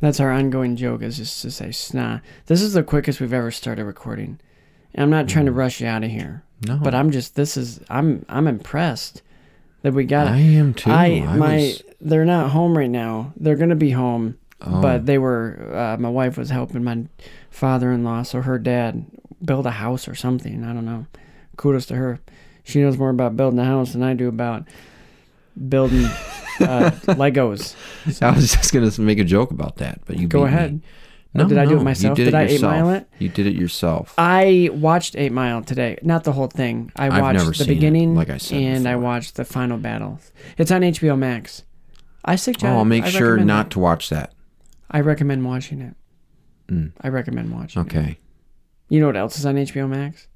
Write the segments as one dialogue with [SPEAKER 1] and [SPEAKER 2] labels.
[SPEAKER 1] That's our ongoing joke is just to say snot. This is the quickest we've ever started recording. And I'm not
[SPEAKER 2] Mm.
[SPEAKER 1] trying to rush you out of here.
[SPEAKER 2] No.
[SPEAKER 1] But I'm just this is I'm I'm impressed that we got
[SPEAKER 2] I
[SPEAKER 1] it.
[SPEAKER 2] am too.
[SPEAKER 1] I,
[SPEAKER 2] I
[SPEAKER 1] my
[SPEAKER 2] was-
[SPEAKER 1] they're not home right now. They're gonna be home.
[SPEAKER 2] Oh.
[SPEAKER 1] But they were uh, my wife was helping my father in law, so her dad build a house or something. I don't know. Kudos to her. She knows more about building a house than I do about building uh, Legos.
[SPEAKER 2] I was just gonna make a joke about that, but you
[SPEAKER 1] Go
[SPEAKER 2] beat me.
[SPEAKER 1] ahead.
[SPEAKER 2] No,
[SPEAKER 1] did I do it
[SPEAKER 2] no, you
[SPEAKER 1] myself?
[SPEAKER 2] did
[SPEAKER 1] Did
[SPEAKER 2] it
[SPEAKER 1] I eight
[SPEAKER 2] yourself.
[SPEAKER 1] mile it? Uh,
[SPEAKER 2] You did it yourself.
[SPEAKER 1] I watched Eight Mile today. Not the whole thing. I
[SPEAKER 2] I've
[SPEAKER 1] watched
[SPEAKER 2] never
[SPEAKER 1] the
[SPEAKER 2] seen it,
[SPEAKER 1] beginning,
[SPEAKER 2] like I said
[SPEAKER 1] and I
[SPEAKER 2] before.
[SPEAKER 1] watched the final battle. It's on HBO Max. I suggest.
[SPEAKER 2] oh, I'll make
[SPEAKER 1] I
[SPEAKER 2] sure
[SPEAKER 1] recommend
[SPEAKER 2] not
[SPEAKER 1] it.
[SPEAKER 2] to watch that.
[SPEAKER 1] I recommend watching it. I recommend watching. it.
[SPEAKER 2] Mm. Okay.
[SPEAKER 1] You know what else is on HBO Max?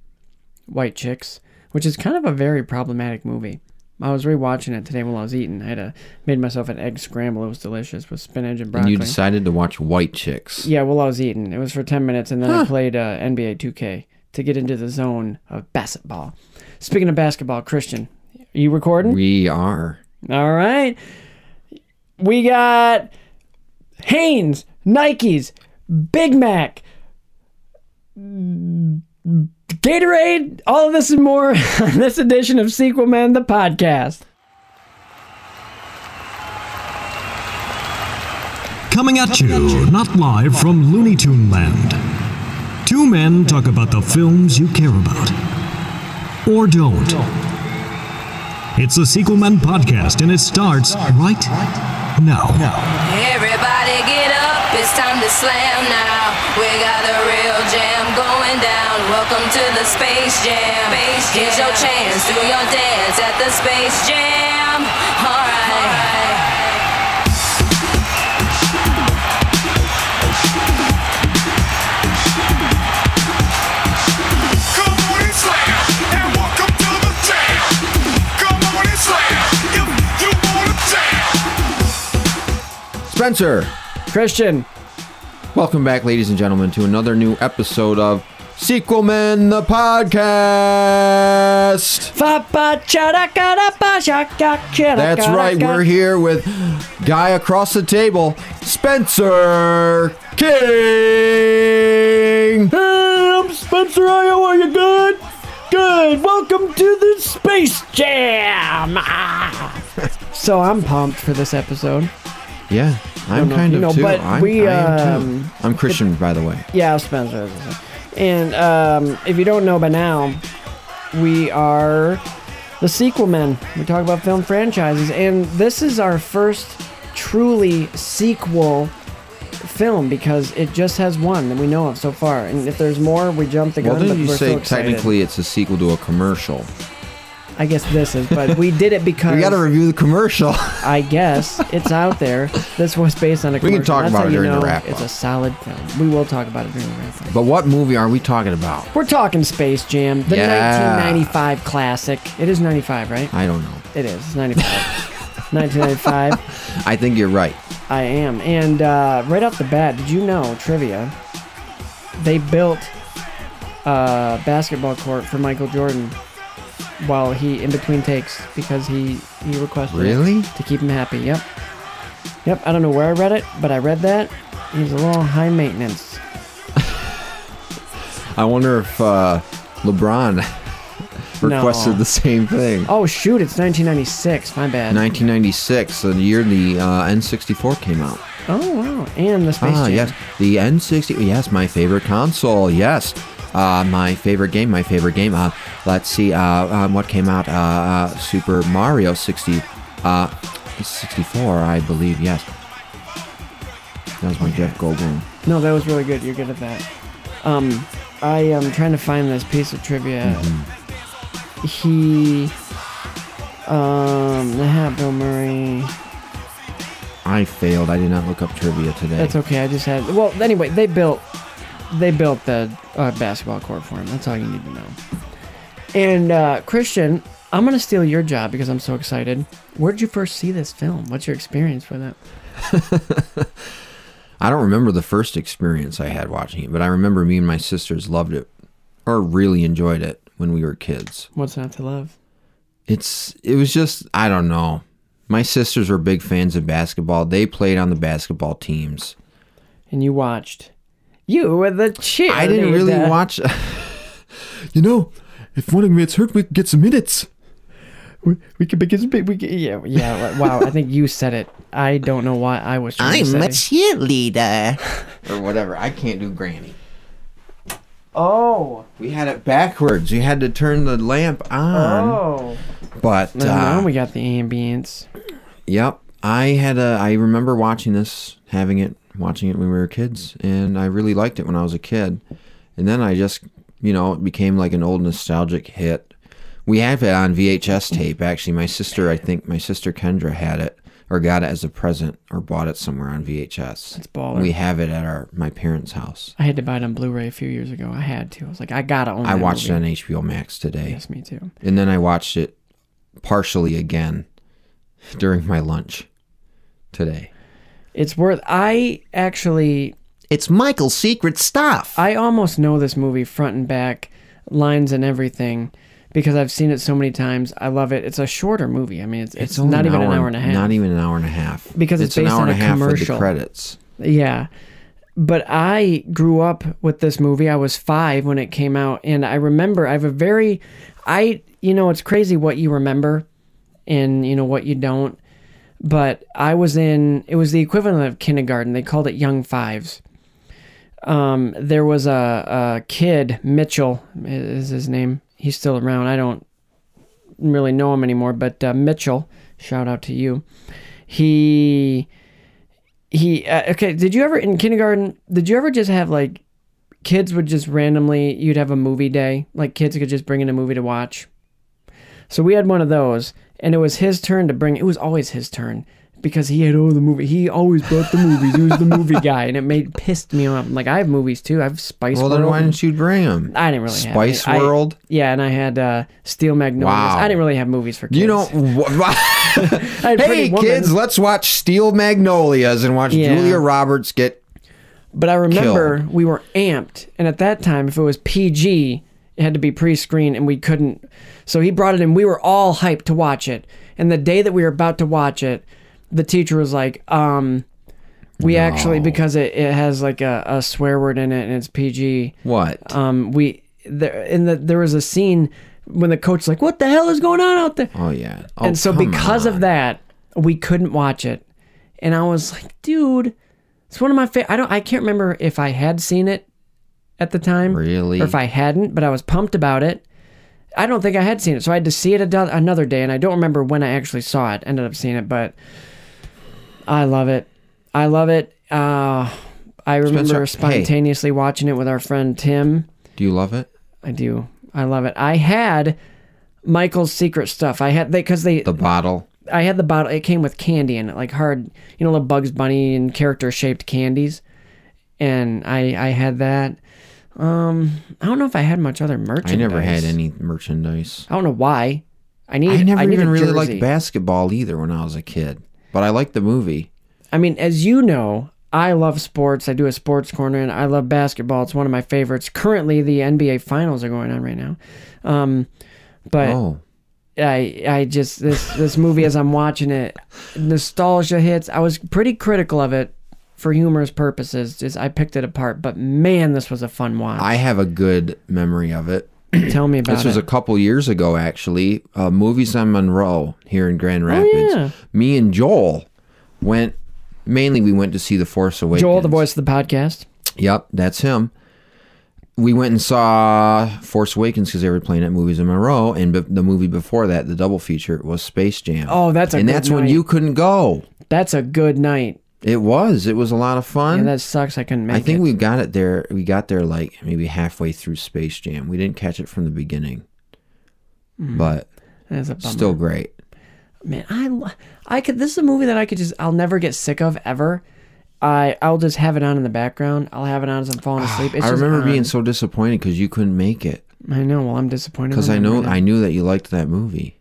[SPEAKER 1] White Chicks, which is kind of a very problematic movie. I was rewatching it today while I was eating. I had a, made myself an egg scramble. It was delicious with spinach and
[SPEAKER 2] And
[SPEAKER 1] broccoli.
[SPEAKER 2] you decided to watch White Chicks.
[SPEAKER 1] Yeah, well, I was eating. It was for 10 minutes, and then I played uh, NBA 2K to get into the zone of basketball. Speaking of basketball, Christian, you recording?
[SPEAKER 2] We are.
[SPEAKER 1] All right. We got Hanes, Nikes, Big Mac, Gatorade, all of this and more on this edition of Sequel Man, the podcast.
[SPEAKER 3] Coming at you, not live from Looney Tune Land. Two men talk about the films you care about. Or don't. It's the Sequel Men podcast, and it starts right now.
[SPEAKER 4] Everybody get up, it's time to slam now. We got a real jam going down. Welcome to the Space Jam. Space Here's your chance, do your dance at the Space Jam. Alright.
[SPEAKER 5] Come on and slam, and welcome to the jam. Come on and slam, if you wanna jam.
[SPEAKER 2] Spencer,
[SPEAKER 1] Christian,
[SPEAKER 2] welcome back, ladies and gentlemen, to another new episode of Sequel Men the Podcast. That's
[SPEAKER 1] that's
[SPEAKER 2] right, we're here with guy across the table, Spencer
[SPEAKER 1] Hey,
[SPEAKER 2] King.
[SPEAKER 1] I'm Spencer Iowa. You good? Good. Welcome to the Space Jam. Ah. so I'm pumped for this episode.
[SPEAKER 2] Yeah, I'm
[SPEAKER 1] know if
[SPEAKER 2] kind
[SPEAKER 1] you
[SPEAKER 2] of
[SPEAKER 1] know,
[SPEAKER 2] too.
[SPEAKER 1] but
[SPEAKER 2] I'm,
[SPEAKER 1] we,
[SPEAKER 2] I am
[SPEAKER 1] um,
[SPEAKER 2] too. I'm Christian, by the way.
[SPEAKER 1] Yeah, Spencer. is the same. And um, if you don't know by now, we are the sequel men. We talk about film franchises, and this is our first truly sequel film because it just has one that we know of so far. And if there's more, we jump the gun.
[SPEAKER 2] Well,
[SPEAKER 1] but
[SPEAKER 2] didn't you
[SPEAKER 1] we're
[SPEAKER 2] say
[SPEAKER 1] so excited.
[SPEAKER 2] technically it's a sequel to a commercial?
[SPEAKER 1] I guess this is, but we did it because
[SPEAKER 2] We got to review the commercial.
[SPEAKER 1] I guess it's out there. This was based on a.
[SPEAKER 2] can
[SPEAKER 1] commercial.
[SPEAKER 2] talk
[SPEAKER 1] That's
[SPEAKER 2] about
[SPEAKER 1] how
[SPEAKER 2] it
[SPEAKER 1] you
[SPEAKER 2] during the
[SPEAKER 1] know
[SPEAKER 2] wrap
[SPEAKER 1] It's
[SPEAKER 2] up.
[SPEAKER 1] a solid film. We will talk about it during the wrap up.
[SPEAKER 2] but what movie are we talking about?
[SPEAKER 1] We're talking Space Jam, the
[SPEAKER 2] Yeah.
[SPEAKER 1] 1995 classic. It is 95, right?
[SPEAKER 2] I don't know.
[SPEAKER 1] It is. It's 95. 1995.
[SPEAKER 2] I think you're right.
[SPEAKER 1] I am. And uh, right off the bat, did you know trivia? They built a basketball court for Michael Jordan while he in between takes because he he requested it
[SPEAKER 2] Really?
[SPEAKER 1] to keep him happy. Yep. Yep. I don't know where I read it, but I read that. He was a little high maintenance.
[SPEAKER 2] I wonder if uh, LeBron requested
[SPEAKER 1] No.
[SPEAKER 2] the same thing.
[SPEAKER 1] Oh shoot! It's 1996. My bad.
[SPEAKER 2] 1996, the year the uh, N64 came out.
[SPEAKER 1] Oh wow! And the Space
[SPEAKER 2] ah,
[SPEAKER 1] Jam.
[SPEAKER 2] yes, the N60. Yes, my favorite console. Yes, uh, my favorite game. My favorite game. Uh, let's see. Uh, um, what came out? Uh, uh, Super Mario 60, uh, 64, I believe. Yes, that was my Jeff Goldblum.
[SPEAKER 1] No, that was really good. You're good at that. Um, I am trying to find this piece of trivia.
[SPEAKER 2] Mm-hmm.
[SPEAKER 1] He, um, the hat Bill Murray.
[SPEAKER 2] I failed. I did not look up trivia today.
[SPEAKER 1] That's okay. I just had. Well, anyway, they built, they built the uh, basketball court for him. That's all you need to know. And uh, Christian, I'm gonna steal your job because I'm so excited. Where did you first see this film? What's your experience with it?
[SPEAKER 2] I don't remember the first experience I had watching it, but I remember me and my sisters loved it or really enjoyed it when we were kids.
[SPEAKER 1] What's not to love?
[SPEAKER 2] It's it was just I don't know. My sisters were big fans of basketball. They played on the basketball teams.
[SPEAKER 1] and you watched. You were the cheerleader.
[SPEAKER 2] I didn't really watch. you know, if one of them gets hurt, we get some minutes.
[SPEAKER 1] We, we could because we could, yeah yeah wow. I think you said it. I don't know why I was. Trying to say.
[SPEAKER 2] cheerleader. or whatever. I can't do granny.
[SPEAKER 1] Oh
[SPEAKER 2] We had it backwards. You had to turn the lamp on.
[SPEAKER 1] oh.
[SPEAKER 2] But
[SPEAKER 1] And now
[SPEAKER 2] uh,
[SPEAKER 1] we got the ambience.
[SPEAKER 2] yep, I had a. I remember watching this, having it, watching it when we were kids, and I really liked it when I was a kid. And then I just, you know, it became like an old nostalgic hit. We have it on VHS tape. Actually, my sister, I think my sister Kendra had it or got it as a present or bought it somewhere on VHS. That's
[SPEAKER 1] baller.
[SPEAKER 2] We have it at our my parents' house.
[SPEAKER 1] I had to buy it on Blu-ray a few years ago. I had to. I was like, I gotta own.
[SPEAKER 2] I
[SPEAKER 1] that
[SPEAKER 2] watched it
[SPEAKER 1] movie.
[SPEAKER 2] on HBO Max today.
[SPEAKER 1] Yes, me too.
[SPEAKER 2] And then I watched it partially again during my lunch today.
[SPEAKER 1] It's worth. I actually,
[SPEAKER 2] It's Michael's secret stuff.
[SPEAKER 1] I almost know this movie front and back, lines and everything, because I've seen it so many times. I love it. It's a shorter movie. I mean, it's it's,
[SPEAKER 2] only
[SPEAKER 1] not even an hour and a half.
[SPEAKER 2] Not even an hour and a half.
[SPEAKER 1] Because it's based on a
[SPEAKER 2] with the
[SPEAKER 1] commercial.
[SPEAKER 2] credits.
[SPEAKER 1] Yeah. But I grew up with this movie. I was five when it came out. And I remember, I have a very, I, you know, it's crazy what you remember and, you know, what you don't. But I was in, it was the equivalent of kindergarten. They called it Young Fives. Um, there was a, a kid, Mitchell is his name. He's still around. I don't really know him anymore, but uh, Mitchell, shout out to you. He he uh, okay did you ever in kindergarten did you ever just have like kids would just randomly you'd have a movie day like kids could just bring in a movie to watch so we had one of those and it was his turn to bring it was always his turn because he had all the movie he always brought the movies he was the movie guy and it made pissed me off I'm like i have movies too i have spice
[SPEAKER 2] Well, then
[SPEAKER 1] World.
[SPEAKER 2] why didn't you bring them?
[SPEAKER 1] i didn't really
[SPEAKER 2] Spice
[SPEAKER 1] have any- I-
[SPEAKER 2] World?
[SPEAKER 1] yeah and i had uh steel magnolias
[SPEAKER 2] Wow.
[SPEAKER 1] i didn't really have movies for kids
[SPEAKER 2] you don't. wha-
[SPEAKER 1] I had
[SPEAKER 2] hey,
[SPEAKER 1] Pretty Woman,
[SPEAKER 2] kids, let's watch Steel Magnolias and watch
[SPEAKER 1] Yeah.
[SPEAKER 2] Julia Roberts get.
[SPEAKER 1] But I remember we were amped, and at that time, if it was PG, it had to be pre-screened, and we couldn't. So he brought it in. We were all hyped to watch it, and the day that we were about to watch it, the teacher was like, "Um, we actually because it, it has like a, a swear word in it, and it's PG.
[SPEAKER 2] What?
[SPEAKER 1] Um, we there in the there was a scene when the coach's like, "What the hell is going on out there?"
[SPEAKER 2] oh, yeah. Oh,
[SPEAKER 1] and so
[SPEAKER 2] come
[SPEAKER 1] because
[SPEAKER 2] on.
[SPEAKER 1] of that, we couldn't watch it. And I was like, dude, it's one of my favorite. I don't. I can't remember if I had seen it at the time,
[SPEAKER 2] Really?
[SPEAKER 1] or if I hadn't. But I was pumped about it. I don't think I had seen it, so I had to see it ado- another day, and I don't remember when I actually saw it. Ended up seeing it, but I love it. I love it. Uh, I remember
[SPEAKER 2] Spencer, hey.
[SPEAKER 1] spontaneously watching it with our friend Tim.
[SPEAKER 2] Do you love it?
[SPEAKER 1] I do. I love it. I had Michael's secret stuff. I had they because they
[SPEAKER 2] The bottle?
[SPEAKER 1] I had the bottle. It came with candy in it, like hard, you know, little Bugs Bunny and character shaped candies. And I, I had that. Um, I don't know if I had much other merchandise.
[SPEAKER 2] I never had any merchandise.
[SPEAKER 1] I don't know why. I need.
[SPEAKER 2] I never
[SPEAKER 1] need a
[SPEAKER 2] even really liked
[SPEAKER 1] jersey.
[SPEAKER 2] basketball either when I was a kid, but I liked the movie.
[SPEAKER 1] I mean, as you know, I love sports. I do a sports corner, and I love basketball. It's one of my favorites. Currently, the NBA finals are going on right now. Um, but
[SPEAKER 2] Oh,
[SPEAKER 1] I I just this this movie as I'm watching it, nostalgia hits. I was pretty critical of it for humorous purposes. Just I picked it apart, but man, this was a fun watch.
[SPEAKER 2] I have a good memory of it.
[SPEAKER 1] Tell me about
[SPEAKER 2] This was
[SPEAKER 1] it.
[SPEAKER 2] a couple years ago, actually. Uh, Movies on Monroe here in Grand Rapids.
[SPEAKER 1] Oh, yeah.
[SPEAKER 2] Me and Joel went. Mainly, we went to see The Force Awakens.
[SPEAKER 1] Joel, the voice of the podcast.
[SPEAKER 2] Yep, that's him. We went and saw Force Awakens because they were playing at Movies in Monroe, and be- the movie before that, the double feature, was Space Jam.
[SPEAKER 1] Oh, that's a
[SPEAKER 2] and
[SPEAKER 1] good
[SPEAKER 2] that's when
[SPEAKER 1] night.
[SPEAKER 2] you couldn't go.
[SPEAKER 1] That's a good night.
[SPEAKER 2] It was. It was a lot of fun.
[SPEAKER 1] Yeah, that sucks. I couldn't make
[SPEAKER 2] Um, I think
[SPEAKER 1] it.
[SPEAKER 2] we got it there. We got there like maybe halfway through Space Jam. We didn't catch it from the beginning,
[SPEAKER 1] Hmm.
[SPEAKER 2] but
[SPEAKER 1] That's a bummer.
[SPEAKER 2] still great.
[SPEAKER 1] man, I lo- I could. This is a movie that I could just. I'll never get sick of ever. I I'll just have it on in the background. I'll have it on as I'm falling asleep. It's
[SPEAKER 2] Ah, I
[SPEAKER 1] just uh,
[SPEAKER 2] remember
[SPEAKER 1] on.
[SPEAKER 2] being so disappointed because you couldn't make it.
[SPEAKER 1] I know. Well, I'm disappointed.
[SPEAKER 2] Because
[SPEAKER 1] in
[SPEAKER 2] I
[SPEAKER 1] it
[SPEAKER 2] know
[SPEAKER 1] right now.
[SPEAKER 2] I knew that you liked that movie.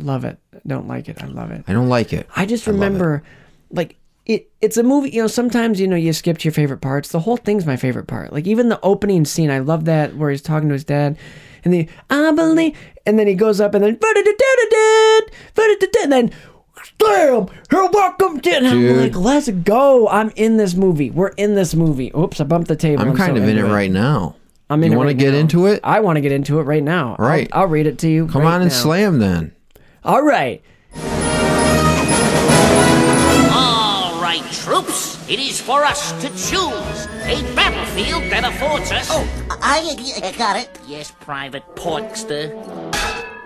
[SPEAKER 1] love it. Don't like it. I love it.
[SPEAKER 2] I don't like it.
[SPEAKER 1] I just
[SPEAKER 2] love it.
[SPEAKER 1] remember, like it. It's a movie. You know, sometimes you know you skip to your favorite parts. The whole thing's my favorite part. Like even the opening scene, I love that where he's talking to his dad, and then I believe, and then he goes up, and then and then slam. Here, welcome to. And I'm
[SPEAKER 2] Dude.
[SPEAKER 1] like, let's go. I'm in this movie. We're in this movie. Oops, I bumped the table.
[SPEAKER 2] I'm kind
[SPEAKER 1] so
[SPEAKER 2] of in it
[SPEAKER 1] into
[SPEAKER 2] right now.
[SPEAKER 1] I'm in
[SPEAKER 2] you
[SPEAKER 1] it
[SPEAKER 2] wanna
[SPEAKER 1] right
[SPEAKER 2] get
[SPEAKER 1] now.
[SPEAKER 2] into it?
[SPEAKER 1] I want to get into it right now. I'll-
[SPEAKER 2] Right.
[SPEAKER 1] I'll, read it to you.
[SPEAKER 2] Come
[SPEAKER 1] right
[SPEAKER 2] on and
[SPEAKER 1] now.
[SPEAKER 2] slam then.
[SPEAKER 1] All right.
[SPEAKER 6] All right, troops, it is for us to choose a battlefield that affords us.
[SPEAKER 7] Oh, I, I got it.
[SPEAKER 6] Yes, Private Porkster.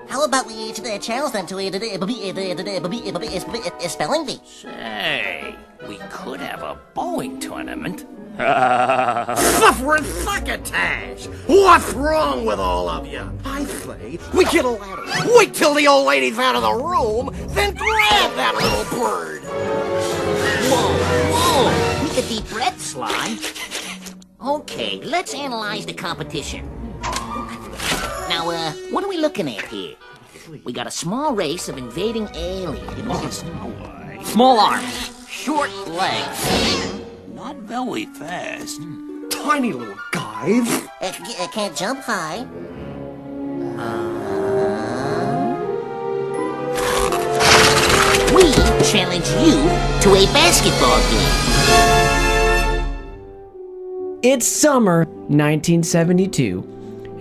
[SPEAKER 7] How about we uh, challenge them to a spelling bee?
[SPEAKER 6] Say, we could have a bowling tournament.
[SPEAKER 8] Suffering succotash! What's wrong with all of you? I say, we get a ladder. Wait till the old lady's out of the room, then grab that little bird.
[SPEAKER 6] Whoa, whoa! Take a deep breath, Sly. Okay, let's analyze the competition. Now, uh, what are we looking at here? We got a small race of invading aliens. Small arms, short legs. Not very fast.
[SPEAKER 8] Tiny little guys.
[SPEAKER 7] Uh, c- uh, can't jump high.
[SPEAKER 6] We challenge you to a basketball game.
[SPEAKER 1] It's summer 1972,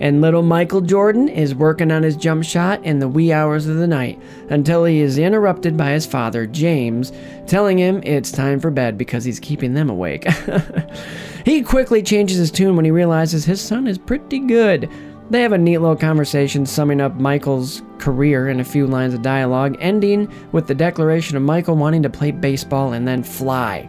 [SPEAKER 1] and little Michael Jordan is working on his jump shot in the wee hours of the night until he is interrupted by his father, James, telling him it's time for bed because he's keeping them awake. he quickly changes his tune when he realizes his son is pretty good. They have a neat little conversation summing up Michael's career in a few lines of dialogue, ending with the declaration of Michael wanting to play baseball and then fly.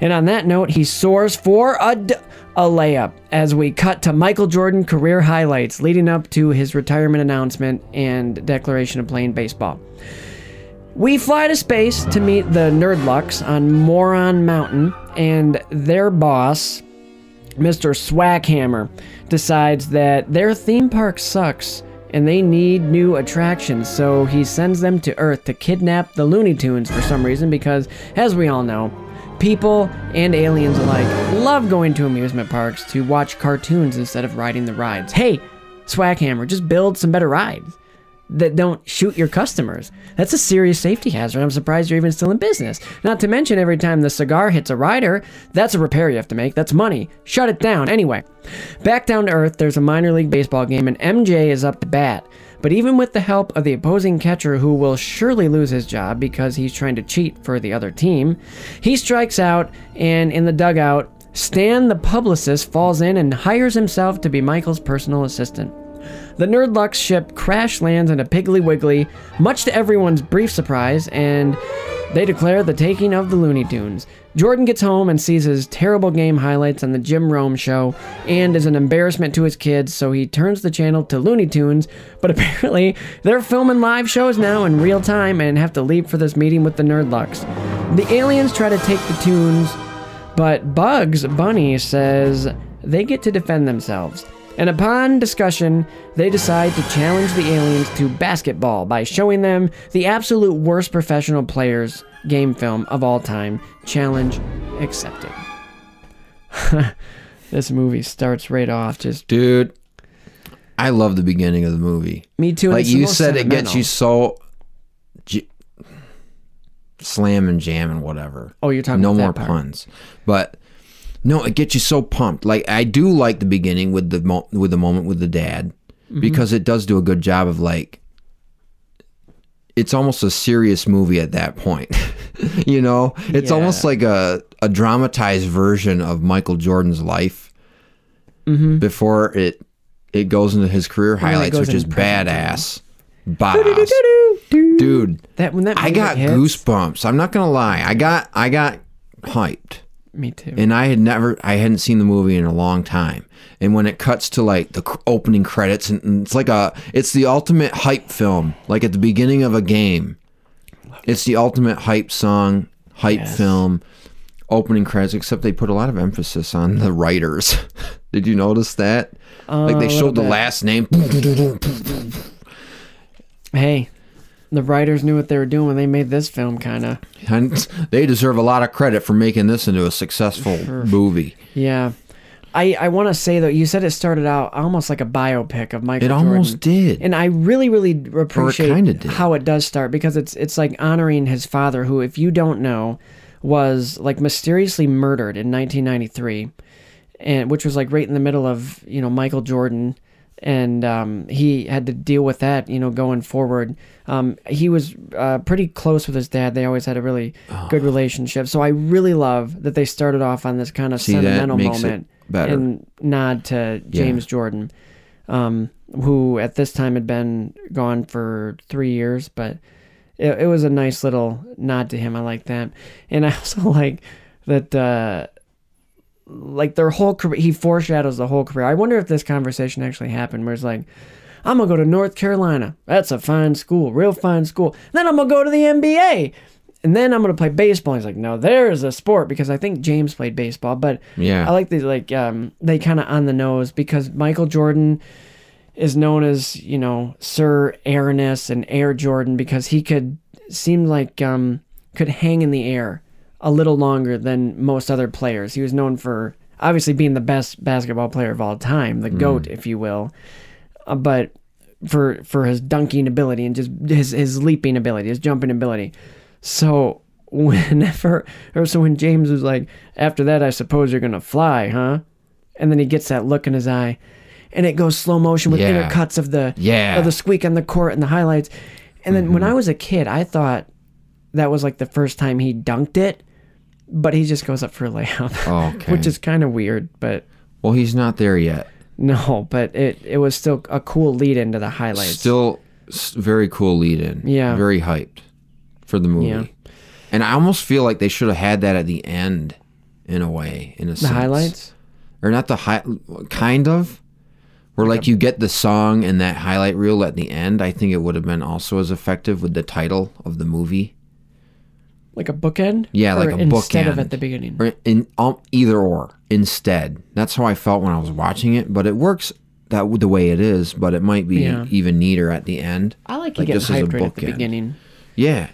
[SPEAKER 1] And on that note, he soars for a, d- a layup as we cut to Michael Jordan career highlights leading up to his retirement announcement and declaration of playing baseball. We fly to space to meet the Nerdlucks on Moron Mountain, and their boss, Mr. Swackhammer, decides that their theme park sucks and they need new attractions, so he sends them to Earth to kidnap the Looney Tunes for some reason because, as we all know, people and aliens alike love going to amusement parks to watch cartoons instead of riding the rides. Hey, Swackhammer, just build some better rides that don't shoot your customers. That's a serious safety hazard. I'm surprised you're even still in business. Not to mention, every time the cigar hits a rider, that's a repair you have to make. That's money. Shut it down. Anyway, back down to earth, there's a minor league baseball game, and MJ is up to bat. But even with the help of the opposing catcher, who will surely lose his job because he's trying to cheat for the other team, he strikes out, and in the dugout, Stan the publicist falls in and hires himself to be Michael's personal assistant. The Nerdlux ship crash lands in a Piggly Wiggly, much to everyone's brief surprise, and they declare the taking of the Looney Tunes. Jordan gets home and sees his terrible game highlights on the Jim Rome show and is an embarrassment to his kids, so he turns the channel to Looney Tunes, but apparently they're filming live shows now in real time and have to leave for this meeting with the Nerdlux. The aliens try to take the tunes but Bugs Bunny says they get to defend themselves. And upon discussion, they decide to challenge the aliens to basketball by showing them the absolute worst professional players game film of all time. Challenge accepted. this movie starts right off just
[SPEAKER 2] Dude, I love the beginning of the movie.
[SPEAKER 1] me too. and
[SPEAKER 2] like
[SPEAKER 1] it's the
[SPEAKER 2] you
[SPEAKER 1] most
[SPEAKER 2] said, it gets you
[SPEAKER 1] sentimental.
[SPEAKER 2] so j- slam and jam and whatever.
[SPEAKER 1] Oh, you're talking
[SPEAKER 2] no
[SPEAKER 1] about that
[SPEAKER 2] more
[SPEAKER 1] part.
[SPEAKER 2] puns, but no, it gets you so pumped. Like I do like the beginning with the mo- with the moment with the dad
[SPEAKER 1] Mm-hmm.
[SPEAKER 2] because it does do a good job of like it's almost a serious movie at that point. you know, it's almost like a a dramatized version of Michael Jordan's life before it it goes into his career highlights,
[SPEAKER 1] goes
[SPEAKER 2] which is
[SPEAKER 1] into present
[SPEAKER 2] badass, badass,
[SPEAKER 1] Doo-doo.
[SPEAKER 2] dude.
[SPEAKER 1] That when that
[SPEAKER 2] I
[SPEAKER 1] music
[SPEAKER 2] got
[SPEAKER 1] hits,
[SPEAKER 2] goosebumps. I'm not gonna lie. I got I got hyped,
[SPEAKER 1] Me too.
[SPEAKER 2] and I had never I hadn't seen the movie in a long time. And when it cuts to like the cr- opening credits, and, and it's like a it's the ultimate hype film. Like at the beginning of a game, it's the ultimate hype song, hype film. Opening credits, except they put a lot of emphasis on the writers. Did you notice that? like
[SPEAKER 1] Oh,
[SPEAKER 2] they showed the last name.
[SPEAKER 1] hey, the writers knew what they were doing when they made this film, kind of.
[SPEAKER 2] And they deserve a lot of credit for making this into a successful movie.
[SPEAKER 1] Yeah. I, I want to say though, you said it started out almost like a biopic of Michael.
[SPEAKER 2] It almost
[SPEAKER 1] Jordan.
[SPEAKER 2] did.
[SPEAKER 1] and I really really
[SPEAKER 2] kinda
[SPEAKER 1] appreciate
[SPEAKER 2] did.
[SPEAKER 1] how it does start because it's it's like honoring his father, who, if you don't know, was like mysteriously murdered in 1993, and which was like right in the middle of you know Michael Jordan. And um, he had to deal with that, you know, going forward. Um, he was uh, pretty close with his dad. They always had a really
[SPEAKER 2] Ah.
[SPEAKER 1] good relationship. So I really love that they started off on this kind of
[SPEAKER 2] that
[SPEAKER 1] sentimental
[SPEAKER 2] makes it
[SPEAKER 1] moment
[SPEAKER 2] better.
[SPEAKER 1] and nod to James Jordan, um, who at this time had been gone for three years, but it, it was a nice little nod to him. I like that, and I also like that. Uh, like their whole career, he foreshadows the whole career. I wonder if this conversation actually happened, where it's like, "I'm gonna go to North Carolina. That's a fine school, real fine school. Then I'm gonna go to the NBA." And then I'm gonna play baseball. He's like, no, there is a sport because I think James played baseball, but
[SPEAKER 2] Yeah.
[SPEAKER 1] I like the like um they kind of on the nose because Michael Jordan is known as you know Sir Airness and Air Jordan because he could seemed like um could hang in the air a little longer than most other players. He was known for obviously being the best basketball player of all time, the goat, if you will, uh, but for for his dunking ability and just his his leaping ability, his jumping ability. So whenever or so when James was like, after that, I suppose you're gonna fly, huh? And then he gets that look in his eye, and it goes slow motion with
[SPEAKER 2] Yeah.
[SPEAKER 1] intercuts of the
[SPEAKER 2] Yeah. Mm-hmm.
[SPEAKER 1] of the squeak on the court and the highlights. And then when I was a kid, I thought that was like the first time he dunked it, but he just goes up for a layup,
[SPEAKER 2] Okay.
[SPEAKER 1] which is kind of weird. But
[SPEAKER 2] Well, he's not there yet.
[SPEAKER 1] no, but it it was still a cool lead into the highlights.
[SPEAKER 2] Still s- very cool lead in.
[SPEAKER 1] Yeah.
[SPEAKER 2] Very hyped for the movie.
[SPEAKER 1] Yeah.
[SPEAKER 2] And I almost feel like they should have had that at the end in a way, in a
[SPEAKER 1] the highlights.
[SPEAKER 2] Or not the high kind of. Where like you get the song and that highlight reel at the end, I think it would have been also as effective with the title of the movie.
[SPEAKER 1] Like a bookend?
[SPEAKER 2] Yeah,
[SPEAKER 1] Or
[SPEAKER 2] like a book
[SPEAKER 1] instead of at the beginning.
[SPEAKER 2] Or in um, either or instead. That's how I felt when I was watching it, but it works that w- the way it is, but it might be
[SPEAKER 1] Yeah.
[SPEAKER 2] even neater at the end.
[SPEAKER 1] I like you
[SPEAKER 2] Like,
[SPEAKER 1] getting
[SPEAKER 2] this is a
[SPEAKER 1] hyped right at the
[SPEAKER 2] bookend.
[SPEAKER 1] beginning.
[SPEAKER 2] Yeah.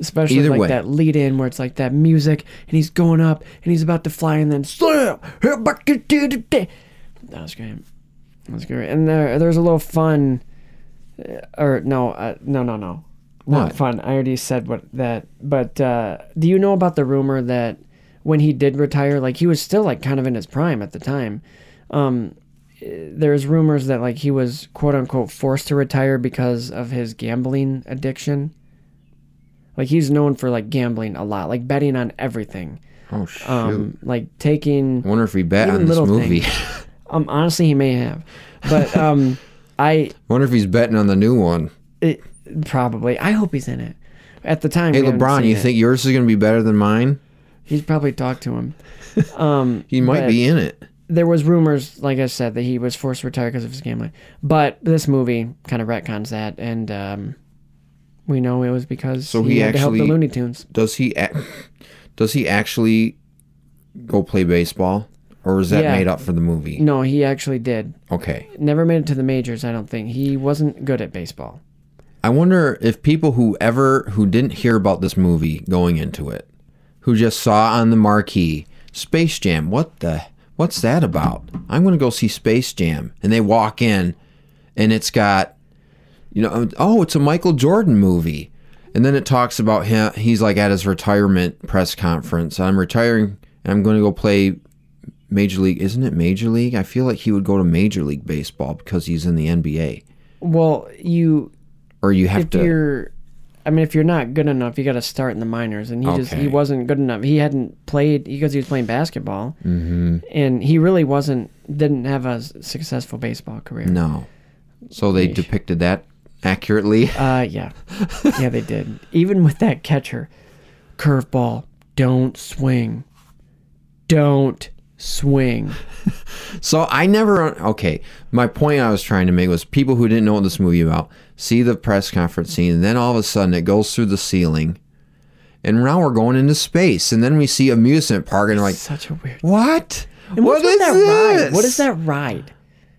[SPEAKER 1] Especially
[SPEAKER 2] Either
[SPEAKER 1] like
[SPEAKER 2] way.
[SPEAKER 1] that lead in where it's like that music and he's going up and he's about to fly and then slam here back to do the day. That was great. That was great. And there there's a little fun uh, or no, uh, no no no. Not
[SPEAKER 2] What?
[SPEAKER 1] fun. I already said what that but uh, do you know about the rumor that when he did retire, like he was still like kind of in his prime at the time. um, there's rumors that like he was quote unquote forced to retire because of his gambling addiction. Like he's known for like gambling a lot, like betting on everything.
[SPEAKER 2] Oh shoot.
[SPEAKER 1] Um, like
[SPEAKER 2] I
[SPEAKER 1] taking
[SPEAKER 2] wonder if we bet
[SPEAKER 1] even
[SPEAKER 2] on this
[SPEAKER 1] little
[SPEAKER 2] movie.
[SPEAKER 1] um honestly he may have. But um I
[SPEAKER 2] wonder if he's betting on the new one.
[SPEAKER 1] it, probably I hope he's in it. At the time
[SPEAKER 2] Hey
[SPEAKER 1] we haven't
[SPEAKER 2] LeBron,
[SPEAKER 1] seen
[SPEAKER 2] you
[SPEAKER 1] it.
[SPEAKER 2] think yours is going to be better than mine?
[SPEAKER 1] he's probably talked to him.
[SPEAKER 2] He might
[SPEAKER 1] But-
[SPEAKER 2] be in it.
[SPEAKER 1] there was rumors, like I said, that he was forced to retire because of his gambling. But this movie kind of retcons that, and um, we know it was because
[SPEAKER 2] So
[SPEAKER 1] he,
[SPEAKER 2] he
[SPEAKER 1] had to help the
[SPEAKER 2] actually-
[SPEAKER 1] Looney Tunes.
[SPEAKER 2] Does he ac does he actually go play baseball or is that
[SPEAKER 1] Yeah.
[SPEAKER 2] made up for the movie?
[SPEAKER 1] No, he actually did.
[SPEAKER 2] Okay.
[SPEAKER 1] Never made it to the majors, I don't think. He wasn't good at baseball.
[SPEAKER 2] I wonder if people who ever who didn't hear about this movie going into it, who just saw on the marquee Space Jam, what the what's that about? I'm going to go see Space Jam, and they walk in, and it's got, you know, oh, it's a Michael Jordan movie, and then it talks about him. He's like at his retirement press conference. I'm retiring, and I'm going to go play Major League. Isn't it Major League? I feel like he would go to Major League baseball because he's in the NBA.
[SPEAKER 1] Well, you
[SPEAKER 2] Or you have
[SPEAKER 1] if
[SPEAKER 2] to.
[SPEAKER 1] you're I mean, if you're not good enough, you got to start in the minors, and he just
[SPEAKER 2] Okay.
[SPEAKER 1] he wasn't good enough. He hadn't played because he was playing basketball, mm-hmm. and he really wasn't didn't have a s- successful baseball career.
[SPEAKER 2] No. So they depicted that accurately.
[SPEAKER 1] Uh, yeah, yeah, they did. Even with that catcher, curveball, don't swing, don't swing.
[SPEAKER 2] So I never okay. My point I was trying to make was people who didn't know what this movie about see the press conference scene, and then all of a sudden it goes through the ceiling, and now we're going into space, and then we see amusement park, and we're like,
[SPEAKER 1] Such a weird.
[SPEAKER 2] what?
[SPEAKER 1] And what's
[SPEAKER 2] What
[SPEAKER 1] with
[SPEAKER 2] is
[SPEAKER 1] that
[SPEAKER 2] this?
[SPEAKER 1] ride? What is that ride?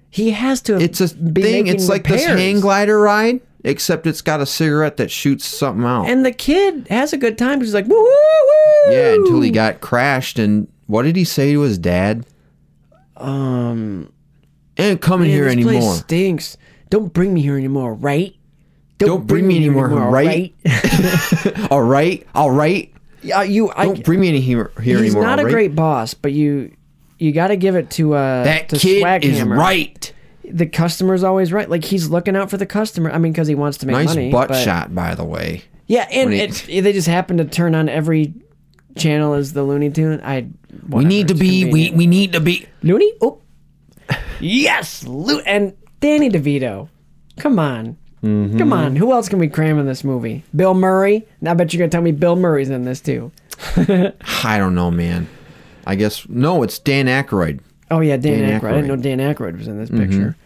[SPEAKER 1] He has to.
[SPEAKER 2] It's a
[SPEAKER 1] be
[SPEAKER 2] thing.
[SPEAKER 1] making
[SPEAKER 2] It's like this
[SPEAKER 1] repairs.
[SPEAKER 2] hang glider ride, except it's got a cigarette that shoots something out.
[SPEAKER 1] And the kid has a good time. He's like, woo, woo, woo.
[SPEAKER 2] yeah, until he got crashed, and what did he say to his dad? ain't coming
[SPEAKER 1] Um, Man,
[SPEAKER 2] here
[SPEAKER 1] this
[SPEAKER 2] anymore.
[SPEAKER 1] place stinks. Don't bring me here anymore, right?
[SPEAKER 2] Don't bring me
[SPEAKER 1] here
[SPEAKER 2] anymore, right? all right, all right.
[SPEAKER 1] Yeah, Uh, you. I,
[SPEAKER 2] Don't bring me any here, here
[SPEAKER 1] he's
[SPEAKER 2] anymore.
[SPEAKER 1] not a
[SPEAKER 2] all right?
[SPEAKER 1] great boss, but you, you got to give it to uh
[SPEAKER 2] That
[SPEAKER 1] to
[SPEAKER 2] kid is
[SPEAKER 1] Swaghammer.
[SPEAKER 2] right.
[SPEAKER 1] The customer's always right. Like he's looking out for the customer. I mean, because he wants to make
[SPEAKER 2] Nice
[SPEAKER 1] money.
[SPEAKER 2] butt
[SPEAKER 1] but-
[SPEAKER 2] shot, by the way.
[SPEAKER 1] Yeah, and
[SPEAKER 2] When
[SPEAKER 1] it, they just happen to turn on every channel as the Looney Tune. I.
[SPEAKER 2] We need to be. We, we need to be.
[SPEAKER 1] Looney. Oh, yes, Lo- and Danny DeVito. Come on, come on. Who else can we cram in this movie? Bill Murray. And I bet you're gonna tell me Bill Murray's in this too.
[SPEAKER 2] I don't know, man. I guess no. It's Dan Aykroyd.
[SPEAKER 1] Oh yeah, Dan,
[SPEAKER 2] Dan
[SPEAKER 1] Aykroyd. I didn't know
[SPEAKER 2] Aykroyd. Mm-hmm.
[SPEAKER 1] Dan Aykroyd was in this picture.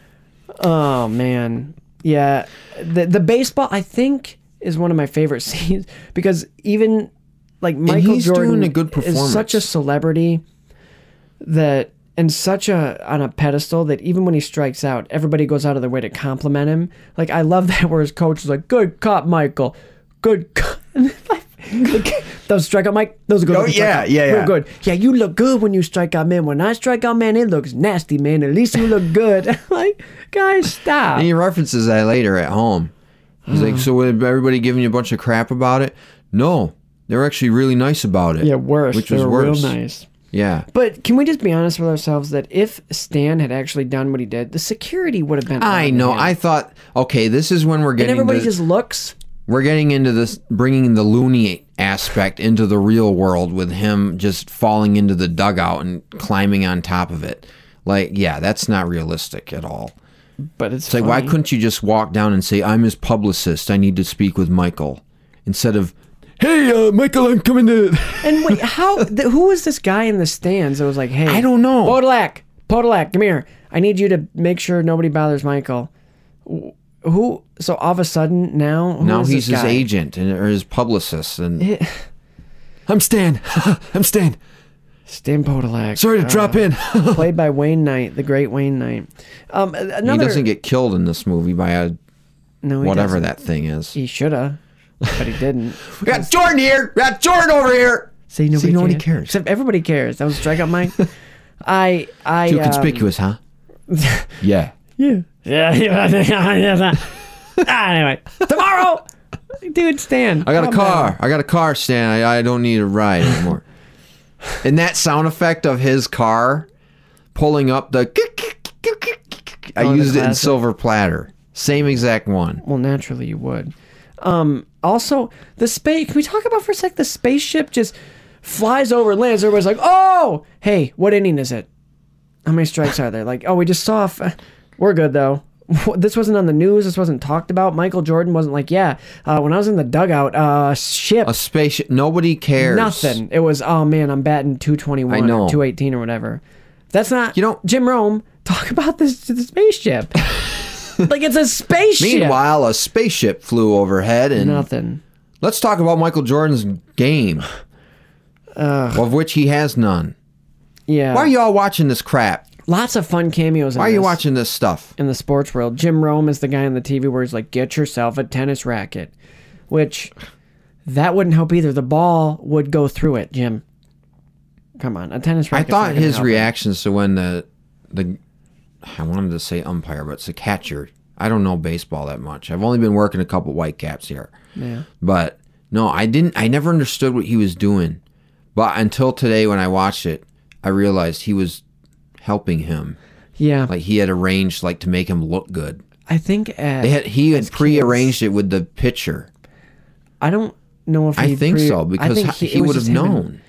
[SPEAKER 1] Oh man, yeah. The the baseball I think is one of my favorite scenes because even like Michael
[SPEAKER 2] he's
[SPEAKER 1] Jordan
[SPEAKER 2] doing a good
[SPEAKER 1] is such a
[SPEAKER 2] performance.
[SPEAKER 1] celebrity that and such a on a pedestal that even when he strikes out, everybody goes out of their way to compliment him. Like I love that where his coach is like, "Good cop, Michael. Good." cop." Like, that was strikeout, Mike. That was a good.
[SPEAKER 2] Oh,
[SPEAKER 1] looking
[SPEAKER 2] yeah,
[SPEAKER 1] strikeout.
[SPEAKER 2] yeah,
[SPEAKER 1] Real
[SPEAKER 2] yeah.
[SPEAKER 1] good. Yeah, you look good when you strike out, man. When I strike out, man, it looks nasty, man. At least you look good. like, guys, stop.
[SPEAKER 2] And he references that later at home. He's
[SPEAKER 1] Mm.
[SPEAKER 2] like, so was everybody giving you a bunch of crap about it? No, they were actually really nice about it.
[SPEAKER 1] yeah, worse.
[SPEAKER 2] Which
[SPEAKER 1] they
[SPEAKER 2] was
[SPEAKER 1] were
[SPEAKER 2] worse.
[SPEAKER 1] real nice.
[SPEAKER 2] Yeah.
[SPEAKER 1] But can we just be honest with ourselves that if Stan had actually done what he did, the security would have been.
[SPEAKER 2] I
[SPEAKER 1] on
[SPEAKER 2] know.
[SPEAKER 1] him.
[SPEAKER 2] I thought, okay, this is when we're
[SPEAKER 1] Oh, and
[SPEAKER 2] getting
[SPEAKER 1] everybody
[SPEAKER 2] the-
[SPEAKER 1] just looks.
[SPEAKER 2] we're getting into this bringing the loony aspect into the real world with him just falling into the dugout and climbing on top of it. Like, yeah, that's not realistic at all.
[SPEAKER 1] But it's,
[SPEAKER 2] It's like, why couldn't you just walk down and say, "I'm his publicist. I need to speak with Michael," instead of, "Hey, uh, Michael, I'm coming to."
[SPEAKER 1] And wait, how? Th- who was this guy in the stands that was like, "Hey,
[SPEAKER 2] I don't know.
[SPEAKER 1] Podolak, Podolak, come here. I need you to make sure nobody bothers Michael." Wh- Who? So all of a sudden now, who
[SPEAKER 2] now
[SPEAKER 1] is
[SPEAKER 2] he's
[SPEAKER 1] this
[SPEAKER 2] his
[SPEAKER 1] guy?
[SPEAKER 2] agent and or his publicist, and I'm Stan. I'm Stan.
[SPEAKER 1] Stan Podolak.
[SPEAKER 2] Sorry to drop in.
[SPEAKER 1] uh, played by Wayne Knight, the great Wayne Knight. Um, a- another
[SPEAKER 2] he doesn't get killed in this movie by a
[SPEAKER 1] no, he
[SPEAKER 2] whatever
[SPEAKER 1] doesn't.
[SPEAKER 2] that thing is.
[SPEAKER 1] he shoulda, but he didn't.
[SPEAKER 2] We got Jordan here. We got Jordan over here.
[SPEAKER 1] See, nobody,
[SPEAKER 2] See, nobody
[SPEAKER 1] cares.
[SPEAKER 2] cares.
[SPEAKER 1] Except everybody cares. That was strike out Mike. I, I
[SPEAKER 2] Too
[SPEAKER 1] um,
[SPEAKER 2] conspicuous, huh? yeah.
[SPEAKER 1] Yeah, yeah, yeah, yeah. ah, anyway, tomorrow, dude, Stan.
[SPEAKER 2] I got a
[SPEAKER 1] calm down.
[SPEAKER 2] car. I got a car, Stan. I, I don't need a ride anymore. and that sound effect of his car pulling up the. I
[SPEAKER 1] Oh, the
[SPEAKER 2] used it in
[SPEAKER 1] classic.
[SPEAKER 2] Silver Platter. Same exact one.
[SPEAKER 1] Well, naturally you would. Um, also, the space. Can we talk about for a sec? The spaceship just flies over, lands. Everybody's like, "Oh, hey, what inning is it? How many strikes are there?" Like, "Oh, we just saw. F- We're good though. this wasn't on the news. This wasn't talked about. Michael Jordan wasn't like, yeah. Uh, when I was in the dugout, uh, ship,
[SPEAKER 2] A spaceship. Nobody cares.
[SPEAKER 1] nothing. It was, oh man, I'm batting 221
[SPEAKER 2] I know.
[SPEAKER 1] or 218 or whatever. That's not.
[SPEAKER 2] You know-
[SPEAKER 1] Jim Rome. Talk about this the spaceship. like it's a spaceship.
[SPEAKER 2] Meanwhile, a spaceship flew overhead, and
[SPEAKER 1] nothing.
[SPEAKER 2] let's talk about Michael Jordan's game, of which he has none.
[SPEAKER 1] Yeah.
[SPEAKER 2] Why are y'all watching this crap?
[SPEAKER 1] Lots of fun cameos. In
[SPEAKER 2] Why are you
[SPEAKER 1] this-
[SPEAKER 2] watching this stuff?
[SPEAKER 1] in the sports world? Jim Rome is the guy on the TV where he's like, "Get yourself a tennis racket," which that wouldn't help either. The ball would go through it, Jim. Come on, a tennis
[SPEAKER 2] I
[SPEAKER 1] racket.
[SPEAKER 2] thought his reactions to when the the I wanted to say umpire, but it's a catcher. I don't know baseball that much. I've only been working a couple white caps here. Yeah. But no, I didn't I never understood what he was doing. But until today when I watched it, I realized he was helping him.
[SPEAKER 1] Yeah,
[SPEAKER 2] Like he had arranged like to make him look good.
[SPEAKER 1] I think uh, at,
[SPEAKER 2] They had he had prearranged it with the pitcher.
[SPEAKER 1] I don't know if
[SPEAKER 2] I
[SPEAKER 1] he
[SPEAKER 2] think
[SPEAKER 1] pre-
[SPEAKER 2] so
[SPEAKER 1] I
[SPEAKER 2] because
[SPEAKER 1] think
[SPEAKER 2] he,
[SPEAKER 1] it was
[SPEAKER 2] would have
[SPEAKER 1] just him and-
[SPEAKER 2] known.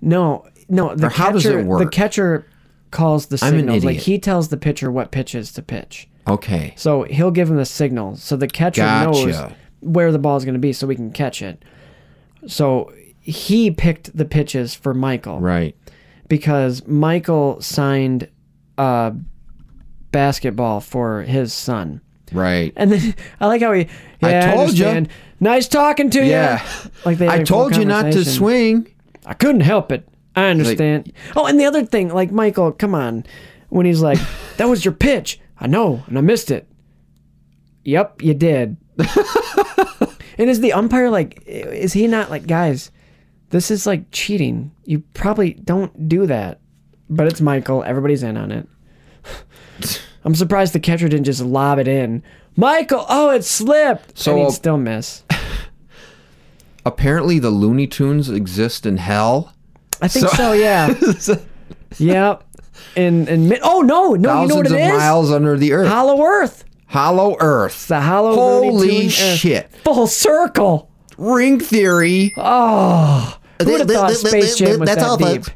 [SPEAKER 1] No, no. The
[SPEAKER 2] Or how
[SPEAKER 1] catcher,
[SPEAKER 2] does it
[SPEAKER 1] The
[SPEAKER 2] work?
[SPEAKER 1] catcher calls the
[SPEAKER 2] I'm an
[SPEAKER 1] signals. Like
[SPEAKER 2] idiot.
[SPEAKER 1] he tells the pitcher what pitches to pitch.
[SPEAKER 2] Okay.
[SPEAKER 1] So he'll give him the signal. So the catcher knows
[SPEAKER 2] Gotcha.
[SPEAKER 1] where the ball is going to be so we can catch it. So he picked the pitches for Michael
[SPEAKER 2] Right.
[SPEAKER 1] because Michael signed uh, basketball for his son.
[SPEAKER 2] Right.
[SPEAKER 1] And then I like how he.
[SPEAKER 2] I
[SPEAKER 1] Yeah,
[SPEAKER 2] told ya."
[SPEAKER 1] understand. Nice talking to you.
[SPEAKER 2] Yeah.
[SPEAKER 1] Like they had
[SPEAKER 2] I
[SPEAKER 1] a full
[SPEAKER 2] told you not to
[SPEAKER 1] conversation.
[SPEAKER 2] swing.
[SPEAKER 1] I couldn't help it. I understand. oh, and the other thing, like Michael, come on, when he's like, "That was your pitch," I know, and I missed it. Yep, you did. and is the umpire like? Is he not like, guys? This is like cheating. You probably don't do that. but it's Michael. Everybody's in on it. I'm surprised the catcher didn't just lob it in. Michael, oh, it slipped.
[SPEAKER 2] So-
[SPEAKER 1] So he'd still miss.
[SPEAKER 2] Apparently, the Looney Tunes exist in hell.
[SPEAKER 1] I think
[SPEAKER 2] So-
[SPEAKER 1] so. yeah. yep. And and mi- oh no no you know what
[SPEAKER 2] Thousands
[SPEAKER 1] it
[SPEAKER 2] of
[SPEAKER 1] is?
[SPEAKER 2] miles under the earth.
[SPEAKER 1] Hollow Earth.
[SPEAKER 2] Hollow Earth.
[SPEAKER 1] The Hollow Looney
[SPEAKER 2] Holy
[SPEAKER 1] Tune Earth.
[SPEAKER 2] shit.
[SPEAKER 1] Full circle.
[SPEAKER 2] Ring theory.
[SPEAKER 1] Who would have
[SPEAKER 2] Th-
[SPEAKER 1] thought
[SPEAKER 2] th- th-
[SPEAKER 1] Space
[SPEAKER 2] th-
[SPEAKER 1] Jam was
[SPEAKER 2] that's
[SPEAKER 1] that
[SPEAKER 2] all,
[SPEAKER 1] deep?
[SPEAKER 2] folks.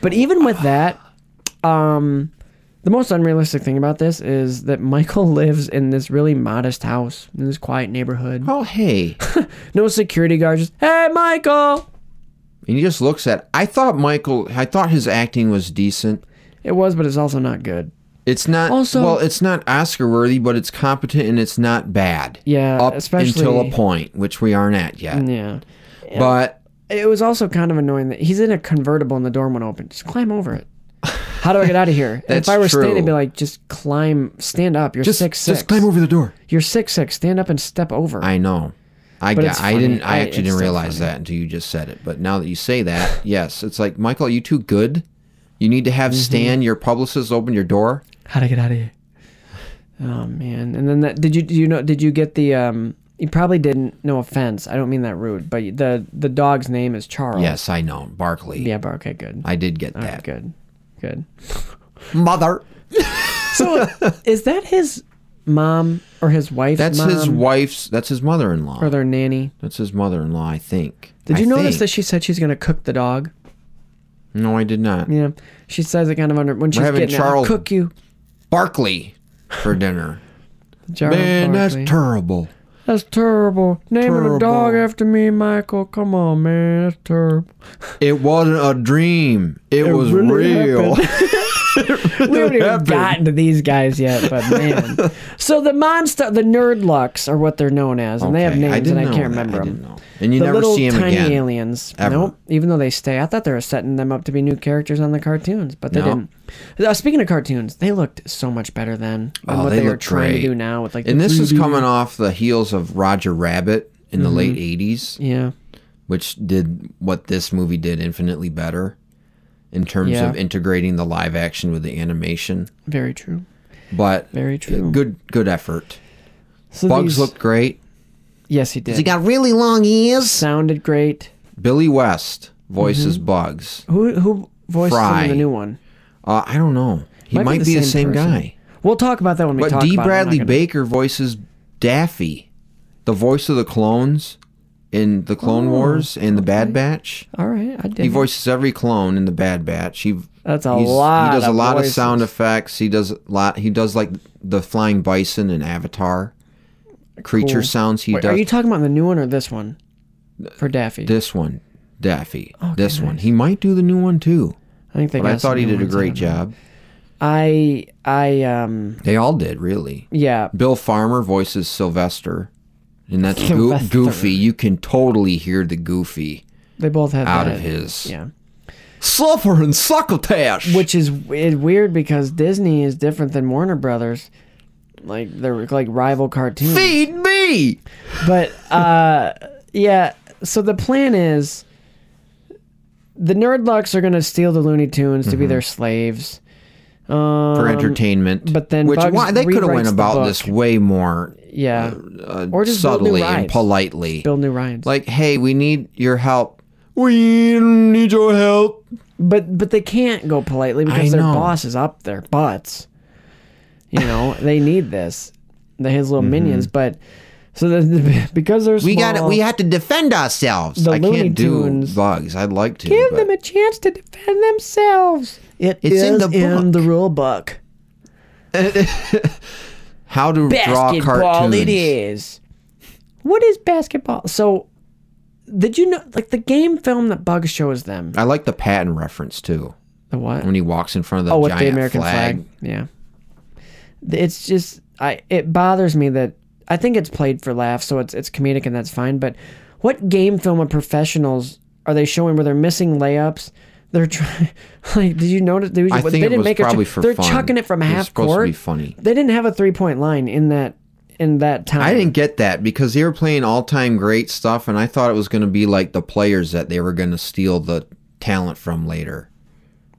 [SPEAKER 1] But even with that, um, the most unrealistic thing about this is that Michael lives in this really modest house in this quiet neighborhood.
[SPEAKER 2] Oh, hey.
[SPEAKER 1] No security guards. Just, hey, Michael.
[SPEAKER 2] And he just looks at. I thought Michael. I thought his acting was decent.
[SPEAKER 1] It was, but it's also not good.
[SPEAKER 2] It's not
[SPEAKER 1] Also-
[SPEAKER 2] well. It's not Oscar worthy, but it's competent and it's not bad.
[SPEAKER 1] Yeah,
[SPEAKER 2] up
[SPEAKER 1] especially-
[SPEAKER 2] until a point, which we aren't at yet.
[SPEAKER 1] Yeah.
[SPEAKER 2] But
[SPEAKER 1] It was also kind of annoying that he's in a convertible and the door won't open. Just climb over it. How do I get out of here? And
[SPEAKER 2] That's
[SPEAKER 1] if I were
[SPEAKER 2] true.
[SPEAKER 1] standing, I'd be like, just climb, stand up. You're
[SPEAKER 2] just
[SPEAKER 1] six six.
[SPEAKER 2] just climb over the door.
[SPEAKER 1] You're six six. Stand up and step over.
[SPEAKER 2] I know. I
[SPEAKER 1] But
[SPEAKER 2] got,
[SPEAKER 1] it's
[SPEAKER 2] I
[SPEAKER 1] funny.
[SPEAKER 2] didn't. I
[SPEAKER 1] I-
[SPEAKER 2] actually
[SPEAKER 1] it's
[SPEAKER 2] didn't
[SPEAKER 1] still
[SPEAKER 2] realize that until you just said it. But now that you say that, yes, it's like Michael. Are you too good? You need to have
[SPEAKER 1] Mm-hmm.
[SPEAKER 2] Stan, your publicist, open your door.
[SPEAKER 1] How to get out of here? Oh man! And then that did you do you know did you get the um? You probably didn't. No offense. I don't mean that rude, but the the dog's name is Charles.
[SPEAKER 2] Yes, I know, Barkley.
[SPEAKER 1] Oh. Yeah. But okay. Good.
[SPEAKER 2] I did get
[SPEAKER 1] All right,
[SPEAKER 2] that.
[SPEAKER 1] good. Good.
[SPEAKER 2] Mother.
[SPEAKER 1] So is that his mom or his wife?
[SPEAKER 2] That's
[SPEAKER 1] mom
[SPEAKER 2] his wife's. That's his mother-in-law.
[SPEAKER 1] or their nanny?
[SPEAKER 2] That's his mother-in-law, I think.
[SPEAKER 1] Did
[SPEAKER 2] I
[SPEAKER 1] you notice
[SPEAKER 2] think.
[SPEAKER 1] that she said she's gonna cook the dog?
[SPEAKER 2] No, I did not.
[SPEAKER 1] Yeah. She says it kind of under when she's
[SPEAKER 2] having
[SPEAKER 1] getting it, "I'll
[SPEAKER 2] Charles-
[SPEAKER 1] cook you.
[SPEAKER 2] Barkley for dinner.
[SPEAKER 1] Charles
[SPEAKER 2] Man, that's
[SPEAKER 1] Oh, Barkley.
[SPEAKER 2] terrible.
[SPEAKER 1] that's terrible. Naming a dog
[SPEAKER 2] Terrible.
[SPEAKER 1] after me, Michael. Come on, man. That's terrible.
[SPEAKER 2] It wasn't a dream. It, was
[SPEAKER 1] really
[SPEAKER 2] real.
[SPEAKER 1] we haven't even
[SPEAKER 2] happened?
[SPEAKER 1] gotten to these guys yet, but man. so the monster, the nerdlucks are what they're known as, and they have
[SPEAKER 2] Okay,
[SPEAKER 1] names,
[SPEAKER 2] didn't
[SPEAKER 1] and I
[SPEAKER 2] know
[SPEAKER 1] can't
[SPEAKER 2] that.
[SPEAKER 1] remember
[SPEAKER 2] I
[SPEAKER 1] them.
[SPEAKER 2] didn't know. And you
[SPEAKER 1] the
[SPEAKER 2] never
[SPEAKER 1] little
[SPEAKER 2] see him
[SPEAKER 1] tiny
[SPEAKER 2] again.
[SPEAKER 1] aliens.
[SPEAKER 2] Ever.
[SPEAKER 1] Nope. Even though they stay, I thought they were setting them up to be new characters on the cartoons, but they
[SPEAKER 2] No.
[SPEAKER 1] didn't. Uh, speaking of cartoons, they looked so much better then than
[SPEAKER 2] Oh,
[SPEAKER 1] what
[SPEAKER 2] they
[SPEAKER 1] they, were
[SPEAKER 2] look
[SPEAKER 1] trying
[SPEAKER 2] great.
[SPEAKER 1] to do now with like.
[SPEAKER 2] And
[SPEAKER 1] the
[SPEAKER 2] this is
[SPEAKER 1] 3D.
[SPEAKER 2] coming off the heels of Roger Rabbit in the late 80s,
[SPEAKER 1] Mm-hmm. Yeah.
[SPEAKER 2] which did what this movie did infinitely better in terms
[SPEAKER 1] Yeah.
[SPEAKER 2] of integrating the live action with the animation.
[SPEAKER 1] Very true.
[SPEAKER 2] But
[SPEAKER 1] Very true.
[SPEAKER 2] good good effort.
[SPEAKER 1] So
[SPEAKER 2] Bugs
[SPEAKER 1] these-
[SPEAKER 2] looked great.
[SPEAKER 1] Yes, he did.
[SPEAKER 2] He got really long ears.
[SPEAKER 1] sounded great.
[SPEAKER 2] Billy West voices
[SPEAKER 1] Mm-hmm.
[SPEAKER 2] Bugs.
[SPEAKER 1] Who who voiced him
[SPEAKER 2] Fry.
[SPEAKER 1] in the new one?
[SPEAKER 2] Uh, I don't know. He might, be the same,
[SPEAKER 1] person.
[SPEAKER 2] guy.
[SPEAKER 1] We'll talk about that when we
[SPEAKER 2] But
[SPEAKER 1] talk about it.
[SPEAKER 2] D.
[SPEAKER 1] I'm not
[SPEAKER 2] Bradley
[SPEAKER 1] gonna-
[SPEAKER 2] Baker voices Daffy, the voice of the clones in the
[SPEAKER 1] Oh.
[SPEAKER 2] Clone Wars and the Bad Batch.
[SPEAKER 1] All right, I did.
[SPEAKER 2] He voices every clone in the Bad Batch. He
[SPEAKER 1] That's a
[SPEAKER 2] he's-
[SPEAKER 1] lot.
[SPEAKER 2] He does
[SPEAKER 1] of
[SPEAKER 2] a lot
[SPEAKER 1] voices.
[SPEAKER 2] of sound effects. He does a lot. He does like the flying bison in Avatar. Creature
[SPEAKER 1] Cool.
[SPEAKER 2] sounds he
[SPEAKER 1] Wait,
[SPEAKER 2] does.
[SPEAKER 1] are you talking about the new one or this one? For Daffy,
[SPEAKER 2] this one, Daffy. this one. He might do the new one too.
[SPEAKER 1] I think Oh, they.
[SPEAKER 2] But
[SPEAKER 1] got
[SPEAKER 2] I thought
[SPEAKER 1] some
[SPEAKER 2] he
[SPEAKER 1] new
[SPEAKER 2] did a
[SPEAKER 1] ones, I
[SPEAKER 2] great
[SPEAKER 1] don't know.
[SPEAKER 2] job.
[SPEAKER 1] I I um
[SPEAKER 2] They all did really.
[SPEAKER 1] yeah.
[SPEAKER 2] Bill Farmer voices Sylvester, and that's goo-
[SPEAKER 1] Sylvester.
[SPEAKER 2] Goofy. You can totally hear the Goofy
[SPEAKER 1] They both have
[SPEAKER 2] out
[SPEAKER 1] that.
[SPEAKER 2] of his
[SPEAKER 1] Yeah,
[SPEAKER 2] sulfur and succotash.
[SPEAKER 1] which is w- weird because Disney is different than Warner Brothers. Like they're like rival cartoons.
[SPEAKER 2] feed me.
[SPEAKER 1] but uh, yeah, so the plan is the Nerdlucks are going to steal the Looney Tunes to be their slaves. Um,
[SPEAKER 2] Mm-hmm. For entertainment,
[SPEAKER 1] but then
[SPEAKER 2] which
[SPEAKER 1] Bugs
[SPEAKER 2] why, they could have
[SPEAKER 1] rewrites
[SPEAKER 2] went
[SPEAKER 1] the
[SPEAKER 2] about this
[SPEAKER 1] book.
[SPEAKER 2] way more
[SPEAKER 1] Yeah.
[SPEAKER 2] uh,
[SPEAKER 1] Or just build new
[SPEAKER 2] subtly and
[SPEAKER 1] rides.
[SPEAKER 2] politely.
[SPEAKER 1] Build new rhymes.
[SPEAKER 2] like, hey, we need your help. We don't need your help.
[SPEAKER 1] but but they can't go politely because
[SPEAKER 2] I
[SPEAKER 1] their
[SPEAKER 2] know.
[SPEAKER 1] boss is up their butts. You know, they need this. The his little minions, but so the, because they're small,
[SPEAKER 2] Mm-hmm. We got. We have to defend ourselves.
[SPEAKER 1] The
[SPEAKER 2] I
[SPEAKER 1] Looney
[SPEAKER 2] can't do
[SPEAKER 1] Tunes.
[SPEAKER 2] bugs. I'd like to.
[SPEAKER 1] give
[SPEAKER 2] but-
[SPEAKER 1] them a chance to defend themselves.
[SPEAKER 2] It's in
[SPEAKER 1] is
[SPEAKER 2] the
[SPEAKER 1] in
[SPEAKER 2] book.
[SPEAKER 1] the rule book.
[SPEAKER 2] how to draw
[SPEAKER 1] basketball
[SPEAKER 2] cartoons.
[SPEAKER 1] it is. What is basketball? So, did you know, like the game film that Bugs shows them?
[SPEAKER 2] I like the Patton reference too.
[SPEAKER 1] The what?
[SPEAKER 2] When he walks in front of the
[SPEAKER 1] Oh, with
[SPEAKER 2] giant
[SPEAKER 1] the American
[SPEAKER 2] flag.
[SPEAKER 1] flag. Yeah. It's just I. It bothers me that I think it's played for laughs, so it's it's comedic and that's fine. But what game film of professionals are they showing where they're missing layups? They're trying. Like, did you notice? They,
[SPEAKER 2] I
[SPEAKER 1] they
[SPEAKER 2] think
[SPEAKER 1] didn't
[SPEAKER 2] it was
[SPEAKER 1] make
[SPEAKER 2] probably
[SPEAKER 1] a,
[SPEAKER 2] for
[SPEAKER 1] They're
[SPEAKER 2] fun.
[SPEAKER 1] chucking it from
[SPEAKER 2] It was
[SPEAKER 1] half
[SPEAKER 2] supposed to
[SPEAKER 1] court.
[SPEAKER 2] be funny.
[SPEAKER 1] They didn't have a three point line in that in that time.
[SPEAKER 2] I didn't get that because they were playing all time great stuff, and I thought it was going to be like the players that they were going to steal the talent from later.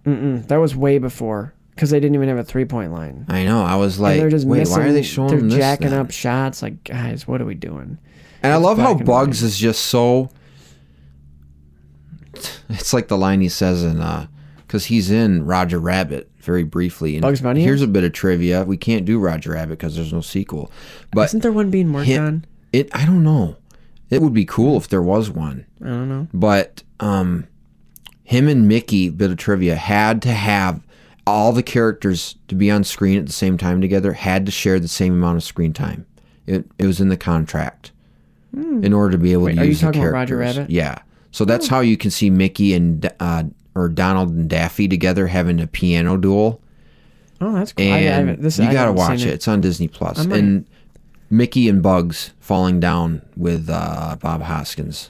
[SPEAKER 1] That was way before because they didn't even have a three point line.
[SPEAKER 2] I know. I was like,
[SPEAKER 1] And they're just
[SPEAKER 2] wait,
[SPEAKER 1] missing.
[SPEAKER 2] why are they showing
[SPEAKER 1] They're
[SPEAKER 2] this?
[SPEAKER 1] jacking
[SPEAKER 2] then?
[SPEAKER 1] up shots. Like, guys, what are we doing?
[SPEAKER 2] And I love how
[SPEAKER 1] black and
[SPEAKER 2] Bugs is just so. It's like the line he says in, because he's in Roger Rabbit very briefly. And
[SPEAKER 1] Bugs Bunny?
[SPEAKER 2] Here's a bit of trivia: we can't do Roger Rabbit because there's no sequel. But
[SPEAKER 1] Isn't there one being worked
[SPEAKER 2] hit-
[SPEAKER 1] on?
[SPEAKER 2] It I don't know. It would be cool if there was one. I don't know. But um him and Mickey, bit of trivia, had to have all the characters to be on screen at the same time together had to share the same amount of screen time. It it was in the contract. In order to be able to
[SPEAKER 1] Hmm. are you
[SPEAKER 2] use the
[SPEAKER 1] talking about Roger
[SPEAKER 2] characters.
[SPEAKER 1] Rabbit? Oh.
[SPEAKER 2] Yeah. So that's how you can see Mickey and uh, or Donald and Daffy together having a piano duel
[SPEAKER 1] Oh, that's cool. I- I
[SPEAKER 2] and
[SPEAKER 1] haven't- this-
[SPEAKER 2] you
[SPEAKER 1] I
[SPEAKER 2] gotta
[SPEAKER 1] haven't seen
[SPEAKER 2] watch it. It's on Disney Plus.
[SPEAKER 1] might.
[SPEAKER 2] And Mickey and Bugs falling down with uh, Bob Hoskins,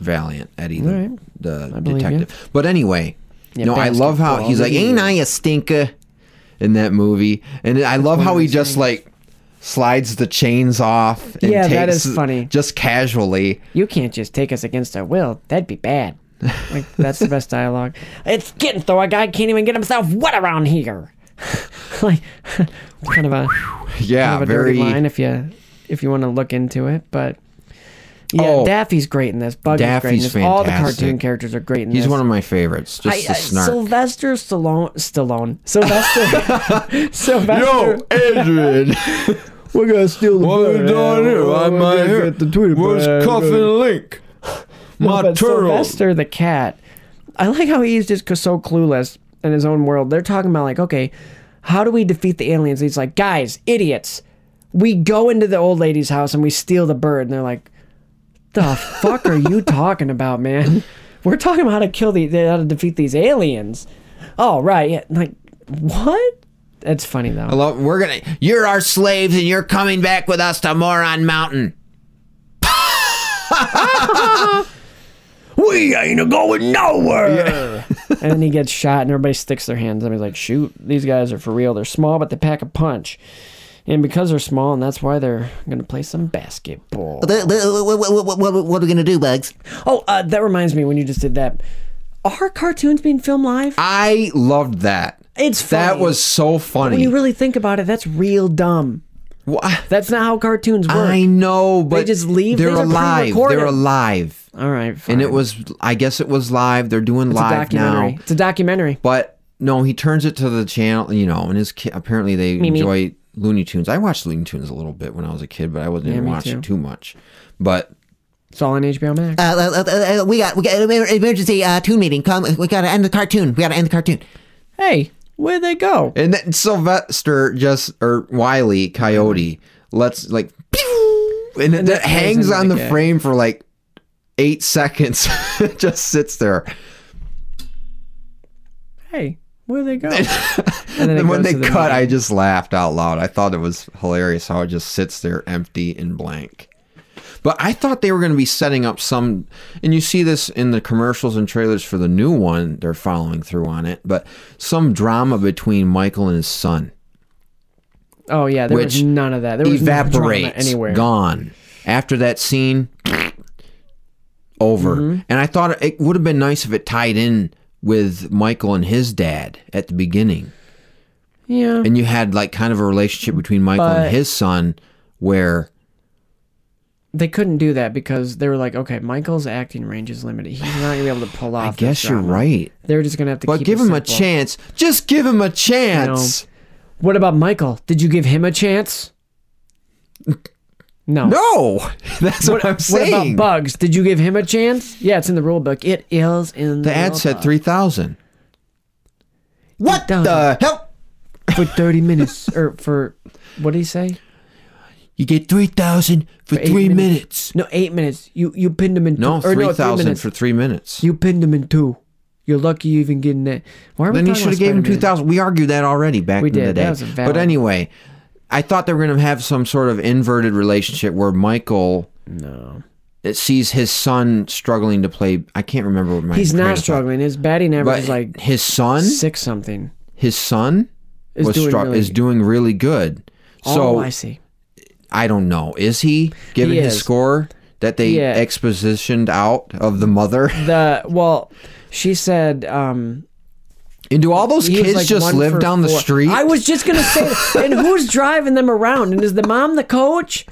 [SPEAKER 2] Valiant Eddie, the,
[SPEAKER 1] Alright.
[SPEAKER 2] the
[SPEAKER 1] believe you.
[SPEAKER 2] detective. But anyway,
[SPEAKER 1] Yeah,
[SPEAKER 2] no, I love how
[SPEAKER 1] basketball,
[SPEAKER 2] he's like,
[SPEAKER 1] yeah.
[SPEAKER 2] "Ain't I a stinker?" in that movie, and I love how he just like slides the chains off. And
[SPEAKER 1] Yeah,
[SPEAKER 2] takes,
[SPEAKER 1] that is funny.
[SPEAKER 2] Just casually.
[SPEAKER 1] You can't just take us against our will. That'd be bad. Like, that's the best dialogue. It's getting though. A guy can't even get himself wet around here. like, kind of a
[SPEAKER 2] Yeah,
[SPEAKER 1] kind of a
[SPEAKER 2] very.
[SPEAKER 1] dirty line if you if you want to look into it, but. Yeah,
[SPEAKER 2] Oh.
[SPEAKER 1] Daffy's great in this. Buggy's great in
[SPEAKER 2] Daffy's
[SPEAKER 1] this. All the
[SPEAKER 2] fantastic.
[SPEAKER 1] cartoon characters are great in
[SPEAKER 2] He's
[SPEAKER 1] this.
[SPEAKER 2] one of my favorites. Just
[SPEAKER 1] I-
[SPEAKER 2] the
[SPEAKER 1] I-
[SPEAKER 2] snark.
[SPEAKER 1] Sylvester Stallone. Stallone. Sylvester. Sylvester.
[SPEAKER 2] Yo, Adrian.
[SPEAKER 1] we're gonna steal the
[SPEAKER 2] What are you doing here? I'm my hair. Where's Cuff and Link? My
[SPEAKER 1] but
[SPEAKER 2] turtle.
[SPEAKER 1] Sylvester the cat. I like how he's just c- so clueless in his own world. They're talking about like, okay, how do we defeat the aliens? he's like, guys, idiots. We go into the old lady's house and we steal the bird, and they're like, the fuck are you talking about, man? We're talking about how to kill the how to defeat these aliens. Oh right, yeah. Like what? That's funny though.
[SPEAKER 2] Hello, we're gonna. You're our slaves, and you're coming back with us to Moron Mountain.
[SPEAKER 1] we ain't going nowhere. and then he gets shot, and everybody sticks their hands. up. He's like, shoot, these guys are for real. They're small, but they pack a punch. And because they're small, and that's why they're gonna play some basketball.
[SPEAKER 7] What, what, what, what are we gonna do, Bugs?
[SPEAKER 1] Oh, uh, that reminds me when you just did that. Are cartoons being filmed live?
[SPEAKER 2] I loved that.
[SPEAKER 1] It's
[SPEAKER 2] that
[SPEAKER 1] funny.
[SPEAKER 2] was so funny.
[SPEAKER 1] When you really think about it, that's real dumb.
[SPEAKER 2] Wha-
[SPEAKER 1] That's not how cartoons work.
[SPEAKER 2] I know, but
[SPEAKER 1] just leave-
[SPEAKER 2] They're
[SPEAKER 1] these are
[SPEAKER 2] alive.
[SPEAKER 1] pre-recorded.
[SPEAKER 2] They're alive,
[SPEAKER 1] All right, fine.
[SPEAKER 2] and it was. I guess it was live. They're doing
[SPEAKER 1] it's a
[SPEAKER 2] live
[SPEAKER 1] documentary.
[SPEAKER 2] now.
[SPEAKER 1] It's a documentary.
[SPEAKER 2] But no, he turns it to the channel, you know, and his kid, apparently they enjoy Looney Tunes. I watched Looney Tunes a little bit when I was a kid, but I wasn't
[SPEAKER 1] me
[SPEAKER 2] watching
[SPEAKER 1] too.
[SPEAKER 2] too much. But
[SPEAKER 1] It's all on HBO Max.
[SPEAKER 7] Uh, uh, uh, uh, we got we got an emergency uh, tune meeting. Come, we gotta end the cartoon. We gotta end the cartoon.
[SPEAKER 1] hey, where'd they go?
[SPEAKER 2] and then Sylvester just or Wiley Coyote lets like pew, and,
[SPEAKER 1] that
[SPEAKER 2] it that hangs
[SPEAKER 1] plays
[SPEAKER 2] on
[SPEAKER 1] into
[SPEAKER 2] the
[SPEAKER 1] the gag.
[SPEAKER 2] frame for like eight seconds. it just sits there.
[SPEAKER 1] Hey, where'd they go? and then it
[SPEAKER 2] And when
[SPEAKER 1] goes
[SPEAKER 2] they
[SPEAKER 1] to the
[SPEAKER 2] cut,
[SPEAKER 1] meeting.
[SPEAKER 2] I just laughed out loud. I thought it was hilarious how it just sits there empty and blank. But I thought they were going to be setting up some, and you see this in the commercials and trailers for the new one. They're following through on it, but some drama between Michael and his son,
[SPEAKER 1] Oh yeah, there was
[SPEAKER 2] which
[SPEAKER 1] none of that. There was no drama
[SPEAKER 2] evaporates,
[SPEAKER 1] anywhere.
[SPEAKER 2] gone after that scene, over.
[SPEAKER 1] Mm-hmm.
[SPEAKER 2] And I thought it would have been nice if it tied in with Michael and his dad at the beginning.
[SPEAKER 1] Yeah.
[SPEAKER 2] and you had like kind of a relationship between Michael
[SPEAKER 1] But-
[SPEAKER 2] and his son where
[SPEAKER 1] They couldn't do that because they were like, okay, Michael's acting range is limited. He's not gonna be able to pull off.
[SPEAKER 2] I guess
[SPEAKER 1] this
[SPEAKER 2] you're
[SPEAKER 1] drama.
[SPEAKER 2] right.
[SPEAKER 1] They're just gonna have to.
[SPEAKER 2] But
[SPEAKER 1] keep
[SPEAKER 2] give
[SPEAKER 1] it
[SPEAKER 2] him a
[SPEAKER 1] simple.
[SPEAKER 2] chance. Just give him a chance.
[SPEAKER 1] What about Michael? Did you give him a chance? No.
[SPEAKER 2] No, that's what, I'm
[SPEAKER 1] What
[SPEAKER 2] saying.
[SPEAKER 1] about Bugs? Did you give him a chance? Yeah, it's in the rule book. It is in the,
[SPEAKER 2] the ad
[SPEAKER 1] rule
[SPEAKER 2] said
[SPEAKER 1] book.
[SPEAKER 2] three thousand. What
[SPEAKER 1] done.
[SPEAKER 2] the hell?
[SPEAKER 1] for thirty minutes or for what did he say?
[SPEAKER 2] You get three thousand for,
[SPEAKER 1] For eight
[SPEAKER 2] three
[SPEAKER 1] minutes.
[SPEAKER 2] minutes.
[SPEAKER 1] No, eight minutes. You you pinned him in
[SPEAKER 2] No,
[SPEAKER 1] two, or
[SPEAKER 2] three
[SPEAKER 1] no, three
[SPEAKER 2] thousand
[SPEAKER 1] minutes.
[SPEAKER 2] for three minutes.
[SPEAKER 1] You pinned him in two. You're lucky you even getting that. Why are we
[SPEAKER 2] then you
[SPEAKER 1] talking
[SPEAKER 2] should
[SPEAKER 1] about
[SPEAKER 2] have gave him two
[SPEAKER 1] Spider-Man?
[SPEAKER 2] thousand. We argued that already back
[SPEAKER 1] We
[SPEAKER 2] in the
[SPEAKER 1] did. That
[SPEAKER 2] day.
[SPEAKER 1] was a valid-
[SPEAKER 2] but anyway, I thought they were going to have some sort of inverted relationship where Michael
[SPEAKER 1] No.
[SPEAKER 2] it sees his son struggling to play. I can't remember what my
[SPEAKER 1] He's
[SPEAKER 2] train
[SPEAKER 1] not
[SPEAKER 2] of thought-
[SPEAKER 1] struggling. His batting
[SPEAKER 2] But
[SPEAKER 1] average is like
[SPEAKER 2] his son,
[SPEAKER 1] six something.
[SPEAKER 2] his son
[SPEAKER 1] Is
[SPEAKER 2] was
[SPEAKER 1] doing
[SPEAKER 2] struck
[SPEAKER 1] really,
[SPEAKER 2] is doing really good.
[SPEAKER 1] Oh,
[SPEAKER 2] so
[SPEAKER 1] I see.
[SPEAKER 2] I don't know. Is he given
[SPEAKER 1] He
[SPEAKER 2] his
[SPEAKER 1] is.
[SPEAKER 2] score that they
[SPEAKER 1] Yeah.
[SPEAKER 2] expositioned out of the mother?
[SPEAKER 1] The well, she said um,
[SPEAKER 2] And do all those
[SPEAKER 1] He was,
[SPEAKER 2] kids
[SPEAKER 1] like,
[SPEAKER 2] just
[SPEAKER 1] one for
[SPEAKER 2] live down the
[SPEAKER 1] four.
[SPEAKER 2] street?
[SPEAKER 1] I was just gonna say, that. and who's driving them around? And is the mom the coach?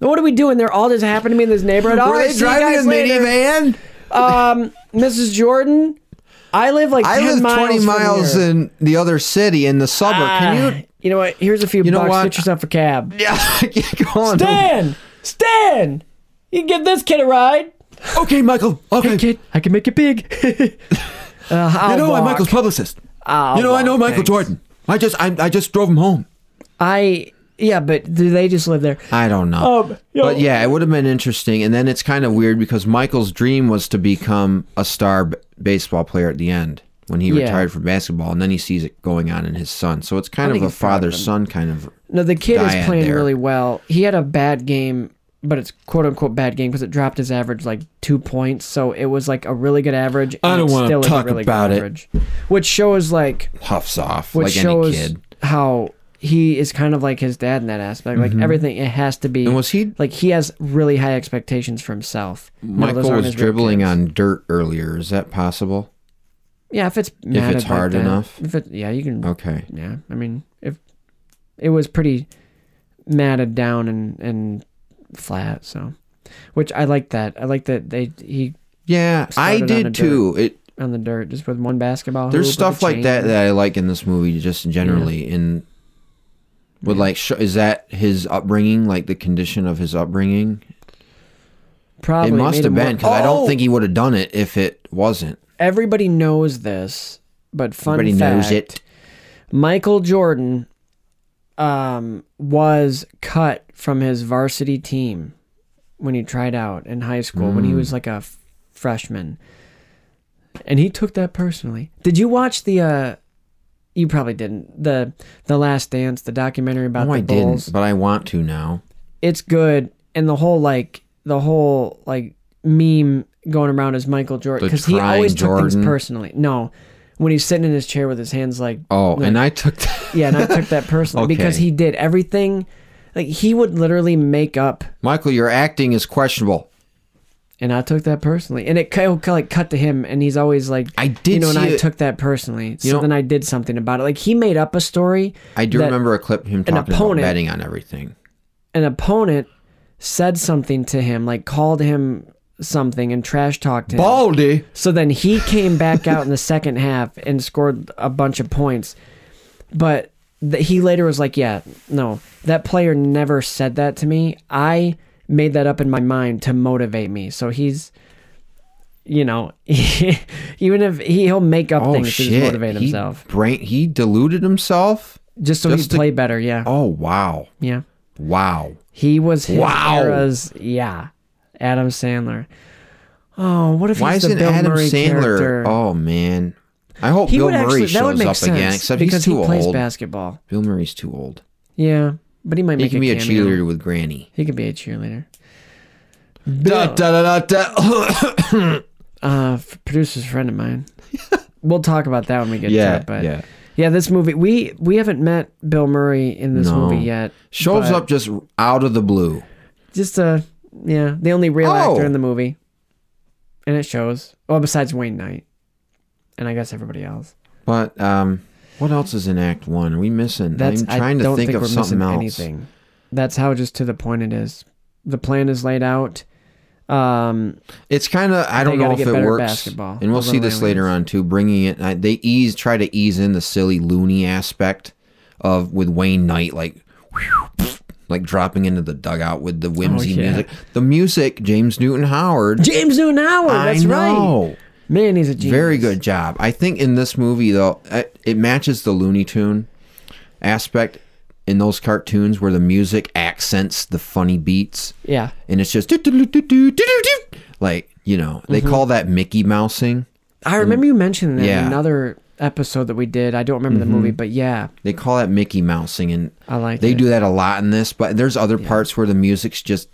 [SPEAKER 1] What are we doing? They're all just happened to me in this neighborhood. All
[SPEAKER 2] Were
[SPEAKER 1] right,
[SPEAKER 2] they
[SPEAKER 1] see you
[SPEAKER 2] driving a
[SPEAKER 1] guys later.
[SPEAKER 2] minivan?
[SPEAKER 1] Mrs. Jordan, I live like
[SPEAKER 2] I
[SPEAKER 1] 10
[SPEAKER 2] live
[SPEAKER 1] miles
[SPEAKER 2] twenty
[SPEAKER 1] from
[SPEAKER 2] miles
[SPEAKER 1] here.
[SPEAKER 2] in the other city in the suburb.
[SPEAKER 1] Ah,
[SPEAKER 2] Can
[SPEAKER 1] you know what? Here's a few
[SPEAKER 2] know
[SPEAKER 1] bucks.
[SPEAKER 2] what?
[SPEAKER 1] Get yourself a cab.
[SPEAKER 2] you? Yeah, I can't go on.
[SPEAKER 1] Stan, Stan, you can give this kid a ride.
[SPEAKER 2] Okay, Michael. Okay,
[SPEAKER 1] Kid, I can make it big. uh, I'll
[SPEAKER 2] you know I'm
[SPEAKER 1] walk.
[SPEAKER 2] Michael's publicist.
[SPEAKER 1] I'll
[SPEAKER 2] you know I know
[SPEAKER 1] walk,
[SPEAKER 2] Michael
[SPEAKER 1] thanks.
[SPEAKER 2] Jordan. I just I, I just drove him home.
[SPEAKER 1] I yeah, but do they just live there?
[SPEAKER 2] I don't know.
[SPEAKER 1] Um, you
[SPEAKER 2] but
[SPEAKER 1] know-
[SPEAKER 2] yeah, it would have been interesting. And then it's kind of weird because Michael's dream was to become a star b- baseball player at the end when he
[SPEAKER 1] Yeah.
[SPEAKER 2] retired from basketball, and then he sees it going on in his son. So it's kind of a father son kind of.
[SPEAKER 1] No, the kid
[SPEAKER 2] Diane
[SPEAKER 1] is playing
[SPEAKER 2] there.
[SPEAKER 1] really well. He had a bad game, but it's quote unquote bad game because it dropped his average like two points. So it was like a really good average. And
[SPEAKER 2] I don't
[SPEAKER 1] it
[SPEAKER 2] wanna
[SPEAKER 1] still is a
[SPEAKER 2] talk
[SPEAKER 1] really good
[SPEAKER 2] about it.
[SPEAKER 1] average. Which shows like
[SPEAKER 2] Puffs off
[SPEAKER 1] which
[SPEAKER 2] like
[SPEAKER 1] shows
[SPEAKER 2] any kid.
[SPEAKER 1] how he is kind of like his dad in that aspect.
[SPEAKER 2] Mm-hmm.
[SPEAKER 1] Like everything, it has to be.
[SPEAKER 2] And was he-
[SPEAKER 1] like he has really high expectations for himself? No, those
[SPEAKER 2] Michael
[SPEAKER 1] aren't
[SPEAKER 2] was
[SPEAKER 1] his real
[SPEAKER 2] dribbling
[SPEAKER 1] kids.
[SPEAKER 2] on dirt earlier. Is that possible?
[SPEAKER 1] Yeah, if it's matted
[SPEAKER 2] it's
[SPEAKER 1] like
[SPEAKER 2] hard
[SPEAKER 1] that.
[SPEAKER 2] enough?
[SPEAKER 1] If it, yeah, you can.
[SPEAKER 2] Okay.
[SPEAKER 1] Yeah, I mean, if it was pretty matted down and and flat, so which I like that. I like that they he
[SPEAKER 2] Yeah, I
[SPEAKER 1] Started on a
[SPEAKER 2] did
[SPEAKER 1] dirt.
[SPEAKER 2] too. It
[SPEAKER 1] on the dirt just with one basketball.
[SPEAKER 2] there's
[SPEAKER 1] hoop with
[SPEAKER 2] stuff
[SPEAKER 1] a
[SPEAKER 2] like
[SPEAKER 1] chain.
[SPEAKER 2] that that I like in this movie just generally in would like sh- is that his upbringing like the condition of his upbringing?
[SPEAKER 1] Probably
[SPEAKER 2] it must
[SPEAKER 1] made
[SPEAKER 2] have
[SPEAKER 1] him
[SPEAKER 2] been
[SPEAKER 1] more-
[SPEAKER 2] cuz I don't
[SPEAKER 1] Oh!
[SPEAKER 2] think he would have done it if it wasn't.
[SPEAKER 1] everybody knows this, but fun
[SPEAKER 2] Everybody
[SPEAKER 1] fact,
[SPEAKER 2] knows it.
[SPEAKER 1] Michael Jordan um, was cut from his varsity team when he tried out in high school
[SPEAKER 2] Mm.
[SPEAKER 1] when he was like a f- freshman, and he took that personally. Did you watch the? Uh, you probably didn't the the Last Dance, the documentary about
[SPEAKER 2] No,
[SPEAKER 1] the
[SPEAKER 2] I
[SPEAKER 1] Bulls
[SPEAKER 2] didn't, but I want to now.
[SPEAKER 1] it's good and the whole like the whole like meme going around is michael jordan
[SPEAKER 2] The
[SPEAKER 1] because he
[SPEAKER 2] trying
[SPEAKER 1] always took
[SPEAKER 2] Jordan?
[SPEAKER 1] things personally no when he's sitting in his chair with his hands like
[SPEAKER 2] Oh,
[SPEAKER 1] like-
[SPEAKER 2] and I took that.
[SPEAKER 1] yeah and i took that personally because
[SPEAKER 2] Okay.
[SPEAKER 1] he did everything like he would literally make up
[SPEAKER 2] Michael, your acting is questionable.
[SPEAKER 1] and i took that personally and it ki- it'll ki- like cut to him and he's always like
[SPEAKER 2] I did
[SPEAKER 1] you know and
[SPEAKER 2] see
[SPEAKER 1] i
[SPEAKER 2] it.
[SPEAKER 1] took that personally so
[SPEAKER 2] know-
[SPEAKER 1] then i did something about it like he made up a story
[SPEAKER 2] I do
[SPEAKER 1] that-
[SPEAKER 2] remember a clip of him talking about
[SPEAKER 1] opponent-
[SPEAKER 2] betting on everything.
[SPEAKER 1] an opponent said something to him like called him something and trash talked him
[SPEAKER 2] Baldy.
[SPEAKER 1] So then he came back out in the second half and scored a bunch of points. But th- he later was like, "Yeah, no, that player never said that to me. I made that up in my mind to motivate me." So he's, you know, even if he, he'll make up
[SPEAKER 2] Oh
[SPEAKER 1] things to
[SPEAKER 2] shit.
[SPEAKER 1] just motivate himself,
[SPEAKER 2] He brain he deluded himself?
[SPEAKER 1] just so
[SPEAKER 2] just
[SPEAKER 1] he'd
[SPEAKER 2] to-
[SPEAKER 1] play better. Yeah,
[SPEAKER 2] Oh wow.
[SPEAKER 1] yeah.
[SPEAKER 2] Wow.
[SPEAKER 1] He was his
[SPEAKER 2] Wow.
[SPEAKER 1] era's yeah, Adam Sandler. Oh, what if
[SPEAKER 2] Why
[SPEAKER 1] he's
[SPEAKER 2] isn't
[SPEAKER 1] the Bill
[SPEAKER 2] Adam
[SPEAKER 1] Murray
[SPEAKER 2] Sandler?
[SPEAKER 1] character?
[SPEAKER 2] Oh man, I hope
[SPEAKER 1] he
[SPEAKER 2] Bill
[SPEAKER 1] would
[SPEAKER 2] Murray
[SPEAKER 1] actually that would
[SPEAKER 2] shows
[SPEAKER 1] make
[SPEAKER 2] up
[SPEAKER 1] sense
[SPEAKER 2] again. Except
[SPEAKER 1] because
[SPEAKER 2] he's too
[SPEAKER 1] he plays
[SPEAKER 2] old.
[SPEAKER 1] basketball.
[SPEAKER 2] Bill Murray's too old.
[SPEAKER 1] Yeah, but he might
[SPEAKER 2] He
[SPEAKER 1] make
[SPEAKER 2] can
[SPEAKER 1] a
[SPEAKER 2] be a
[SPEAKER 1] cameo.
[SPEAKER 2] cheerleader with Granny.
[SPEAKER 1] He could be a cheerleader.
[SPEAKER 2] Da, da, da, da, da.
[SPEAKER 1] Uh, f- producer's friend of mine. we'll talk about that when we get to
[SPEAKER 2] yeah,
[SPEAKER 1] it. But
[SPEAKER 2] yeah.
[SPEAKER 1] yeah, this movie we we haven't met Bill Murray in this
[SPEAKER 2] No.
[SPEAKER 1] movie yet.
[SPEAKER 2] Shows
[SPEAKER 1] but
[SPEAKER 2] up just out of the blue.
[SPEAKER 1] just uh yeah the only real
[SPEAKER 2] Oh.
[SPEAKER 1] actor in the movie, and it shows. Well, besides Wayne Knight, and I guess everybody else.
[SPEAKER 2] But um, what else is in Act One? Are we missing?
[SPEAKER 1] That's
[SPEAKER 2] I'm trying
[SPEAKER 1] I
[SPEAKER 2] to
[SPEAKER 1] don't
[SPEAKER 2] think,
[SPEAKER 1] think,
[SPEAKER 2] of
[SPEAKER 1] we're
[SPEAKER 2] something
[SPEAKER 1] missing
[SPEAKER 2] else.
[SPEAKER 1] anything. That's how just to the point it is. The plan is laid out. Um,
[SPEAKER 2] It's kind of I don't
[SPEAKER 1] gotta
[SPEAKER 2] know if
[SPEAKER 1] get
[SPEAKER 2] it
[SPEAKER 1] better at
[SPEAKER 2] works,
[SPEAKER 1] basketball.
[SPEAKER 2] and we'll
[SPEAKER 1] The
[SPEAKER 2] see this
[SPEAKER 1] Runaways.
[SPEAKER 2] later on too. Bringing it, I, they ease try to ease in the silly loony aspect of with Wayne Knight, like whew, pff, like dropping into the dugout with the whimsy
[SPEAKER 1] Oh, yeah.
[SPEAKER 2] music. The music, James Newton Howard.
[SPEAKER 1] James Newton Howard. That's
[SPEAKER 2] I
[SPEAKER 1] right.
[SPEAKER 2] know,
[SPEAKER 1] Man, he's a genius.
[SPEAKER 2] very good job. I think in this movie though, it, it matches the Looney Tune aspect in those cartoons where the music accents the funny beats
[SPEAKER 1] Yeah.
[SPEAKER 2] and it's just do-do-do-do-do-do-do-do. like you know they
[SPEAKER 1] Mm-hmm.
[SPEAKER 2] call that Mickey Mousing.
[SPEAKER 1] I remember you mentioning that
[SPEAKER 2] Yeah. Mm-hmm.
[SPEAKER 1] in another episode that we did. I don't remember the movie, but yeah.
[SPEAKER 2] They call that Mickey Mousing, and
[SPEAKER 1] I like
[SPEAKER 2] they
[SPEAKER 1] it.
[SPEAKER 2] do that a lot in this. But there's other parts where the music's just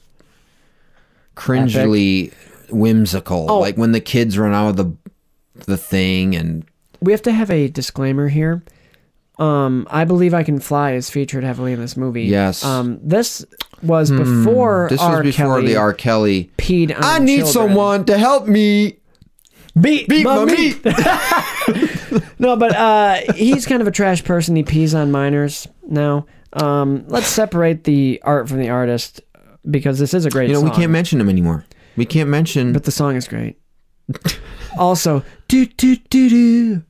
[SPEAKER 2] cringily whimsical,
[SPEAKER 1] Oh.
[SPEAKER 2] like when the kids run out of the the thing, and
[SPEAKER 1] We have to have a disclaimer here. Um, I believe I Can Fly is featured heavily in this movie.
[SPEAKER 2] Yes. Hmm.
[SPEAKER 1] Um, this was before
[SPEAKER 2] this
[SPEAKER 1] R.
[SPEAKER 2] was before
[SPEAKER 1] Kelly
[SPEAKER 2] the R. Kelly.
[SPEAKER 1] peed on
[SPEAKER 2] I need
[SPEAKER 1] children.
[SPEAKER 2] someone to help me
[SPEAKER 1] beat,
[SPEAKER 2] beat
[SPEAKER 1] my
[SPEAKER 2] my
[SPEAKER 1] meat.
[SPEAKER 2] meat.
[SPEAKER 1] No, No, but uh, he's kind of a trash person. He pees on minors now. Um, let's separate the art from the artist because this is a great
[SPEAKER 2] You know,
[SPEAKER 1] song.
[SPEAKER 2] we can't mention him anymore. We can't mention.
[SPEAKER 1] But the song is great. also, do do do do,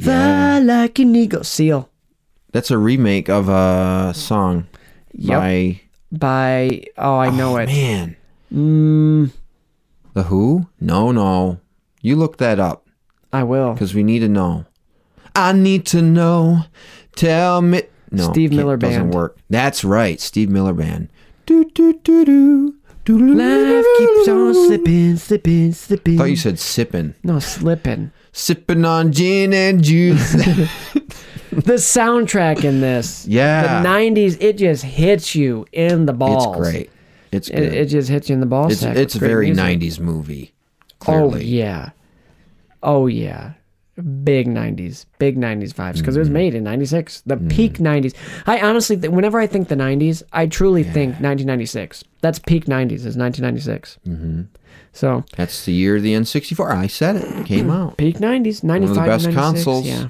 [SPEAKER 1] fly like an eagle. Seal
[SPEAKER 2] that's a remake of a song
[SPEAKER 1] Yep.
[SPEAKER 2] by
[SPEAKER 1] by oh I know it.
[SPEAKER 2] man.
[SPEAKER 1] Mm.
[SPEAKER 2] The Who? No, no. You look that up
[SPEAKER 1] I will.
[SPEAKER 2] because we need to know. I need to know. Tell me. No,
[SPEAKER 1] Steve
[SPEAKER 2] can't-
[SPEAKER 1] Miller
[SPEAKER 2] doesn't
[SPEAKER 1] Band.
[SPEAKER 2] work. That's right, Steve Miller Band. Do do do do. Do
[SPEAKER 1] Life keeps on slipping, slipping, slipping.
[SPEAKER 2] Thought you said sipping,
[SPEAKER 1] no slipping.
[SPEAKER 2] sipping on gin and juice.
[SPEAKER 1] the soundtrack in this.
[SPEAKER 2] Yeah.
[SPEAKER 1] The 90s, it just hits you in the
[SPEAKER 2] it's
[SPEAKER 1] balls.
[SPEAKER 2] great. It's
[SPEAKER 1] It,
[SPEAKER 2] good.
[SPEAKER 1] it just hits you in the balls.
[SPEAKER 2] it's it's a very '90s movie. Clearly,
[SPEAKER 1] Oh, yeah. Oh, yeah. Big 90s. Big 90s vibes. Because it
[SPEAKER 2] Mm-hmm.
[SPEAKER 1] was made in 96. The peak 90s. I honestly, th- whenever I think the 90s, I truly think 1996. That's peak 90s, is 1996. Mm-hmm. So,
[SPEAKER 2] that's the year the N64. I said it
[SPEAKER 1] Hmm.
[SPEAKER 2] came out.
[SPEAKER 1] peak 90s, 95
[SPEAKER 2] of the best
[SPEAKER 1] to 96,
[SPEAKER 2] consoles.
[SPEAKER 1] Yeah.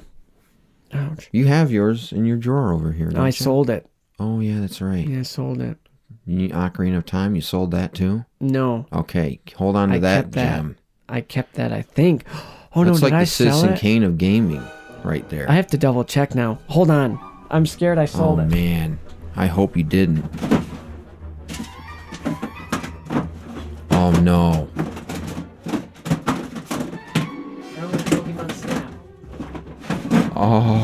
[SPEAKER 1] Ouch.
[SPEAKER 2] You have yours in your drawer over here.
[SPEAKER 1] No, I
[SPEAKER 2] don't you?
[SPEAKER 1] sold it.
[SPEAKER 2] Oh yeah, that's right.
[SPEAKER 1] Yeah, I sold it.
[SPEAKER 2] You, Ocarina of Time, you sold that too.
[SPEAKER 1] No.
[SPEAKER 2] Okay, hold on to
[SPEAKER 1] I
[SPEAKER 2] that
[SPEAKER 1] kept that.
[SPEAKER 2] gem.
[SPEAKER 1] I kept that, I think. Oh no,
[SPEAKER 2] That's like
[SPEAKER 1] did
[SPEAKER 2] the
[SPEAKER 1] I sell
[SPEAKER 2] Citizen
[SPEAKER 1] it?
[SPEAKER 2] Kane of gaming, right there.
[SPEAKER 1] I have to double check now. Hold on. I'm scared I
[SPEAKER 2] oh
[SPEAKER 1] sold it.
[SPEAKER 2] man, I hope you didn't. Oh no. Oh.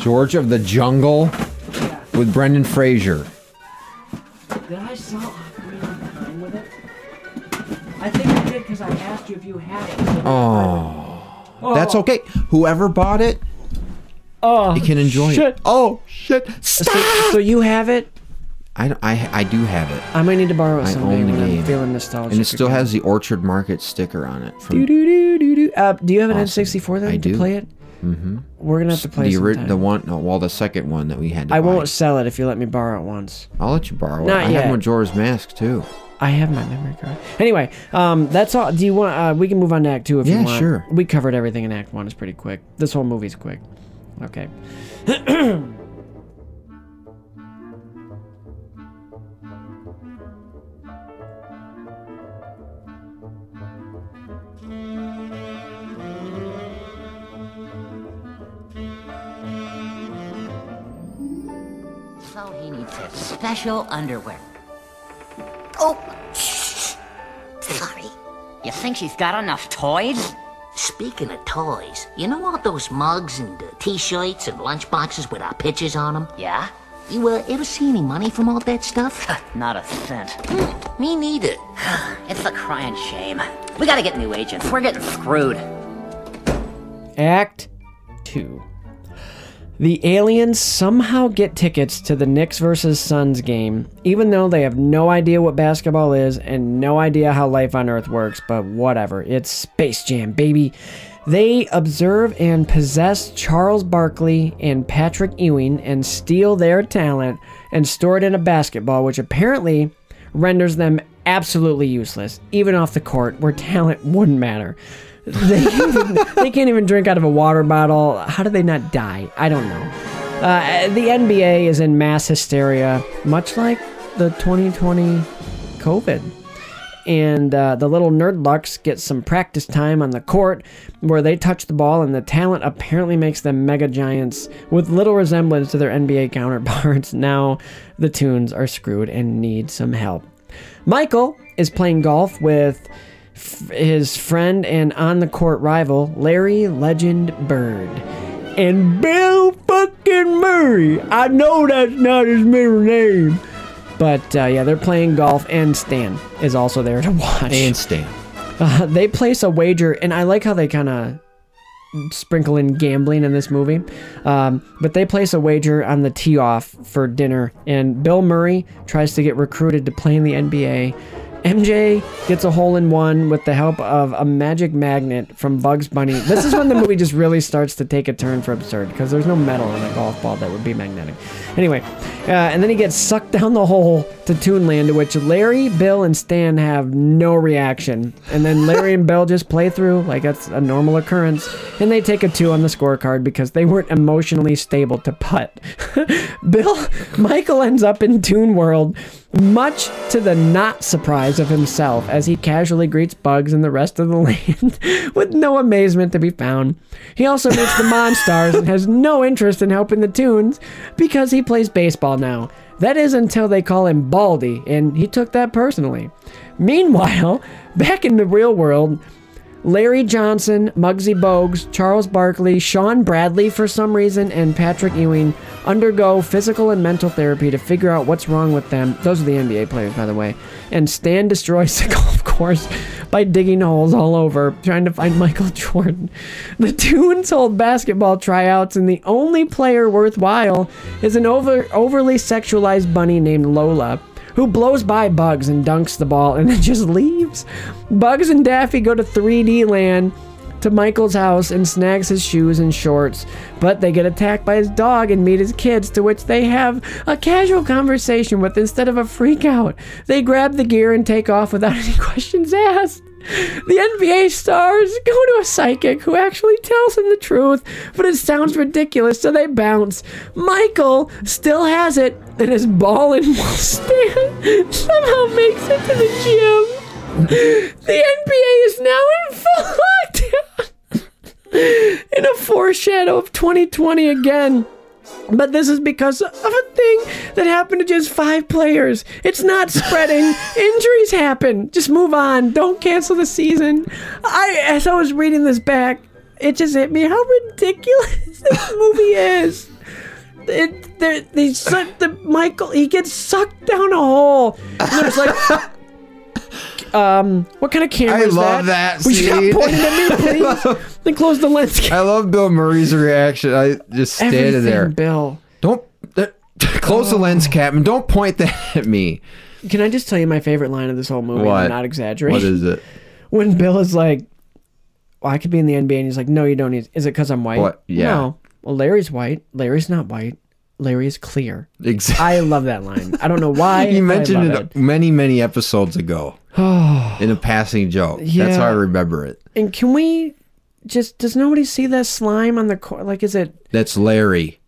[SPEAKER 2] George of the Jungle with Brendan Fraser.
[SPEAKER 1] Did I sell Ocarina of Time with it? I think I did because I asked you if you had it. So
[SPEAKER 2] Oh. That's okay. Whoever bought it,
[SPEAKER 1] Oh,
[SPEAKER 2] you can enjoy
[SPEAKER 1] shit.
[SPEAKER 2] it. Oh shit! Stop!
[SPEAKER 1] So you have it?
[SPEAKER 2] I, don't- I I do have it,
[SPEAKER 1] I might need to borrow it
[SPEAKER 2] I
[SPEAKER 1] someday
[SPEAKER 2] own the
[SPEAKER 1] when
[SPEAKER 2] game.
[SPEAKER 1] I'm feeling nostalgic.
[SPEAKER 2] and it still
[SPEAKER 1] again.
[SPEAKER 2] has the Orchard Market sticker on it. From
[SPEAKER 1] Do do do do do. Uh, do you have an N64 then
[SPEAKER 2] I
[SPEAKER 1] to
[SPEAKER 2] do.
[SPEAKER 1] play it? Mm-hmm. We're gonna have to play
[SPEAKER 2] the ori-
[SPEAKER 1] sometime.
[SPEAKER 2] the one no, well the second one that we had. To
[SPEAKER 1] I
[SPEAKER 2] buy.
[SPEAKER 1] won't sell it if you let me borrow it once.
[SPEAKER 2] I'll let you borrow it.
[SPEAKER 1] Not
[SPEAKER 2] I
[SPEAKER 1] yet.
[SPEAKER 2] have Majora's Mask too.
[SPEAKER 1] I have my memory card. Anyway, um, that's all. Do you want? Uh, we can move on to Act Two if
[SPEAKER 2] Yeah,
[SPEAKER 1] you want.
[SPEAKER 2] sure.
[SPEAKER 1] We covered everything in Act One. It's pretty quick. This whole movie's quick. Okay.
[SPEAKER 6] So he needs a special underwear. Oh, shh. Sorry.
[SPEAKER 4] You think she's got enough toys?
[SPEAKER 6] Speaking of toys, you know all those mugs and uh, t-shirts and lunchboxes with our pictures on them?
[SPEAKER 4] Yeah?
[SPEAKER 6] You uh, ever see any money from all that stuff? Hmm,
[SPEAKER 4] Not a cent.
[SPEAKER 6] Me neither.
[SPEAKER 4] It's a crying shame. We gotta get new agents. We're getting screwed.
[SPEAKER 1] Act Two. The aliens somehow get tickets to the Knicks versus Suns game, even though they have no idea what basketball is and no idea how life on Earth works, but whatever. It's Space Jam, baby. They observe and possess Charles Barkley and Patrick Ewing and steal their talent and store it in a basketball, which apparently renders them absolutely useless, even off the court where talent wouldn't matter. They can't, even, they can't even drink out of a water bottle. How do they not die? I don't know. Uh, the NBA is in mass hysteria, much like the 2020 COVID. And uh, the little nerdlucks get some practice time on the court where they touch the ball, and the talent apparently makes them mega giants with little resemblance to their NBA counterparts. Now the tunes are screwed and need some help. Michael is playing golf with f- his friend and on the court rival, Larry Legend Bird. And Bill fucking Murray. I know that's not his middle name. But uh, yeah, they're playing golf, and Stan is also there to watch.
[SPEAKER 2] And Stan.
[SPEAKER 1] Uh, they place a wager, and I like how they kind of sprinkle in gambling in this movie. Um, but they place a wager on the tee off for dinner, and Bill Murray tries to get recruited to play in the NBA, MJ gets a hole in one with the help of a magic magnet from Bugs Bunny. This is when the movie just really starts to take a turn for absurd because there's no metal in a golf ball that would be magnetic. Anyway, uh, and then he gets sucked down the hole to Toonland, to which Larry, Bill, and Stan have no reaction. And then Larry and Bill just play through like that's a normal occurrence, and they take a two on the scorecard because they weren't emotionally stable to putt. Bill Michael ends up in Toon World, much to the not surprise of himself as he casually greets Bugs and the rest of the land with no amazement to be found. He also meets the Monstars and has no interest in helping the Toons because he plays baseball now. That is until they call him Baldy, and he took that personally. Meanwhile, back in the real world, Larry Johnson, Muggsy Bogues, Charles Barkley, Sean Bradley for some reason, and Patrick Ewing undergo physical and mental therapy to figure out what's wrong with them. Those are the NBA players, by the way. And Stan destroys the golf course by digging holes all over, trying to find Michael Jordan. The Toons hold basketball tryouts, and the only player worthwhile is an over, overly sexualized bunny named Lola who blows by Bugs and dunks the ball and then just leaves. Bugs and Daffy go to 3D land to Michael's house and snags his shoes and shorts, but they get attacked by his dog and meet his kids, to which they have a casual conversation with instead of a freak out. They grab the gear and take off without any questions asked. The NBA stars go to a psychic who actually tells them the truth, but it sounds ridiculous, so they bounce. Michael still has it, and his ball and will stand somehow makes it to the gym. The NBA is now in full lockdown in a foreshadow of 2020 again. But this is because of a thing that happened to just five players. It's not spreading. Injuries happen. Just move on. Don't cancel the season. I as I was reading this back, it just hit me how ridiculous this movie is. It, they, they suck the Michael. He gets sucked down a hole. And There's like, um, what kind of camera
[SPEAKER 2] I
[SPEAKER 1] is
[SPEAKER 2] love
[SPEAKER 1] that?
[SPEAKER 2] that
[SPEAKER 1] Will you stop
[SPEAKER 2] scene.
[SPEAKER 1] pointing at me, please? then close the lens.
[SPEAKER 2] I love Bill Murray's reaction. I just
[SPEAKER 1] Everything, Oh.
[SPEAKER 2] standing there.
[SPEAKER 1] Bill.
[SPEAKER 2] Don't that, close the lens cap and don't point that at me.
[SPEAKER 1] Can I just tell you my favorite line of this whole movie?
[SPEAKER 2] What?
[SPEAKER 1] I'm not exaggerating.
[SPEAKER 2] What is it?
[SPEAKER 1] when Bill is like, well, I could be in the NBA, and he's like, no, you don't. Need, is it because I'm white?
[SPEAKER 2] What? Yeah.
[SPEAKER 1] No. Well, Larry's white. Larry's not white. Larry is clear.
[SPEAKER 2] Exactly.
[SPEAKER 1] I love that line. I don't know why.
[SPEAKER 2] You mentioned
[SPEAKER 1] it,
[SPEAKER 2] it, many, many episodes ago in a passing joke. That's how I
[SPEAKER 1] Yeah.
[SPEAKER 2] remember it.
[SPEAKER 1] And can we just? Does nobody see that slime on the cor- like? Is it
[SPEAKER 2] That's Larry.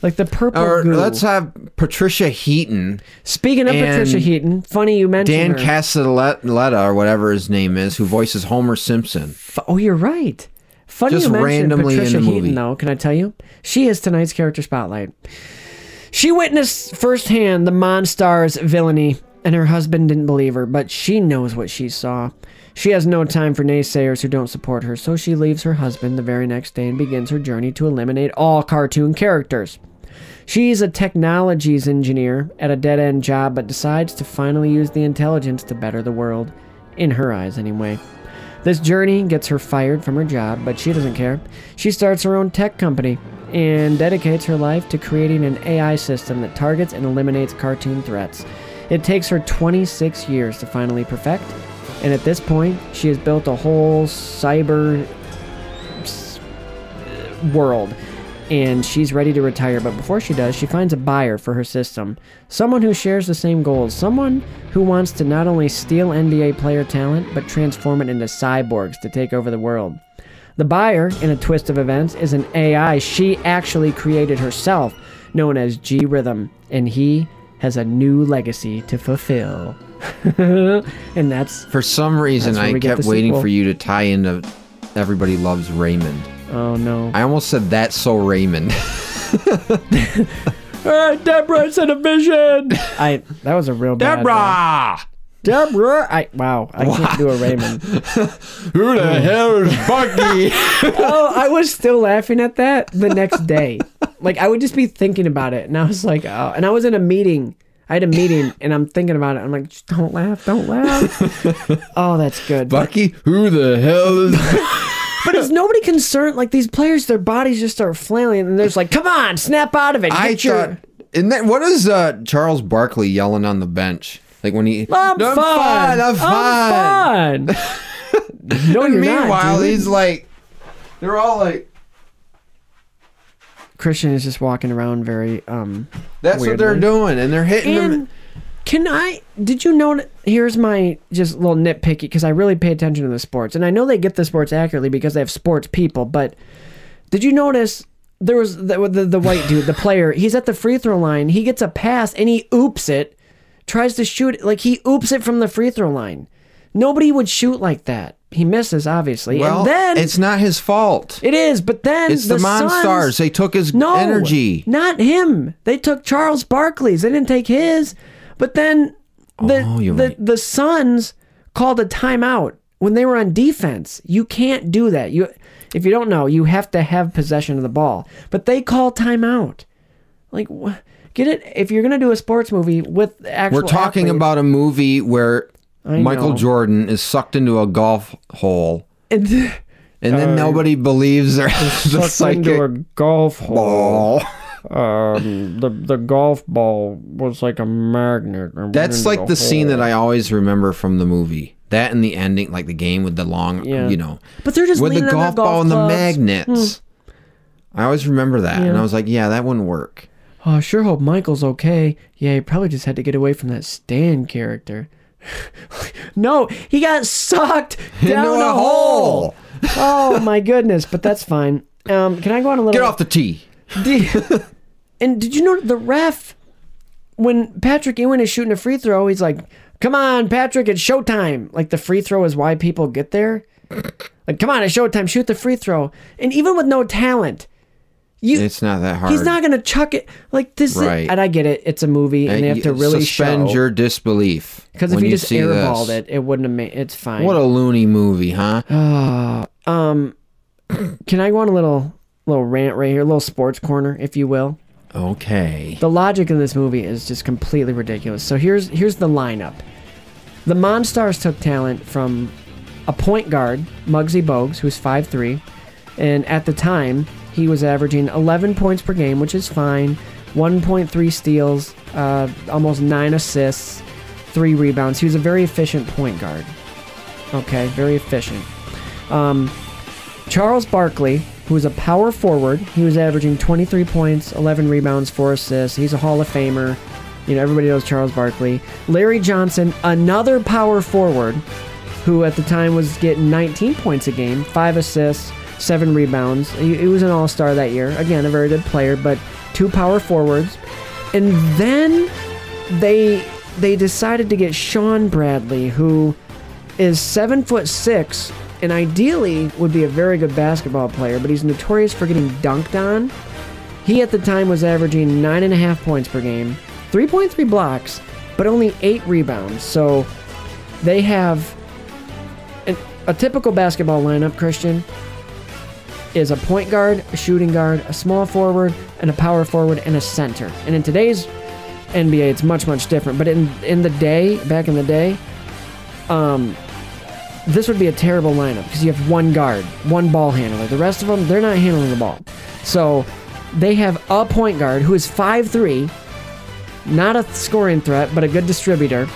[SPEAKER 1] like the purple
[SPEAKER 2] Or
[SPEAKER 1] goo?
[SPEAKER 2] let's have Patricia Heaton,
[SPEAKER 1] Speaking of
[SPEAKER 2] and
[SPEAKER 1] Patricia Heaton, funny you mentioned
[SPEAKER 2] Dan
[SPEAKER 1] her.
[SPEAKER 2] Castellaneta, or whatever his name is, who voices Homer Simpson.
[SPEAKER 1] F- Oh, you're right. Funny
[SPEAKER 2] Just
[SPEAKER 1] you mentioned
[SPEAKER 2] randomly in
[SPEAKER 1] Patricia
[SPEAKER 2] the movie.
[SPEAKER 1] Heaton, though. Can I tell you? She is tonight's character spotlight. She witnessed firsthand the Monstar's villainy, and her husband didn't believe her, but she knows what she saw. She has no time for naysayers who don't support her, so she leaves her husband the very next day and begins her journey to eliminate all cartoon characters. She's a technologies engineer at a dead end job, but decides to finally use the intelligence to better the world. In her eyes, anyway. This journey gets her fired from her job, but she doesn't care. She starts her own tech company and dedicates her life to creating an AI system that targets and eliminates cartoon threats. It takes her 26 years to finally perfect, and at this point, she has built a whole cyber s- world. And she's ready to retire, but before she does, she finds a buyer for her system. Someone who shares the same goals. Someone who wants to not only steal NBA player talent, but transform it into cyborgs to take over the world. The buyer, in a twist of events, is an AI she actually created herself, known as G Rhythm, and he has a new legacy to fulfill. and that's.
[SPEAKER 2] For some reason,
[SPEAKER 1] That's where
[SPEAKER 2] I
[SPEAKER 1] we get
[SPEAKER 2] kept
[SPEAKER 1] the
[SPEAKER 2] waiting
[SPEAKER 1] sequel.
[SPEAKER 2] for you to tie into Everybody Loves Raymond.
[SPEAKER 1] Oh no.
[SPEAKER 2] I almost said that's so Raymond.
[SPEAKER 1] Hey, Deborah, it's in a vision! I. That was a real bad. uh,
[SPEAKER 2] Deborah!
[SPEAKER 1] Deborah! I, wow, I can't do a Raymond.
[SPEAKER 2] Who
[SPEAKER 1] Mm.
[SPEAKER 2] the hell is Bucky?
[SPEAKER 1] oh, I was still laughing at that the next day. Like I would just be thinking about it, and I was like, oh. And I was in a meeting. I had a meeting, and I'm thinking about it. I'm like, "Just don't laugh, don't laugh. oh, that's good. But,
[SPEAKER 2] Bucky? Who the hell is
[SPEAKER 1] is nobody concerned? Like these players, their bodies just start flailing, and there's like, come on, snap out of it.
[SPEAKER 2] I
[SPEAKER 1] get your-"
[SPEAKER 2] thought. And then what is uh, Charles Barkley yelling on the bench? Like when he,
[SPEAKER 1] I'm
[SPEAKER 2] "No,
[SPEAKER 1] fine.
[SPEAKER 2] I'm fine.
[SPEAKER 1] I'm fine. no, you're
[SPEAKER 2] Meanwhile,
[SPEAKER 1] not. dude.
[SPEAKER 2] he's like, they're all like,
[SPEAKER 1] Christian is just walking around very um.
[SPEAKER 2] that's what they're
[SPEAKER 1] Weirdly.
[SPEAKER 2] doing, and they're hitting
[SPEAKER 1] And
[SPEAKER 2] them.
[SPEAKER 1] can I? Did you know? Here's my just little nitpicky because I really pay attention to the sports, and I know they get the sports accurately because they have sports people. But did you notice there was the the, the white dude, the player? He's at the free throw line. He gets a pass and he oops it, tries to shoot it- like he oops it from the free throw line. Nobody would shoot like that. He misses, obviously.
[SPEAKER 2] Well,
[SPEAKER 1] and then
[SPEAKER 2] it's not his fault.
[SPEAKER 1] it is, but then
[SPEAKER 2] It's the,
[SPEAKER 1] Suns-
[SPEAKER 2] Monstars. They took his
[SPEAKER 1] no,
[SPEAKER 2] energy.
[SPEAKER 1] Not him. They took Charles Barkley's. They didn't take his. But then the
[SPEAKER 2] Oh, you're
[SPEAKER 1] the,
[SPEAKER 2] right.
[SPEAKER 1] the Suns called a timeout when they were on defense. You can't do that. You if you don't know, you have to have possession of the ball. But they call timeout. Like wh- get it if you're going to do a sports movie with actual
[SPEAKER 2] We're talking
[SPEAKER 1] athletes-
[SPEAKER 2] about a movie where Michael
[SPEAKER 1] know.
[SPEAKER 2] Jordan is sucked into a golf hole,
[SPEAKER 1] and
[SPEAKER 2] and then nobody believes they're the
[SPEAKER 1] Uh, sucked into a
[SPEAKER 2] psychic
[SPEAKER 1] golf hole.
[SPEAKER 2] ball.
[SPEAKER 1] Um, the the golf ball was like a magnet. and went
[SPEAKER 2] That's
[SPEAKER 1] into
[SPEAKER 2] like the scene
[SPEAKER 1] hole.
[SPEAKER 2] that I always remember from the movie. That and the ending, like the game with the long,
[SPEAKER 1] Yeah.
[SPEAKER 2] you know,
[SPEAKER 1] But they're just
[SPEAKER 2] with the
[SPEAKER 1] leaning on
[SPEAKER 2] golf
[SPEAKER 1] their
[SPEAKER 2] ball and the
[SPEAKER 1] clubs. Hmm.
[SPEAKER 2] magnets. I always remember that, and I was like, yeah, that wouldn't work.
[SPEAKER 1] Oh, I sure hope Michael's okay. Yeah, he probably just had to get away from that Stan character. no, he got sucked down
[SPEAKER 2] into a hole.
[SPEAKER 1] oh my goodness, but that's fine. Um, can I go on a little?
[SPEAKER 2] Get off the tee.
[SPEAKER 1] the- and did you know the ref, when Patrick Ewing is shooting a free throw, he's like, "Come on, Patrick, it's showtime!" Like the free throw is why people get there. Like, come on, it's showtime. Shoot the free throw. And even with no talent, you
[SPEAKER 2] It's not that hard.
[SPEAKER 1] He's not gonna chuck it like this. is-
[SPEAKER 2] Right.
[SPEAKER 1] and I get it. It's a movie, and they have to really
[SPEAKER 2] suspend
[SPEAKER 1] show.
[SPEAKER 2] your disbelief
[SPEAKER 1] because if
[SPEAKER 2] when
[SPEAKER 1] you just
[SPEAKER 2] see
[SPEAKER 1] airballed
[SPEAKER 2] this.
[SPEAKER 1] it, Uh, it wouldn't have made. It's fine.
[SPEAKER 2] What a loony movie, huh?
[SPEAKER 1] Can I go on a little little rant right here, a little sports corner, if you will?
[SPEAKER 2] Okay.
[SPEAKER 1] The logic in this movie is just completely ridiculous. So here's here's the lineup. The Monstars took talent from a point guard, Muggsy Bogues, who's 5'3", and at the time he was averaging 11 points per game, which is fine. 1.3 steals, uh, almost nine assists, three rebounds. He was a very efficient point guard. Okay, very efficient. Charles Barkley, who is a power forward, he was averaging 23 points, 11 rebounds, 4 assists. He's a Hall of Famer. You know, everybody knows Charles Barkley. Larry Johnson, another power forward, who at the time was getting 19 points a game, 5 assists, 7 rebounds. He, he was an all star that year. Again, a very good player, but two power forwards. And then they they decided to get Sean Bradley, who is seven foot six and ideally would be a very good basketball player, but he's notorious for getting dunked on. He at the time was averaging nine and a half points per game, 3.3 blocks, but only eight rebounds. So they have an, a typical basketball lineup, Christian, is a point guard, a shooting guard, a small forward, and a power forward, and a center. And in today's NBA, it's much, much different. But in, in the day, back in the day, this would be a terrible lineup because you have one guard, one ball handler. The rest of them, they're not handling the ball. So they have a point guard who is 5'3, not a scoring threat, but a good distributor.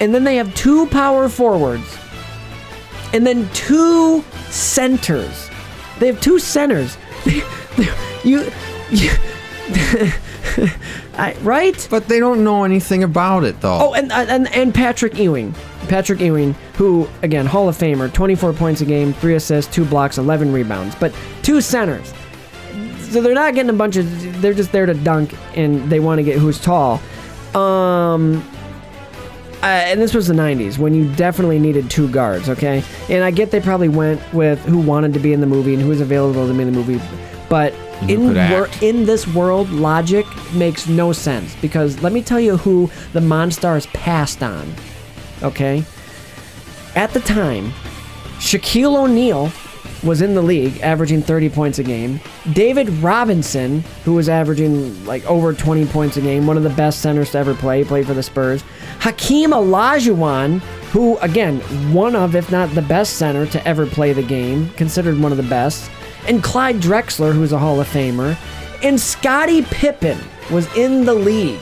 [SPEAKER 1] And then they have two power forwards. And then two centers. They have two centers. you. you I, right?
[SPEAKER 2] But they don't know anything about it, though.
[SPEAKER 1] Oh, and and and Patrick Ewing, Patrick Ewing, who again Hall of Famer, 24 points a game, three assists, two blocks, 11 rebounds, but two centers. So they're not getting a bunch of. They're just there to dunk, and they want to get who's tall. Um. Uh, and this was the 90s when you definitely needed two guards, okay? And I get they probably went with who wanted to be in the movie and who was available to be in the movie, but in
[SPEAKER 2] could
[SPEAKER 1] wor-
[SPEAKER 2] act.
[SPEAKER 1] in this world, logic makes no sense because let me tell you who the Monstars passed on, okay? At the time, Shaquille O'Neal was in the league, averaging 30 points a game. David Robinson, who was averaging like over 20 points a game, one of the best centers to ever play, played for the Spurs. Hakeem Olajuwon, who again, one of if not the best center to ever play the game, considered one of the best. And Clyde Drexler, who's a Hall of Famer, and Scottie Pippen was in the league.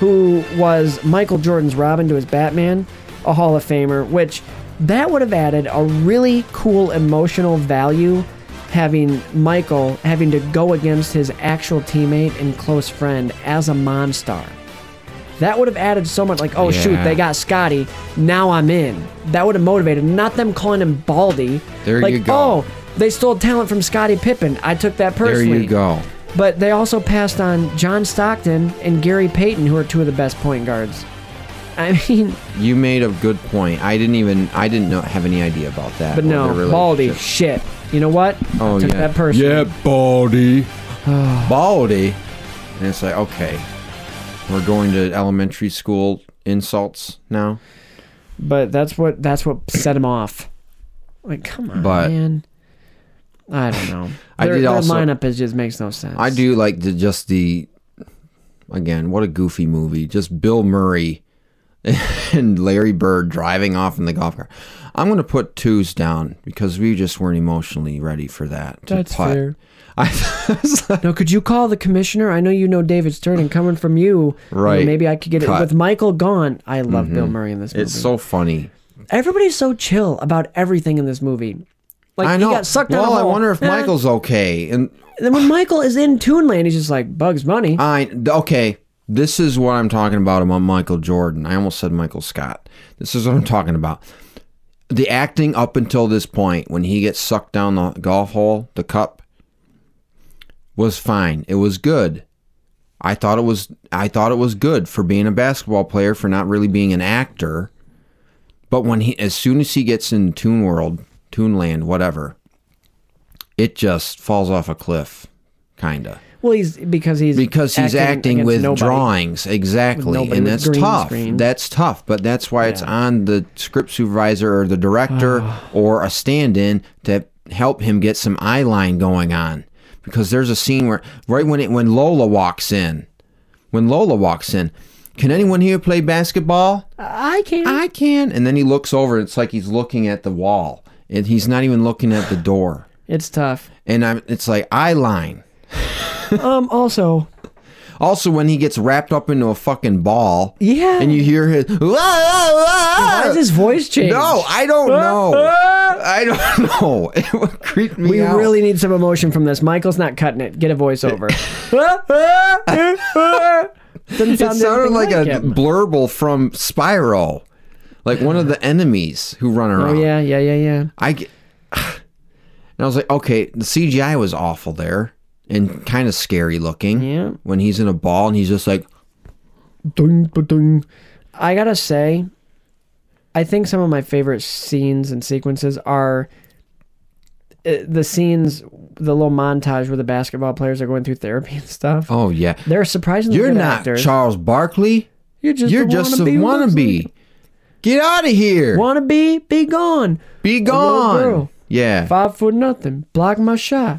[SPEAKER 1] who was Michael Jordan's Robin to his Batman, a Hall of Famer, which that would have added a really cool emotional value having Michael having to go against his actual teammate and close friend as a Monstar. That would have added so much like, oh shoot,
[SPEAKER 2] Yeah.
[SPEAKER 1] they got Scotty, now I'm in. That would have motivated, not them calling him Baldy.
[SPEAKER 2] There
[SPEAKER 1] like,
[SPEAKER 2] you go.
[SPEAKER 1] Oh, they stole talent from Scottie Pippen. I took that
[SPEAKER 2] There
[SPEAKER 1] personally.
[SPEAKER 2] you go.
[SPEAKER 1] But they also passed on John Stockton and Gary Payton, who are two of the best point guards. I mean,
[SPEAKER 2] You made a good point. I didn't even I didn't know, have any idea about that.
[SPEAKER 1] but
[SPEAKER 2] or
[SPEAKER 1] no,
[SPEAKER 2] their relationship.
[SPEAKER 1] Baldy, shit. You know what?
[SPEAKER 2] Oh
[SPEAKER 1] I took
[SPEAKER 2] yeah.
[SPEAKER 1] that person.
[SPEAKER 2] Yeah, Baldy. Baldy. And it's like, okay. We're going to elementary school insults now.
[SPEAKER 1] But that's what that's what set him off. Like, come on,
[SPEAKER 2] But-
[SPEAKER 1] man. I don't know.
[SPEAKER 2] I
[SPEAKER 1] their,
[SPEAKER 2] did
[SPEAKER 1] their
[SPEAKER 2] also-
[SPEAKER 1] lineup is just makes no sense.
[SPEAKER 2] I do like the just the again, what a goofy movie. Just Bill Murray and Larry Bird driving off in the golf cart. I'm gonna put twos down because we just weren't emotionally ready for that. To
[SPEAKER 1] That's
[SPEAKER 2] putt.
[SPEAKER 1] fair.
[SPEAKER 2] I was like,
[SPEAKER 1] Now, could you call the commissioner? I know you know David's turn, and coming from you, you know,
[SPEAKER 2] Right.
[SPEAKER 1] maybe I could get
[SPEAKER 2] Cut. Mm-hmm.
[SPEAKER 1] it with Michael gone. I love Bill Murray in this movie.
[SPEAKER 2] it's so funny.
[SPEAKER 1] Everybody's so chill about everything in this movie. Like
[SPEAKER 2] I know.
[SPEAKER 1] he got sucked down.
[SPEAKER 2] well,
[SPEAKER 1] a
[SPEAKER 2] I
[SPEAKER 1] hole.
[SPEAKER 2] wonder if
[SPEAKER 1] Eh.
[SPEAKER 2] Michael's okay. And
[SPEAKER 1] And then when Michael is in Toon Land, he's just like Bugs Bunny.
[SPEAKER 2] I okay. This is what I'm talking about about Michael Jordan. I almost said Michael Scott. This is what I'm talking about. The acting up until this point, when he gets sucked down the golf hole, the cup was fine. It was good. I thought it was I thought it was good for being a basketball player for not really being an actor. But when he as soon as he gets in Toon World, Toon Land, whatever, it just falls off a cliff, kinda
[SPEAKER 1] well, he's because he's
[SPEAKER 2] because he's acting,
[SPEAKER 1] against
[SPEAKER 2] with
[SPEAKER 1] nobody.
[SPEAKER 2] drawings exactly
[SPEAKER 1] With nobody,
[SPEAKER 2] and
[SPEAKER 1] with
[SPEAKER 2] that's
[SPEAKER 1] green
[SPEAKER 2] tough
[SPEAKER 1] screen.
[SPEAKER 2] that's tough but that's why it's on the script supervisor or the director
[SPEAKER 1] Ah.
[SPEAKER 2] or a stand-in to help him get some eye line going on because there's a scene where right when it when lola walks in when lola walks in can anyone here play basketball
[SPEAKER 1] I can't.
[SPEAKER 2] i can and then he looks over it's like he's looking at the wall and he's not even looking at the door
[SPEAKER 1] It's tough.
[SPEAKER 2] and i'm it's like eye line
[SPEAKER 1] Um. Also,
[SPEAKER 2] Also, when he gets wrapped up into a fucking ball,
[SPEAKER 1] Yeah.
[SPEAKER 2] and you hear his whoa, whoa, whoa.
[SPEAKER 1] why does his voice change?
[SPEAKER 2] No, I don't know. I don't know. It would creep me
[SPEAKER 1] We
[SPEAKER 2] out.
[SPEAKER 1] really need some emotion from this. Michael's not cutting it. Get a voiceover. Doesn't
[SPEAKER 2] It
[SPEAKER 1] sound
[SPEAKER 2] sounded
[SPEAKER 1] anything
[SPEAKER 2] like, a
[SPEAKER 1] him.
[SPEAKER 2] blurble from Spyro, like one of the enemies who run
[SPEAKER 1] Oh
[SPEAKER 2] around.
[SPEAKER 1] yeah, yeah, yeah, yeah.
[SPEAKER 2] I get, and I was like, okay, the CGI was awful there and kind of scary looking.
[SPEAKER 1] Yeah.
[SPEAKER 2] When he's in a ball and he's just like,
[SPEAKER 1] Dun, ba, dun. I gotta say, I think some of my favorite scenes and sequences are uh, the scenes, the little montage where the basketball players are going through therapy and stuff.
[SPEAKER 2] oh yeah,
[SPEAKER 1] They're surprisingly
[SPEAKER 2] you're
[SPEAKER 1] good
[SPEAKER 2] not
[SPEAKER 1] actors.
[SPEAKER 2] Charles Barkley.
[SPEAKER 1] you're just
[SPEAKER 2] You're
[SPEAKER 1] a
[SPEAKER 2] just a
[SPEAKER 1] wannabe.
[SPEAKER 2] wannabe. Get out of here.
[SPEAKER 1] Wannabe, be gone.
[SPEAKER 2] Be
[SPEAKER 1] little
[SPEAKER 2] gone.
[SPEAKER 1] girl.
[SPEAKER 2] Yeah.
[SPEAKER 1] Five foot nothing. Block my shot.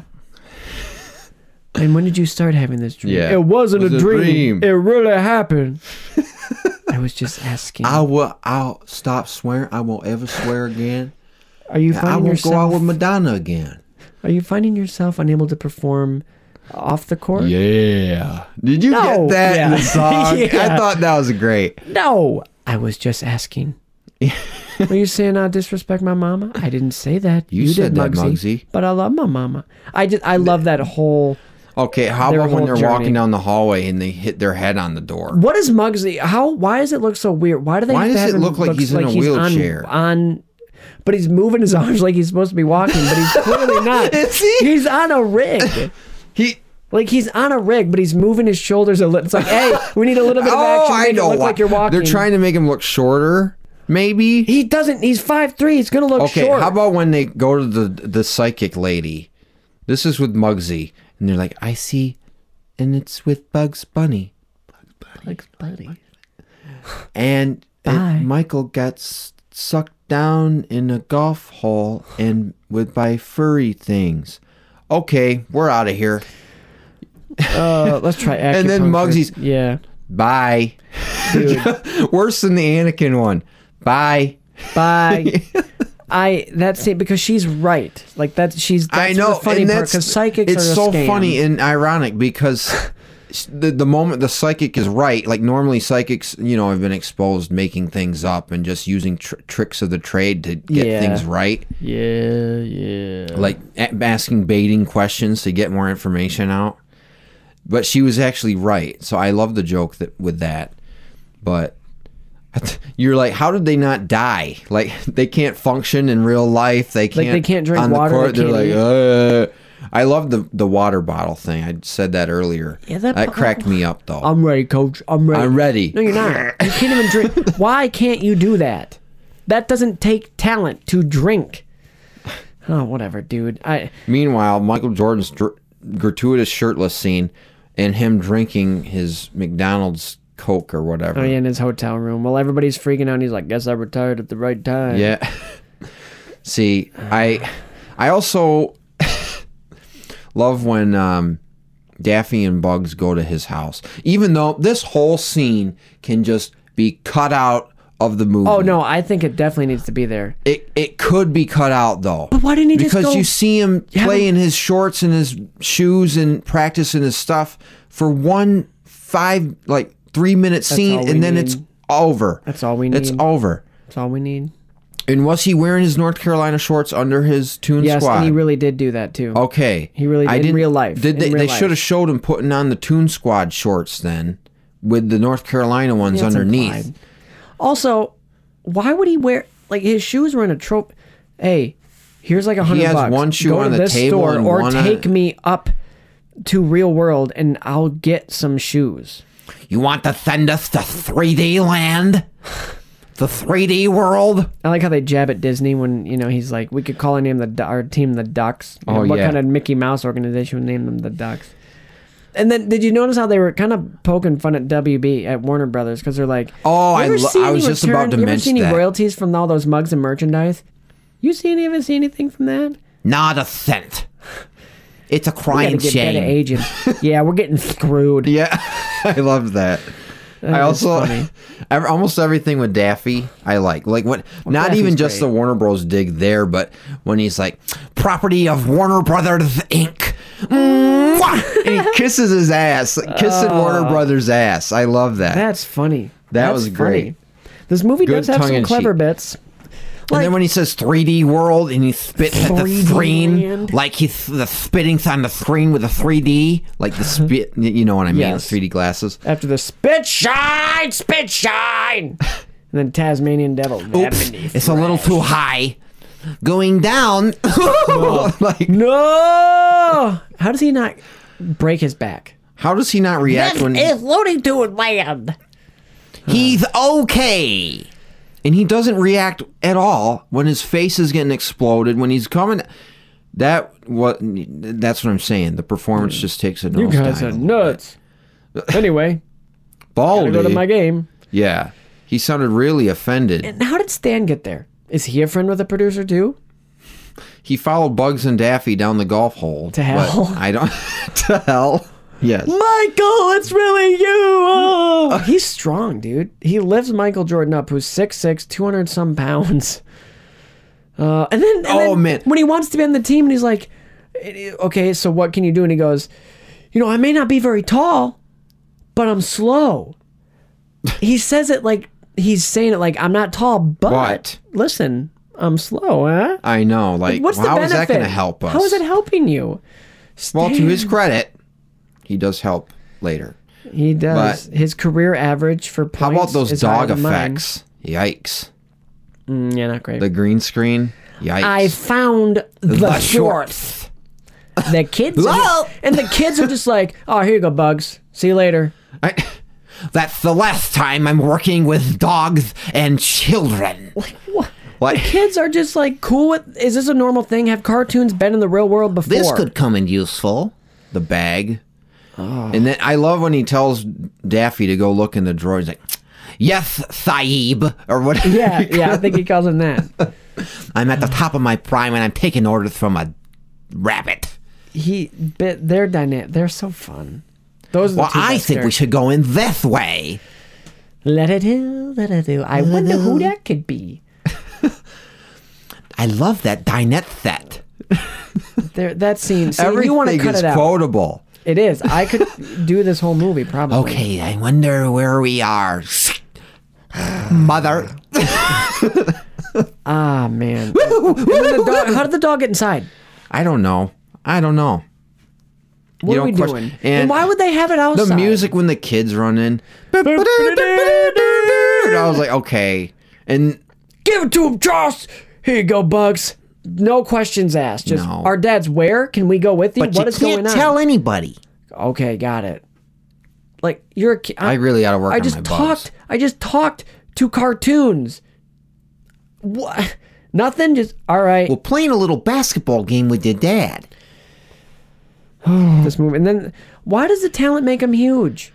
[SPEAKER 1] and when did you start having this dream?
[SPEAKER 2] Yeah.
[SPEAKER 1] It wasn't
[SPEAKER 2] Was
[SPEAKER 1] a,
[SPEAKER 2] a
[SPEAKER 1] dream.
[SPEAKER 2] dream.
[SPEAKER 1] It really happened. I was just asking.
[SPEAKER 2] I will. I'll stop swearing. I won't ever swear again.
[SPEAKER 1] are you
[SPEAKER 2] I
[SPEAKER 1] finding
[SPEAKER 2] won't
[SPEAKER 1] yourself?
[SPEAKER 2] go out with Madonna again.
[SPEAKER 1] Are you finding yourself unable to perform off the court?
[SPEAKER 2] Yeah. Did you
[SPEAKER 1] No.
[SPEAKER 2] get that in the
[SPEAKER 1] Yeah.
[SPEAKER 2] song?
[SPEAKER 1] Yeah.
[SPEAKER 2] I thought that was great.
[SPEAKER 1] No, I was just asking. Were you saying I disrespect my mama? I didn't say that.
[SPEAKER 2] You said
[SPEAKER 1] did,
[SPEAKER 2] that,
[SPEAKER 1] Muggsy,
[SPEAKER 2] Muggsy.
[SPEAKER 1] But I love my mama. I just I love that whole.
[SPEAKER 2] Okay. How
[SPEAKER 1] Their
[SPEAKER 2] about when
[SPEAKER 1] whole
[SPEAKER 2] they're
[SPEAKER 1] journey.
[SPEAKER 2] walking down the hallway and they hit their head on the door?
[SPEAKER 1] What is Muggsy? How? Why does it look so weird? Why do they?
[SPEAKER 2] Why
[SPEAKER 1] have to
[SPEAKER 2] does
[SPEAKER 1] have
[SPEAKER 2] it
[SPEAKER 1] him
[SPEAKER 2] look like
[SPEAKER 1] looks
[SPEAKER 2] he's in a
[SPEAKER 1] on-
[SPEAKER 2] wheelchair?
[SPEAKER 1] On, but he's moving his arms like he's supposed to be walking, but he's clearly not.
[SPEAKER 2] Is he?
[SPEAKER 1] He's on a rig.
[SPEAKER 2] He.
[SPEAKER 1] Like he's on a rig, but he's moving his shoulders a little. It's like, hey, we need a little bit of
[SPEAKER 2] Oh,
[SPEAKER 1] action.
[SPEAKER 2] I
[SPEAKER 1] make it
[SPEAKER 2] know.
[SPEAKER 1] Look
[SPEAKER 2] why.
[SPEAKER 1] like you're walking.
[SPEAKER 2] They're trying to make him look shorter. Maybe.
[SPEAKER 1] He doesn't. He's five three. He's gonna look
[SPEAKER 2] Okay,
[SPEAKER 1] short.
[SPEAKER 2] how about when they go to the the psychic lady? This is with Muggsy, and they're like, "I see," and it's with Bugs Bunny. Bugs Bunny. Bugs Bunny. And it-
[SPEAKER 1] Bye.
[SPEAKER 2] Michael gets sucked down in a golf hole and with by furry things. Okay, we're out of here.
[SPEAKER 1] Uh, let's try acupuncture.
[SPEAKER 2] And then Muggsy's-
[SPEAKER 1] Yeah.
[SPEAKER 2] Bye.
[SPEAKER 1] Dude,
[SPEAKER 2] Worse than the Anakin one. Bye.
[SPEAKER 1] bye. I that's it because she's right. Like that she's. That's
[SPEAKER 2] I know,
[SPEAKER 1] The funny
[SPEAKER 2] and
[SPEAKER 1] part
[SPEAKER 2] that's
[SPEAKER 1] because psychics
[SPEAKER 2] it's
[SPEAKER 1] are a
[SPEAKER 2] so
[SPEAKER 1] scam.
[SPEAKER 2] funny and ironic because s- the, the moment the psychic is right, like normally psychics, you know, have been exposed making things up and just using tr- tricks of the trade to get
[SPEAKER 1] Yeah.
[SPEAKER 2] things right,
[SPEAKER 1] Yeah, yeah.
[SPEAKER 2] like a- asking baiting questions to get more information out. But she was actually right, so I love the joke that with that. But you're like, how did they not die? Like they can't function in real life. They can't.
[SPEAKER 1] they can't drink
[SPEAKER 2] on the
[SPEAKER 1] water, they
[SPEAKER 2] court, they're
[SPEAKER 1] can't
[SPEAKER 2] like,
[SPEAKER 1] eat.
[SPEAKER 2] uh, I love the the water bottle thing. I said that earlier. Yeah,
[SPEAKER 1] that
[SPEAKER 2] that
[SPEAKER 1] bo-
[SPEAKER 2] cracked me up though.
[SPEAKER 1] I'm ready, coach. I'm ready.
[SPEAKER 2] I'm ready.
[SPEAKER 1] No, you're not. You can't even drink. Why can't you do that? That doesn't take talent to drink. Oh, whatever, dude. I
[SPEAKER 2] Meanwhile, Michael Jordan's dr- gratuitous shirtless scene and him drinking his McDonald's Coke or whatever.
[SPEAKER 1] oh, yeah, in his hotel room while everybody's freaking out. He's like, "Guess I retired at the right time."
[SPEAKER 2] Yeah. See, I I also love when um, Daffy and Bugs go to his house, even though this whole scene can just be cut out of the movie.
[SPEAKER 1] Oh no, I think it definitely needs to be there.
[SPEAKER 2] It it could be cut out though. But
[SPEAKER 1] why didn't he just
[SPEAKER 2] Because
[SPEAKER 1] go-
[SPEAKER 2] you see him
[SPEAKER 1] Yeah,
[SPEAKER 2] play
[SPEAKER 1] but-
[SPEAKER 2] in his shorts and his shoes and practicing his stuff for one five like three minute
[SPEAKER 1] all
[SPEAKER 2] scene
[SPEAKER 1] we
[SPEAKER 2] and then
[SPEAKER 1] need.
[SPEAKER 2] it's over.
[SPEAKER 1] That's all we
[SPEAKER 2] It's
[SPEAKER 1] need.
[SPEAKER 2] over.
[SPEAKER 1] That's all we need.
[SPEAKER 2] And was he wearing his North Carolina shorts under his Toon
[SPEAKER 1] Yes,
[SPEAKER 2] Squad?
[SPEAKER 1] and he really did do that too.
[SPEAKER 2] okay.
[SPEAKER 1] He really
[SPEAKER 2] I
[SPEAKER 1] did in
[SPEAKER 2] didn't,
[SPEAKER 1] real life,
[SPEAKER 2] Did
[SPEAKER 1] in
[SPEAKER 2] they
[SPEAKER 1] real
[SPEAKER 2] they
[SPEAKER 1] life.
[SPEAKER 2] should have showed him putting on the Toon Squad shorts then with the North Carolina ones
[SPEAKER 1] That's
[SPEAKER 2] underneath.
[SPEAKER 1] implied. Also, why would he wear like his shoes were in a trope? Hey, here's like a hundred
[SPEAKER 2] has
[SPEAKER 1] bucks.
[SPEAKER 2] one shoe
[SPEAKER 1] Go to
[SPEAKER 2] on the
[SPEAKER 1] this
[SPEAKER 2] table
[SPEAKER 1] store
[SPEAKER 2] and
[SPEAKER 1] or
[SPEAKER 2] one on-
[SPEAKER 1] take me up to real world and I'll get some shoes.
[SPEAKER 2] You want to send us to 3D land? The 3D world?
[SPEAKER 1] I like how they jab at Disney when you know he's like, we could call our name the Du- our team the Ducks. You know,
[SPEAKER 2] Oh,
[SPEAKER 1] what
[SPEAKER 2] yeah.
[SPEAKER 1] kind of Mickey Mouse organization would name them the Ducks? And then did you notice how they were kind of poking fun at WB at Warner Brothers because they're like,
[SPEAKER 2] Oh,
[SPEAKER 1] "You
[SPEAKER 2] I
[SPEAKER 1] ever
[SPEAKER 2] lo-
[SPEAKER 1] see
[SPEAKER 2] I was
[SPEAKER 1] any
[SPEAKER 2] just about to
[SPEAKER 1] you ever see
[SPEAKER 2] mention
[SPEAKER 1] any
[SPEAKER 2] that.
[SPEAKER 1] royalties from all those mugs and merchandise? You see any even see anything from that?
[SPEAKER 2] Not a cent. It's a
[SPEAKER 1] We gotta
[SPEAKER 2] crying
[SPEAKER 1] get
[SPEAKER 2] shame.
[SPEAKER 1] better agents. yeah, we're getting screwed.
[SPEAKER 2] Yeah, I love that. I also
[SPEAKER 1] funny.
[SPEAKER 2] ev- almost everything with Daffy I like. Like what? not
[SPEAKER 1] Daffy's
[SPEAKER 2] even just
[SPEAKER 1] great.
[SPEAKER 2] the Warner Bros. dig there, but when he's like, "Property of Warner Brothers Inc." Mwah! and he kisses his ass, like kissing
[SPEAKER 1] Oh.
[SPEAKER 2] Warner Brothers' ass. I love that.
[SPEAKER 1] That's funny.
[SPEAKER 2] That
[SPEAKER 1] That's
[SPEAKER 2] was
[SPEAKER 1] funny.
[SPEAKER 2] great.
[SPEAKER 1] This movie
[SPEAKER 2] Good
[SPEAKER 1] does have some
[SPEAKER 2] tongue-in-cheek.
[SPEAKER 1] clever bits.
[SPEAKER 2] and then
[SPEAKER 1] like-
[SPEAKER 2] when he says 3D world and he spits at the
[SPEAKER 1] 3D
[SPEAKER 2] screen,
[SPEAKER 1] land.
[SPEAKER 2] like he's the spitting's on the screen with the 3D, like the spit. you know what I mean?
[SPEAKER 1] Yes.
[SPEAKER 2] The 3D glasses.
[SPEAKER 1] After the spit shine, spit shine, and then Tasmanian devil.
[SPEAKER 2] Oops, it's a little too high. Going down. like,
[SPEAKER 1] No! How does he not break his back?
[SPEAKER 2] how does he not react when
[SPEAKER 1] loading to it, land.
[SPEAKER 2] he's okay? And he doesn't react at all when his face is getting exploded when he's coming. That what? That's what I'm saying. The performance just takes a
[SPEAKER 1] You guys are nuts. Anyway, I
[SPEAKER 2] Baldy.
[SPEAKER 1] go to my game.
[SPEAKER 2] yeah, he sounded really offended.
[SPEAKER 1] And how did Stan get there? Is he a friend with the producer too?
[SPEAKER 2] He followed Bugs and Daffy down the golf hole
[SPEAKER 1] To hell.
[SPEAKER 2] but I don't. to hell. Yes.
[SPEAKER 1] Michael, it's really you.
[SPEAKER 2] Mm.
[SPEAKER 1] Oh. He's strong, dude. He lifts Michael Jordan up, who's 6'6, 200 some pounds. Uh, and then, and
[SPEAKER 2] Oh,
[SPEAKER 1] then
[SPEAKER 2] man.
[SPEAKER 1] when he wants to be on the team, and he's like, okay, so what can you do? And he goes, you know, I may not be very tall, but I'm slow. he says it like he's saying it like I'm not tall, but,
[SPEAKER 2] But.
[SPEAKER 1] listen, I'm slow, huh?
[SPEAKER 2] I know. Like,
[SPEAKER 1] What's the
[SPEAKER 2] how is
[SPEAKER 1] benefit?
[SPEAKER 2] that going to help us?
[SPEAKER 1] How is it helping you?
[SPEAKER 2] Well, to his
[SPEAKER 1] Stan-
[SPEAKER 2] credit, he does help later.
[SPEAKER 1] He does. His career average for points.
[SPEAKER 2] How about those
[SPEAKER 1] is higher
[SPEAKER 2] dog
[SPEAKER 1] than mine.
[SPEAKER 2] effects? Yikes.
[SPEAKER 1] Mm, yeah, not great.
[SPEAKER 2] The green screen? Yikes.
[SPEAKER 1] I found the, shorts. The kids
[SPEAKER 2] Hello?
[SPEAKER 1] and the kids are just like, "Oh, here you go, Bugs. See you later."
[SPEAKER 2] I- that's the last time I'm working with dogs and children.
[SPEAKER 1] What?
[SPEAKER 2] Like,
[SPEAKER 1] Kids are just like, "Cool. With, is this a normal thing? Have cartoons been in the real world before?"
[SPEAKER 2] this could come in useful. The bag.
[SPEAKER 1] Oh.
[SPEAKER 2] And then I love when he tells Daffy to go look in the drawer. He's like, Yes, Saeeb, or whatever.
[SPEAKER 1] Yeah, yeah. I think he calls him that.
[SPEAKER 2] I'm at the top of my prime and I'm taking orders from a rabbit.
[SPEAKER 1] He, but they're dynamic. They're so fun. Those are the
[SPEAKER 2] Well,
[SPEAKER 1] two
[SPEAKER 2] I
[SPEAKER 1] best
[SPEAKER 2] think we
[SPEAKER 1] characters.
[SPEAKER 2] should go in this way.
[SPEAKER 1] Let it do, let it do. I wonder who that could be.
[SPEAKER 2] I love that dinette set.
[SPEAKER 1] There, that scene. See, you want to cut it out.
[SPEAKER 2] quotable.
[SPEAKER 1] It is. I could do this whole movie probably.
[SPEAKER 2] Okay, I wonder where we are. Mother.
[SPEAKER 1] Ah man. And then the dog- how did the dog get inside?
[SPEAKER 2] I don't know. I don't know.
[SPEAKER 1] What
[SPEAKER 2] You
[SPEAKER 1] are
[SPEAKER 2] know,
[SPEAKER 1] we
[SPEAKER 2] of course-
[SPEAKER 1] doing? And,
[SPEAKER 2] and
[SPEAKER 1] why would they have it outside?
[SPEAKER 2] The music when the kids run in. I was like, okay. And
[SPEAKER 1] Give it to him, Joss. Here you go, Bugs. No questions asked. Just
[SPEAKER 2] No.
[SPEAKER 1] our dad's where? Can we go with you? What
[SPEAKER 7] But
[SPEAKER 1] is
[SPEAKER 7] you can't
[SPEAKER 1] going on?
[SPEAKER 7] tell anybody.
[SPEAKER 1] okay, got it. Like you're. a ki-
[SPEAKER 2] I really gotta work
[SPEAKER 1] I
[SPEAKER 2] on
[SPEAKER 1] just
[SPEAKER 2] my
[SPEAKER 1] talked.
[SPEAKER 2] bugs.
[SPEAKER 1] I just talked to cartoons. What? Nothing. Just all right.
[SPEAKER 7] Well, playing a little basketball game with your dad.
[SPEAKER 1] this movie, and then why does the talent make him huge?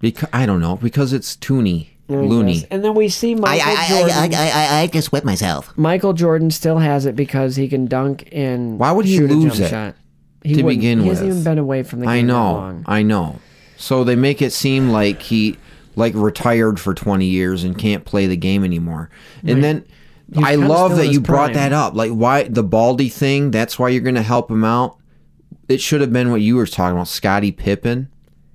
[SPEAKER 2] Because I don't know, because it's toony. Loony.
[SPEAKER 1] And then we
[SPEAKER 7] I,
[SPEAKER 1] see
[SPEAKER 7] I,
[SPEAKER 1] Michael
[SPEAKER 7] I,
[SPEAKER 1] Jordan.
[SPEAKER 7] I, I, I, I just wet myself.
[SPEAKER 1] Michael Jordan still has it because he can dunk and
[SPEAKER 2] Why would he
[SPEAKER 1] shoot a
[SPEAKER 2] lose
[SPEAKER 1] jump
[SPEAKER 2] it
[SPEAKER 1] shot. He
[SPEAKER 2] to
[SPEAKER 1] wouldn't.
[SPEAKER 2] begin
[SPEAKER 1] he hasn't
[SPEAKER 2] with?
[SPEAKER 1] even been away from the game
[SPEAKER 2] I
[SPEAKER 1] that
[SPEAKER 2] know.
[SPEAKER 1] long.
[SPEAKER 2] I know. So they make it seem like he like retired for 20 years and can't play the game anymore. And then I
[SPEAKER 1] kinda still
[SPEAKER 2] love
[SPEAKER 1] in
[SPEAKER 2] that
[SPEAKER 1] his
[SPEAKER 2] you brought
[SPEAKER 1] prime.
[SPEAKER 2] that up. Like why the Baldy thing, that's why you're going to help him out. It should have been what you were talking about, Scotty Pippen.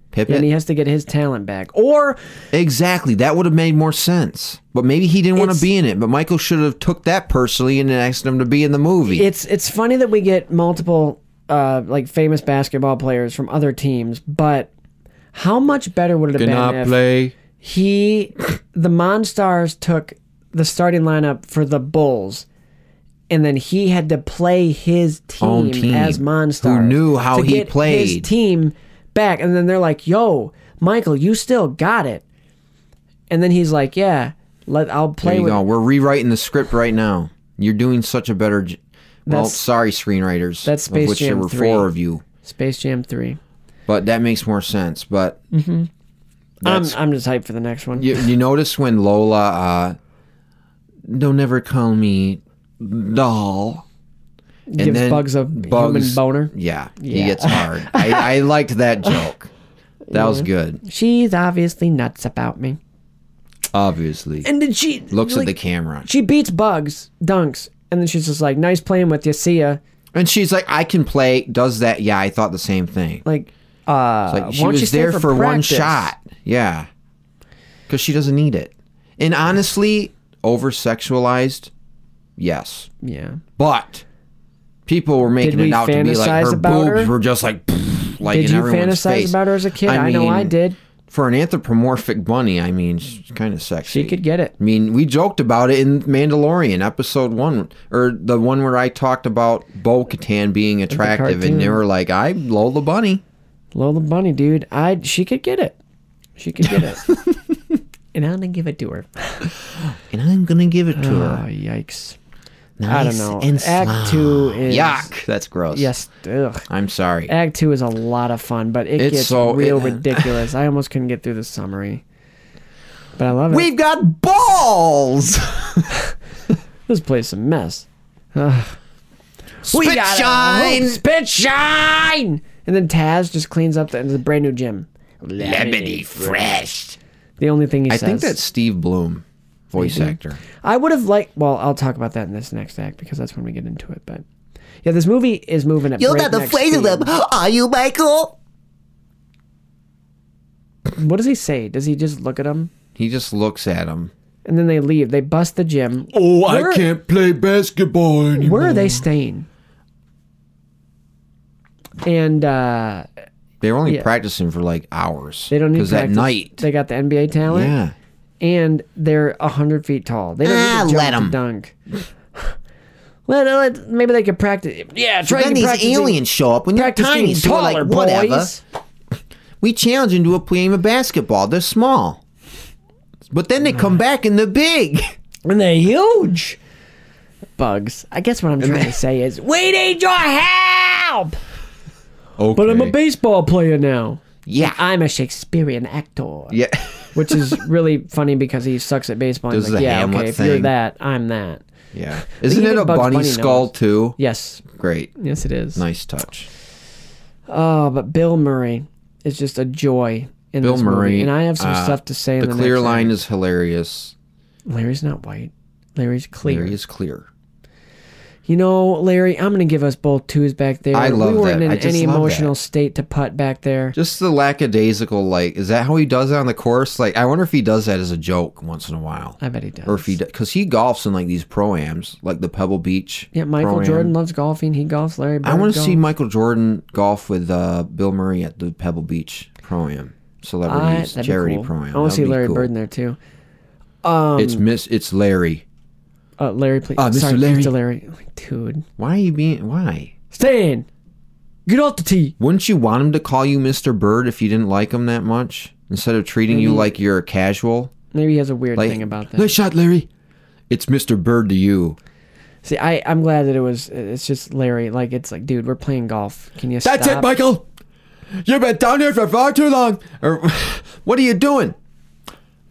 [SPEAKER 2] Pippen.
[SPEAKER 1] and he has to get his talent back. Or
[SPEAKER 2] Exactly. That would have made more sense. But maybe he didn't want to
[SPEAKER 1] It's-
[SPEAKER 2] be in it. But Michael should have took that personally and asked him to be in the movie.
[SPEAKER 1] it's it's funny that we get multiple uh, like famous basketball players from other teams, but how much better would it have been if
[SPEAKER 2] play.
[SPEAKER 1] he the Monstars took the starting lineup for the Bulls and then he had to play his team,
[SPEAKER 2] Own team.
[SPEAKER 1] as Monstars.
[SPEAKER 2] Who knew how
[SPEAKER 1] to
[SPEAKER 2] he
[SPEAKER 1] get
[SPEAKER 2] played.
[SPEAKER 1] his team back and then they're like, "Yo, Michael, you still got it." And then he's like, "Yeah, let I'll play
[SPEAKER 2] There you
[SPEAKER 1] with
[SPEAKER 2] go. We're rewriting the script right now. You're doing such a better. J- well,
[SPEAKER 1] That's-
[SPEAKER 2] sorry, screenwriters.
[SPEAKER 1] that's
[SPEAKER 2] of
[SPEAKER 1] Space
[SPEAKER 2] which there
[SPEAKER 1] Jam
[SPEAKER 2] were
[SPEAKER 1] 3.
[SPEAKER 2] four of you,
[SPEAKER 1] Space Jam 3."
[SPEAKER 2] but that makes more sense. But
[SPEAKER 1] I'm,
[SPEAKER 2] that's-
[SPEAKER 1] I'm just hyped for the next one.
[SPEAKER 2] you, you notice when Lola, uh, don't ever call me doll. And
[SPEAKER 1] Gives Bugs a human boner.
[SPEAKER 2] Yeah, he gets hard. I, I liked that joke. That was good.
[SPEAKER 1] She's obviously nuts about me.
[SPEAKER 2] Obviously,
[SPEAKER 1] And then she
[SPEAKER 2] looks
[SPEAKER 1] like,
[SPEAKER 2] at the camera,
[SPEAKER 1] She beats Bugs, dunks, and then she's just like, "Nice playing with you, see ya."
[SPEAKER 2] and she's like, "I can play." Does that? Yeah, I thought the same thing.
[SPEAKER 1] Like, uh,
[SPEAKER 2] Like she
[SPEAKER 1] why don't you
[SPEAKER 2] was
[SPEAKER 1] stay
[SPEAKER 2] there for, one
[SPEAKER 1] practice?
[SPEAKER 2] shot. Yeah. Cuz she doesn't need it. And honestly, over sexualized? Yes.
[SPEAKER 1] Yeah,
[SPEAKER 2] But people were making
[SPEAKER 1] we
[SPEAKER 2] it out to be like
[SPEAKER 1] fantasize
[SPEAKER 2] her
[SPEAKER 1] about
[SPEAKER 2] boobs
[SPEAKER 1] her?
[SPEAKER 2] were just like pfft, like
[SPEAKER 1] Did
[SPEAKER 2] in
[SPEAKER 1] you
[SPEAKER 2] everyone's
[SPEAKER 1] fantasize
[SPEAKER 2] face.
[SPEAKER 1] about her as a kid? I know I did.
[SPEAKER 2] For an anthropomorphic bunny, I mean, she's kind of sexy.
[SPEAKER 1] she could get it.
[SPEAKER 2] I mean, we joked about it in Mandalorian episode one, or the one where I talked about Bo Katan being attractive, and they
[SPEAKER 1] cartoon.
[SPEAKER 2] were like, "I'm Lola Bunny."
[SPEAKER 1] Lola Bunny, dude, I she could get it. She could get it. and I'm gonna give it to her.
[SPEAKER 2] and I'm gonna give it to
[SPEAKER 1] Oh yikes! Uh, I don't know. Act two is
[SPEAKER 2] Yuck, that's gross.
[SPEAKER 1] Yes. Ugh.
[SPEAKER 2] I'm sorry.
[SPEAKER 1] Act two is a lot of fun, but it
[SPEAKER 2] It's
[SPEAKER 1] gets
[SPEAKER 2] so-
[SPEAKER 1] real
[SPEAKER 2] it-
[SPEAKER 1] ridiculous. I almost couldn't get through the summary, but I love it.
[SPEAKER 2] We've got balls.
[SPEAKER 1] This place is a mess.
[SPEAKER 2] Spit shine.
[SPEAKER 1] spit shine, and then Taz just cleans up the, the brand new gym.
[SPEAKER 2] Lemony fresh.
[SPEAKER 1] The only thing he
[SPEAKER 2] I
[SPEAKER 1] says.
[SPEAKER 2] think that's Steve Bloom, voice actor.
[SPEAKER 1] I would have liked. Well, I'll talk about that in this next act because that's when we get into it. But yeah, this movie is moving at.
[SPEAKER 7] You're not
[SPEAKER 1] breakneck
[SPEAKER 7] afraid of them,
[SPEAKER 1] speed.
[SPEAKER 7] are you, Michael?
[SPEAKER 1] What does he say? Does he just look at them?
[SPEAKER 2] He just looks at him.
[SPEAKER 1] And then they leave. They bust the gym.
[SPEAKER 2] Oh,
[SPEAKER 1] Where-
[SPEAKER 2] can't play basketball anymore.
[SPEAKER 1] Where are they staying? And uh,
[SPEAKER 2] They were only
[SPEAKER 1] Yeah.
[SPEAKER 2] practicing for like hours.
[SPEAKER 1] they don't need
[SPEAKER 2] because that
[SPEAKER 1] practice.
[SPEAKER 2] night.
[SPEAKER 1] They got the NBA talent.
[SPEAKER 2] yeah.
[SPEAKER 1] and they're a hundred feet tall. They don't
[SPEAKER 7] Ah,
[SPEAKER 1] need to jump
[SPEAKER 7] let
[SPEAKER 1] to
[SPEAKER 7] 'em.
[SPEAKER 1] dunk. let, let- maybe they could practice. Yeah, try
[SPEAKER 7] Then
[SPEAKER 1] to
[SPEAKER 7] these
[SPEAKER 1] practice.
[SPEAKER 7] aliens show up when they're tiny,
[SPEAKER 1] Practicing
[SPEAKER 7] so we're like,
[SPEAKER 1] taller,
[SPEAKER 7] whatever.
[SPEAKER 1] boys.
[SPEAKER 2] We challenge them to a game of basketball. They're small. But then they come back and they're big.
[SPEAKER 1] And they're huge. Bugs. I guess what I'm trying to say is, we need your help.
[SPEAKER 2] Okay.
[SPEAKER 1] But I'm a baseball player now.
[SPEAKER 2] Yeah.
[SPEAKER 1] I'm a Shakespearean actor.
[SPEAKER 2] yeah.
[SPEAKER 1] Which is really funny because he sucks at baseball. and
[SPEAKER 2] Does
[SPEAKER 1] he's like,
[SPEAKER 2] the
[SPEAKER 1] yeah,
[SPEAKER 2] Hamlet
[SPEAKER 1] okay, if you're
[SPEAKER 2] thing.
[SPEAKER 1] that, I'm that.
[SPEAKER 2] Yeah. Isn't
[SPEAKER 1] even
[SPEAKER 2] it a
[SPEAKER 1] Bugs
[SPEAKER 2] bunny,
[SPEAKER 1] Bunny
[SPEAKER 2] skull
[SPEAKER 1] knows.
[SPEAKER 2] too?
[SPEAKER 1] Yes.
[SPEAKER 2] Great.
[SPEAKER 1] Yes, it is.
[SPEAKER 2] Nice touch.
[SPEAKER 1] Oh, but Bill Murray is just a joy in
[SPEAKER 2] Bill
[SPEAKER 1] this
[SPEAKER 2] Murray.
[SPEAKER 1] movie, and I have some
[SPEAKER 2] uh,
[SPEAKER 1] stuff to say.
[SPEAKER 2] The,
[SPEAKER 1] in the
[SPEAKER 2] clear
[SPEAKER 1] next
[SPEAKER 2] line
[SPEAKER 1] act.
[SPEAKER 2] is hilarious.
[SPEAKER 1] Larry's not white. Larry's clear.
[SPEAKER 2] Larry is clear.
[SPEAKER 1] you know, Larry, I'm going to give us both twos back there.
[SPEAKER 2] I love
[SPEAKER 1] We weren't
[SPEAKER 2] that.
[SPEAKER 1] in
[SPEAKER 2] I just
[SPEAKER 1] any
[SPEAKER 2] love
[SPEAKER 1] emotional
[SPEAKER 2] that.
[SPEAKER 1] state to putt back there.
[SPEAKER 2] Just the lackadaisical, like, is that how he does it on the course? Like, I wonder if he does that as a joke once in a while.
[SPEAKER 1] I bet he does.
[SPEAKER 2] Or if he, because he golfs in like these proams, like the Pebble Beach.
[SPEAKER 1] yeah, Michael
[SPEAKER 2] Pro-Am.
[SPEAKER 1] Jordan loves golfing. He golfs. Larry.
[SPEAKER 2] I
[SPEAKER 1] Bird
[SPEAKER 2] want to see
[SPEAKER 1] golfs.
[SPEAKER 2] Michael Jordan golf with uh, Bill Murray at the Pebble Beach Pro-Am
[SPEAKER 1] I-
[SPEAKER 2] celebrities
[SPEAKER 1] that'd be
[SPEAKER 2] charity
[SPEAKER 1] cool. I
[SPEAKER 2] Pro-Am.
[SPEAKER 1] want
[SPEAKER 2] That'd
[SPEAKER 1] to see
[SPEAKER 2] be
[SPEAKER 1] Larry
[SPEAKER 2] cool.
[SPEAKER 1] Bird in there too.
[SPEAKER 2] it's Miss. It's Larry.
[SPEAKER 1] Uh, Larry, please.
[SPEAKER 2] Uh, Mr.
[SPEAKER 1] Sorry,
[SPEAKER 2] Larry.
[SPEAKER 1] Mr. Larry. Like, dude,
[SPEAKER 2] Why are you being? Why?
[SPEAKER 1] Stan, get off the tee.
[SPEAKER 2] Wouldn't you want him to call you Mr. Bird if you didn't like him that much? Instead of treating you like you're a casual?
[SPEAKER 1] Maybe he has a weird
[SPEAKER 2] Like,
[SPEAKER 1] thing about that.
[SPEAKER 2] Nice shot, Larry. It's Mr. Bird to you.
[SPEAKER 1] See, I I'm glad that it was. It's just Larry. Like it's like, dude, we're playing golf. Can you
[SPEAKER 2] That's
[SPEAKER 1] stop?
[SPEAKER 2] it, Michael. You've been down here for far too long. Or, what are you doing?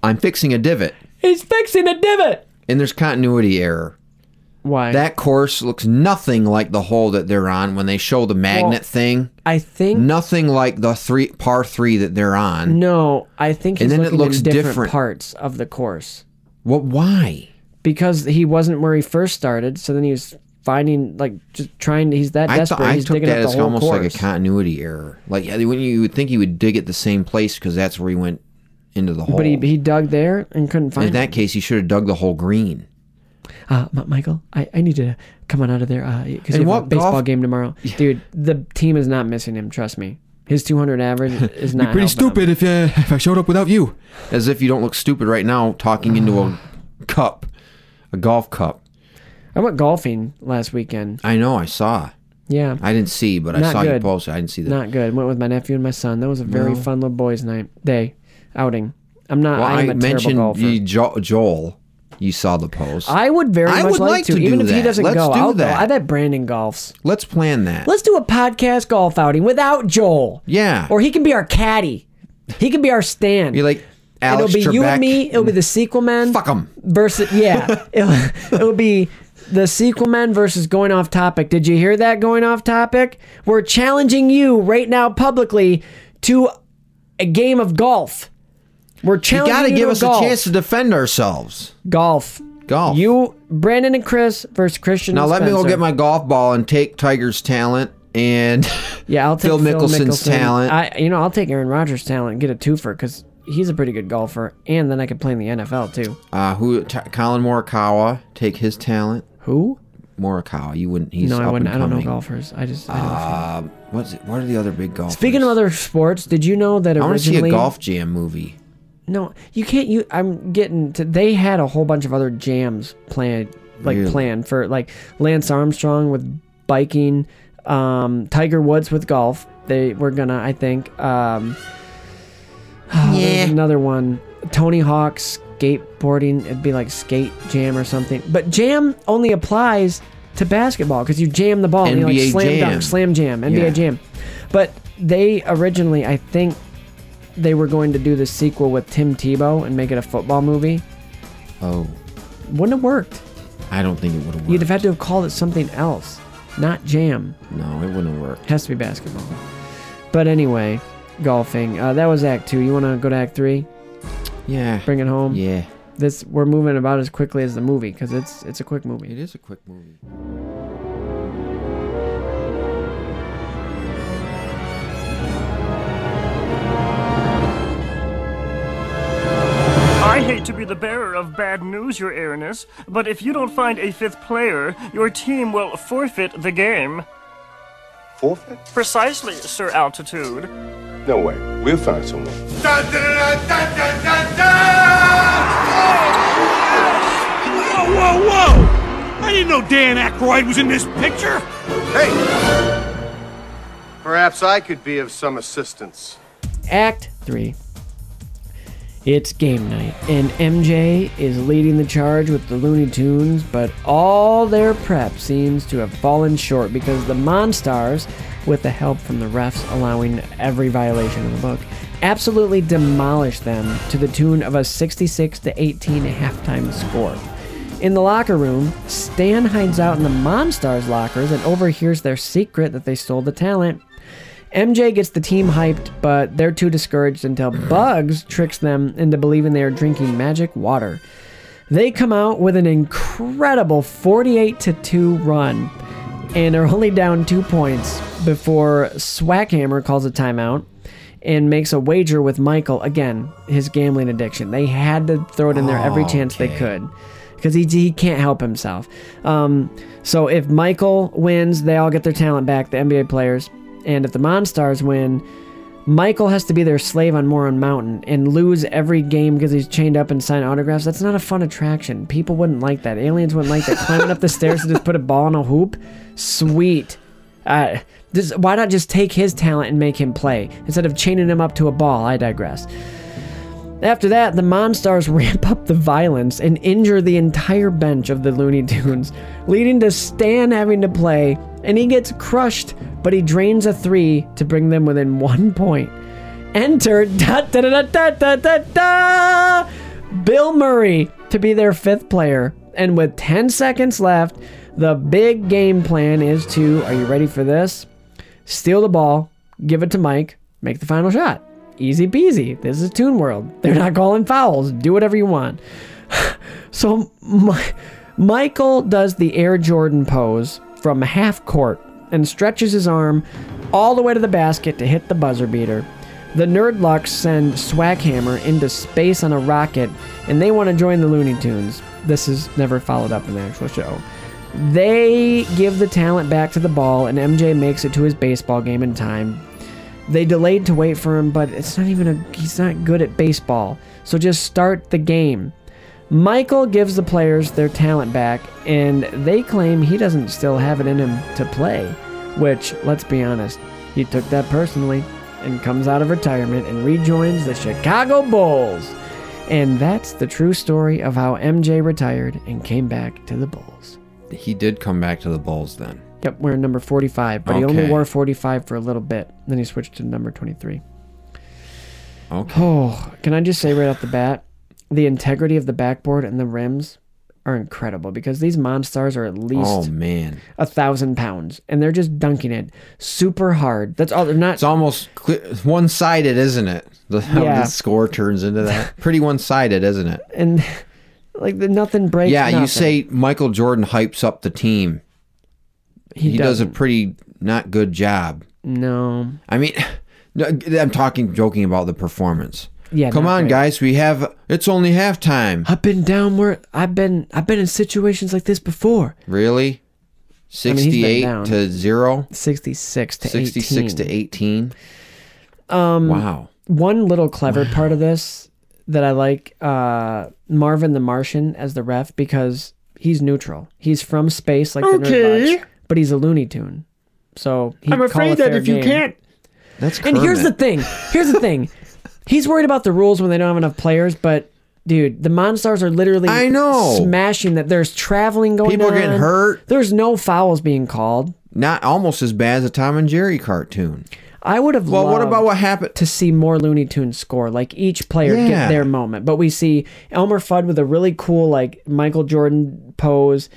[SPEAKER 2] I'm fixing a divot.
[SPEAKER 1] He's fixing a divot.
[SPEAKER 2] And there's continuity error.
[SPEAKER 1] Why?
[SPEAKER 2] That course looks nothing like the hole that they're on when they show the magnet
[SPEAKER 1] Well-
[SPEAKER 2] thing.
[SPEAKER 1] I think
[SPEAKER 2] Nothing like the three par three that they're on.
[SPEAKER 1] no. I think he's
[SPEAKER 2] And then it
[SPEAKER 1] looking
[SPEAKER 2] looks
[SPEAKER 1] in different,
[SPEAKER 2] different.
[SPEAKER 1] parts of the course
[SPEAKER 2] What? Why?
[SPEAKER 1] because he wasn't where he first started. So then he was finding like just trying. To, he's that
[SPEAKER 2] I,
[SPEAKER 1] desperate.
[SPEAKER 2] thought I
[SPEAKER 1] he's
[SPEAKER 2] took
[SPEAKER 1] digging
[SPEAKER 2] that
[SPEAKER 1] up the
[SPEAKER 2] as
[SPEAKER 1] whole
[SPEAKER 2] almost
[SPEAKER 1] course.
[SPEAKER 2] like a continuity error. Like yeah, when you would think he would dig at the same place because that's where he went into the hole.
[SPEAKER 1] but he, he dug there and couldn't find
[SPEAKER 2] in that
[SPEAKER 1] it.
[SPEAKER 2] case, he should have dug the whole green.
[SPEAKER 1] Uh, M- Michael, I, I need to come on out of there because
[SPEAKER 2] And
[SPEAKER 1] you have a
[SPEAKER 2] what
[SPEAKER 1] baseball
[SPEAKER 2] golf-
[SPEAKER 1] game tomorrow, dude. The team is not missing him. Trust me. His 200 average is not helping him.
[SPEAKER 2] if, uh, if I showed up without you. As if you don't look stupid right now talking into a cup, a golf cup.
[SPEAKER 1] I went golfing last weekend.
[SPEAKER 2] I know, I saw.
[SPEAKER 1] Yeah,
[SPEAKER 2] I didn't see, but I
[SPEAKER 1] Not
[SPEAKER 2] saw you
[SPEAKER 1] good.
[SPEAKER 2] post. it. I didn't see that.
[SPEAKER 1] not good. Went with my nephew and my son. That was a very fun little boys' night day outing. I'm not.
[SPEAKER 2] well,
[SPEAKER 1] I am
[SPEAKER 2] I
[SPEAKER 1] a terrible
[SPEAKER 2] mentioned
[SPEAKER 1] golfer.
[SPEAKER 2] you, jo- Joel. You saw the post.
[SPEAKER 1] I would very
[SPEAKER 2] I
[SPEAKER 1] much
[SPEAKER 2] would
[SPEAKER 1] like,
[SPEAKER 2] like
[SPEAKER 1] to,
[SPEAKER 2] to
[SPEAKER 1] even
[SPEAKER 2] do
[SPEAKER 1] if he
[SPEAKER 2] that.
[SPEAKER 1] doesn't
[SPEAKER 2] Let's
[SPEAKER 1] go.
[SPEAKER 2] do
[SPEAKER 1] I'll
[SPEAKER 2] that.
[SPEAKER 1] go. I bet Brandon golfs.
[SPEAKER 2] Let's plan that.
[SPEAKER 1] Let's do a podcast golf outing without Joel.
[SPEAKER 2] Yeah.
[SPEAKER 1] Or he can be our caddy. He can be our stand.
[SPEAKER 2] You're like Alex
[SPEAKER 1] it'll be
[SPEAKER 2] Trebek.
[SPEAKER 1] you and me. It'll be the sequel man.
[SPEAKER 2] Fuck 'em.
[SPEAKER 1] Versus yeah, it'll, it'll be the sequel men versus going off topic. Did you hear that going off topic? We're challenging you right now publicly to a game of golf. We're
[SPEAKER 2] You
[SPEAKER 1] challenging you
[SPEAKER 2] gotta
[SPEAKER 1] to
[SPEAKER 2] give us
[SPEAKER 1] golf.
[SPEAKER 2] a chance to defend ourselves.
[SPEAKER 1] Golf.
[SPEAKER 2] Golf.
[SPEAKER 1] You, Brandon, and Chris versus Christian.
[SPEAKER 2] now
[SPEAKER 1] and
[SPEAKER 2] let me go
[SPEAKER 1] Spencer.
[SPEAKER 2] get my golf ball and take Tiger's talent and
[SPEAKER 1] yeah. I'll take
[SPEAKER 2] Phil Mickelson's
[SPEAKER 1] Mickelson.
[SPEAKER 2] talent.
[SPEAKER 1] I you know I'll take Aaron Rodgers' talent and get a twofer because he's a pretty good golfer, and then I could play in the NFL too.
[SPEAKER 2] uh, who t- Colin Morikawa take his talent.
[SPEAKER 1] Who?
[SPEAKER 2] Morikawa, you wouldn't. He's
[SPEAKER 1] No, I
[SPEAKER 2] up
[SPEAKER 1] wouldn't. I
[SPEAKER 2] And
[SPEAKER 1] don't know
[SPEAKER 2] coming.
[SPEAKER 1] golfers. I just. I don't
[SPEAKER 2] Um, what's it? What are the other big golfers?
[SPEAKER 1] Speaking of other sports, did you know that
[SPEAKER 2] I want to see
[SPEAKER 1] originally?
[SPEAKER 2] a golf jam movie.
[SPEAKER 1] No, you can't. You, I'm getting. To, they had a whole bunch of other jams planned, like
[SPEAKER 2] Really?
[SPEAKER 1] planned for like Lance Armstrong with biking, um, Tiger Woods with golf. They were gonna, I think. Um, oh, there's
[SPEAKER 7] Yeah.
[SPEAKER 1] another one. Tony Hawk skateboarding. It'd be like skate jam or something. But jam only applies to basketball because you jam the ball. and you
[SPEAKER 2] NBA
[SPEAKER 1] like slam
[SPEAKER 2] Jam.
[SPEAKER 1] dunk, slam jam, NBA
[SPEAKER 2] Yeah.
[SPEAKER 1] jam. But they originally, I think, they were going to do the sequel with Tim Tebow and make it a football movie.
[SPEAKER 2] Oh,
[SPEAKER 1] Wouldn't have worked.
[SPEAKER 2] I don't think it would have
[SPEAKER 1] You'd
[SPEAKER 2] worked.
[SPEAKER 1] have had to have called it something else, not jam.
[SPEAKER 2] no, it wouldn't have worked.
[SPEAKER 1] Has to be basketball. But anyway, golfing. Uh, that was Act Two. You want to go to Act Three?
[SPEAKER 2] Yeah.
[SPEAKER 1] Bring it home.
[SPEAKER 2] Yeah.
[SPEAKER 1] This we're moving about as quickly as the movie because it's it's a quick movie.
[SPEAKER 2] It is a quick movie.
[SPEAKER 9] I hate to be the bearer of bad news, Your Airness, but if you don't find a fifth player, your team will forfeit the game.
[SPEAKER 10] Forfeit?
[SPEAKER 9] Precisely, Sir Altitude.
[SPEAKER 10] No way. We'll find someone.
[SPEAKER 5] Whoa, whoa, whoa! I didn't know Dan Aykroyd was in this picture.
[SPEAKER 10] Hey! Perhaps I could be of some assistance.
[SPEAKER 1] Act Three. It's game night, and MJ is leading the charge with the Looney Tunes, but all their prep seems to have fallen short because the Monstars, with the help from the refs allowing every violation of the book, absolutely demolished them to the tune of a 66 to 18 halftime score. In the locker room, Stan hides out in the Monstars lockers and overhears their secret that they stole the talent MJ gets the team hyped, but they're too discouraged until Bugs tricks them into believing they are drinking magic water. They come out with an incredible 48 to 2 run and are only down two points before Swackhammer calls a timeout and makes a wager with Michael again, his gambling addiction. They had to throw it in there every chance they could because he, he can't help himself. Um, so if Michael wins, they all get their talent back, the NBA players. And if the Monstars win, Michael has to be their slave on Moron Mountain and lose every game because he's chained up and signed autographs. That's not a fun attraction. People wouldn't like that. Aliens wouldn't like that. Climbing up the stairs to just put a ball in a hoop, sweet. Uh, this, why not just take his talent and make him play instead of chaining him up to a ball? I digress. After that, the Monstars ramp up the violence and injure the entire bench of the Looney Tunes, leading to Stan having to play, and he gets crushed, but he drains a three to bring them within one point. Enter da da da da da da da Bill Murray to be their fifth player, and with 10 seconds left, the big game plan is to are you ready for this? steal the ball, give it to Mike, make the final shot. Easy peasy. This is Toon World. They're not calling fouls. Do whatever you want. so Mi- Michael does the Air Jordan pose from half court and stretches his arm all the way to the basket to hit the buzzer beater. The Nerdlucks send Swaghammer into space on a rocket, and they want to join the Looney Tunes. This is never followed up in the actual show. They give the talent back to the ball, and MJ makes it to his baseball game in time. They delayed to wait for him, but it's not even a. He's not good at baseball, so just start the game. Michael gives the players their talent back, and they claim he doesn't still have it in him to play, which, let's be honest, he took that personally and comes out of retirement and rejoins the Chicago Bulls. And that's the true story of how MJ retired and came back to the Bulls.
[SPEAKER 2] He did come back to the Bulls then.
[SPEAKER 1] Yep, wearing number 45, but he only
[SPEAKER 2] Okay.
[SPEAKER 1] wore 45 for a little bit. Then he switched to number 23.
[SPEAKER 2] Okay.
[SPEAKER 1] Oh, can I just say right off the bat, the integrity of the backboard and the rims are incredible because these Monstars are at
[SPEAKER 2] Oh
[SPEAKER 1] least
[SPEAKER 2] man,
[SPEAKER 1] a thousand pounds and they're just dunking it super hard. That's all. They're not.
[SPEAKER 2] it's almost clear, one-sided, isn't it? The, how
[SPEAKER 1] Yeah.
[SPEAKER 2] the score turns into that. Pretty one-sided, isn't it?
[SPEAKER 1] and like the, nothing breaks.
[SPEAKER 2] yeah,
[SPEAKER 1] nothing.
[SPEAKER 2] you say Michael Jordan hypes up the team. He, does a
[SPEAKER 1] doesn't.
[SPEAKER 2] pretty not good job.
[SPEAKER 1] No.
[SPEAKER 2] I mean, no, I'm talking joking about the performance.
[SPEAKER 1] Yeah,
[SPEAKER 2] Come
[SPEAKER 1] not
[SPEAKER 2] on,
[SPEAKER 1] great.
[SPEAKER 2] guys, we have it's only halftime.
[SPEAKER 1] I've been down where I've been. I've been in situations like this before.
[SPEAKER 2] Really?
[SPEAKER 1] mean, he's been
[SPEAKER 2] 68
[SPEAKER 1] down.
[SPEAKER 2] to 0,
[SPEAKER 1] 66 to
[SPEAKER 2] 66
[SPEAKER 1] 18.
[SPEAKER 2] to 18. Um wow.
[SPEAKER 1] one little clever part of this that I like uh, Marvin the Martian as the ref because he's neutral. He's from space, like the
[SPEAKER 11] Okay.
[SPEAKER 1] Nerdbox, but he's a Looney Tune. So he'd
[SPEAKER 11] I'm
[SPEAKER 1] call a
[SPEAKER 11] afraid that
[SPEAKER 1] fair
[SPEAKER 11] if you
[SPEAKER 1] game.
[SPEAKER 11] can't,
[SPEAKER 2] That's
[SPEAKER 1] And here's the
[SPEAKER 2] Kermit.
[SPEAKER 1] thing. Here's the thing. He's worried about the rules when they don't have enough players, but dude, the Monstars are literally
[SPEAKER 2] I know.
[SPEAKER 1] smashing that. There's traveling going
[SPEAKER 2] People
[SPEAKER 1] on.
[SPEAKER 2] are getting hurt.
[SPEAKER 1] There's no fouls being called.
[SPEAKER 2] Not almost as bad as a Tom and Jerry cartoon.
[SPEAKER 1] I would have
[SPEAKER 2] Well,
[SPEAKER 1] loved
[SPEAKER 2] what about what happened?
[SPEAKER 1] to see more Looney Tunes score, like each player get
[SPEAKER 2] Yeah.
[SPEAKER 1] their moment. But we see Elmer Fudd with a really cool like Michael Jordan pose.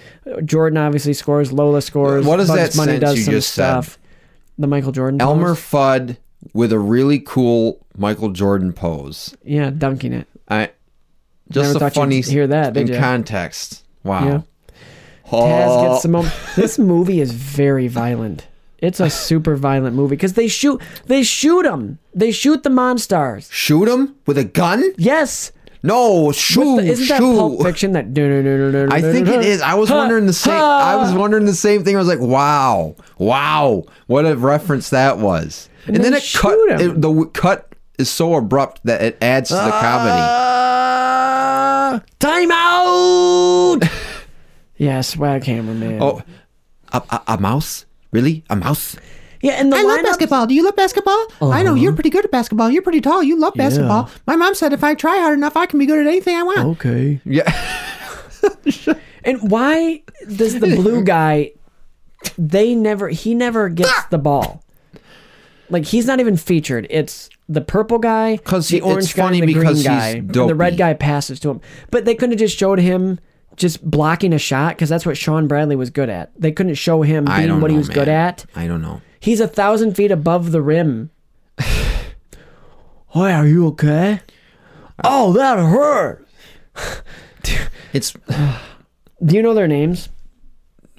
[SPEAKER 1] Jordan obviously scores. Lola scores.
[SPEAKER 2] What is
[SPEAKER 1] Bugs
[SPEAKER 2] that
[SPEAKER 1] Bunny
[SPEAKER 2] sentence
[SPEAKER 1] does
[SPEAKER 2] you
[SPEAKER 1] some
[SPEAKER 2] just said?
[SPEAKER 1] stuff. The Michael Jordan.
[SPEAKER 2] Elmer
[SPEAKER 1] pose?
[SPEAKER 2] Fudd with a really cool Michael Jordan pose.
[SPEAKER 1] Yeah, dunking it.
[SPEAKER 2] I just
[SPEAKER 1] Never
[SPEAKER 2] a
[SPEAKER 1] thought you'd
[SPEAKER 2] funny
[SPEAKER 1] hear that, did
[SPEAKER 2] in
[SPEAKER 1] ya?
[SPEAKER 2] context. Wow.
[SPEAKER 1] Yeah. Taz
[SPEAKER 2] Oh.
[SPEAKER 1] gets some moment. This movie is very violent. It's a super violent movie because they shoot. They shoot them. They shoot the monstars.
[SPEAKER 2] shoot him with a gun?
[SPEAKER 1] Yes.
[SPEAKER 2] No, shoot,
[SPEAKER 1] With the- isn't that
[SPEAKER 2] shoot.
[SPEAKER 1] Pulp Fiction? That
[SPEAKER 2] I think it is. I was
[SPEAKER 1] Huh,
[SPEAKER 2] wondering the same. I was
[SPEAKER 1] huh.
[SPEAKER 2] wondering the same thing. I was like, "Wow, wow, what a reference that was!" And,
[SPEAKER 1] then
[SPEAKER 2] then,
[SPEAKER 1] they
[SPEAKER 2] it
[SPEAKER 1] shoot
[SPEAKER 2] cut.
[SPEAKER 1] him.
[SPEAKER 2] It, the w- cut is so abrupt that it adds to the comedy.
[SPEAKER 1] Uh, time out. yeah, swag hammer man.
[SPEAKER 2] Oh, a, a, a mouse? Really? A mouse?
[SPEAKER 1] yeah, and the
[SPEAKER 7] I love
[SPEAKER 1] lineup.
[SPEAKER 7] basketball. Do you love basketball? I know you're pretty good at basketball. You're pretty tall. You love basketball. My mom said if I try hard enough, I can be good at anything I want.
[SPEAKER 1] okay.
[SPEAKER 2] Yeah.
[SPEAKER 1] And why does the blue guy? They never. He never
[SPEAKER 7] Ah!
[SPEAKER 1] gets the ball. Like he's not even featured. It's the purple guy,
[SPEAKER 2] 'Cause
[SPEAKER 1] the
[SPEAKER 2] he- it's
[SPEAKER 1] orange guy,
[SPEAKER 2] funny
[SPEAKER 1] and the
[SPEAKER 2] because
[SPEAKER 1] green
[SPEAKER 2] he's
[SPEAKER 1] guy, and the red
[SPEAKER 2] dopey.
[SPEAKER 1] guy passes to him. But they couldn't have just showed him just blocking a shot because that's what Sean Bradley was good at. They couldn't show him
[SPEAKER 2] I
[SPEAKER 1] being
[SPEAKER 2] don't
[SPEAKER 1] what
[SPEAKER 2] know,
[SPEAKER 1] he was
[SPEAKER 2] man.
[SPEAKER 1] good at.
[SPEAKER 2] I don't know.
[SPEAKER 1] He's a thousand feet above the rim. Hi, are you okay? oh, that hurt.
[SPEAKER 2] It's
[SPEAKER 1] Do you know their names?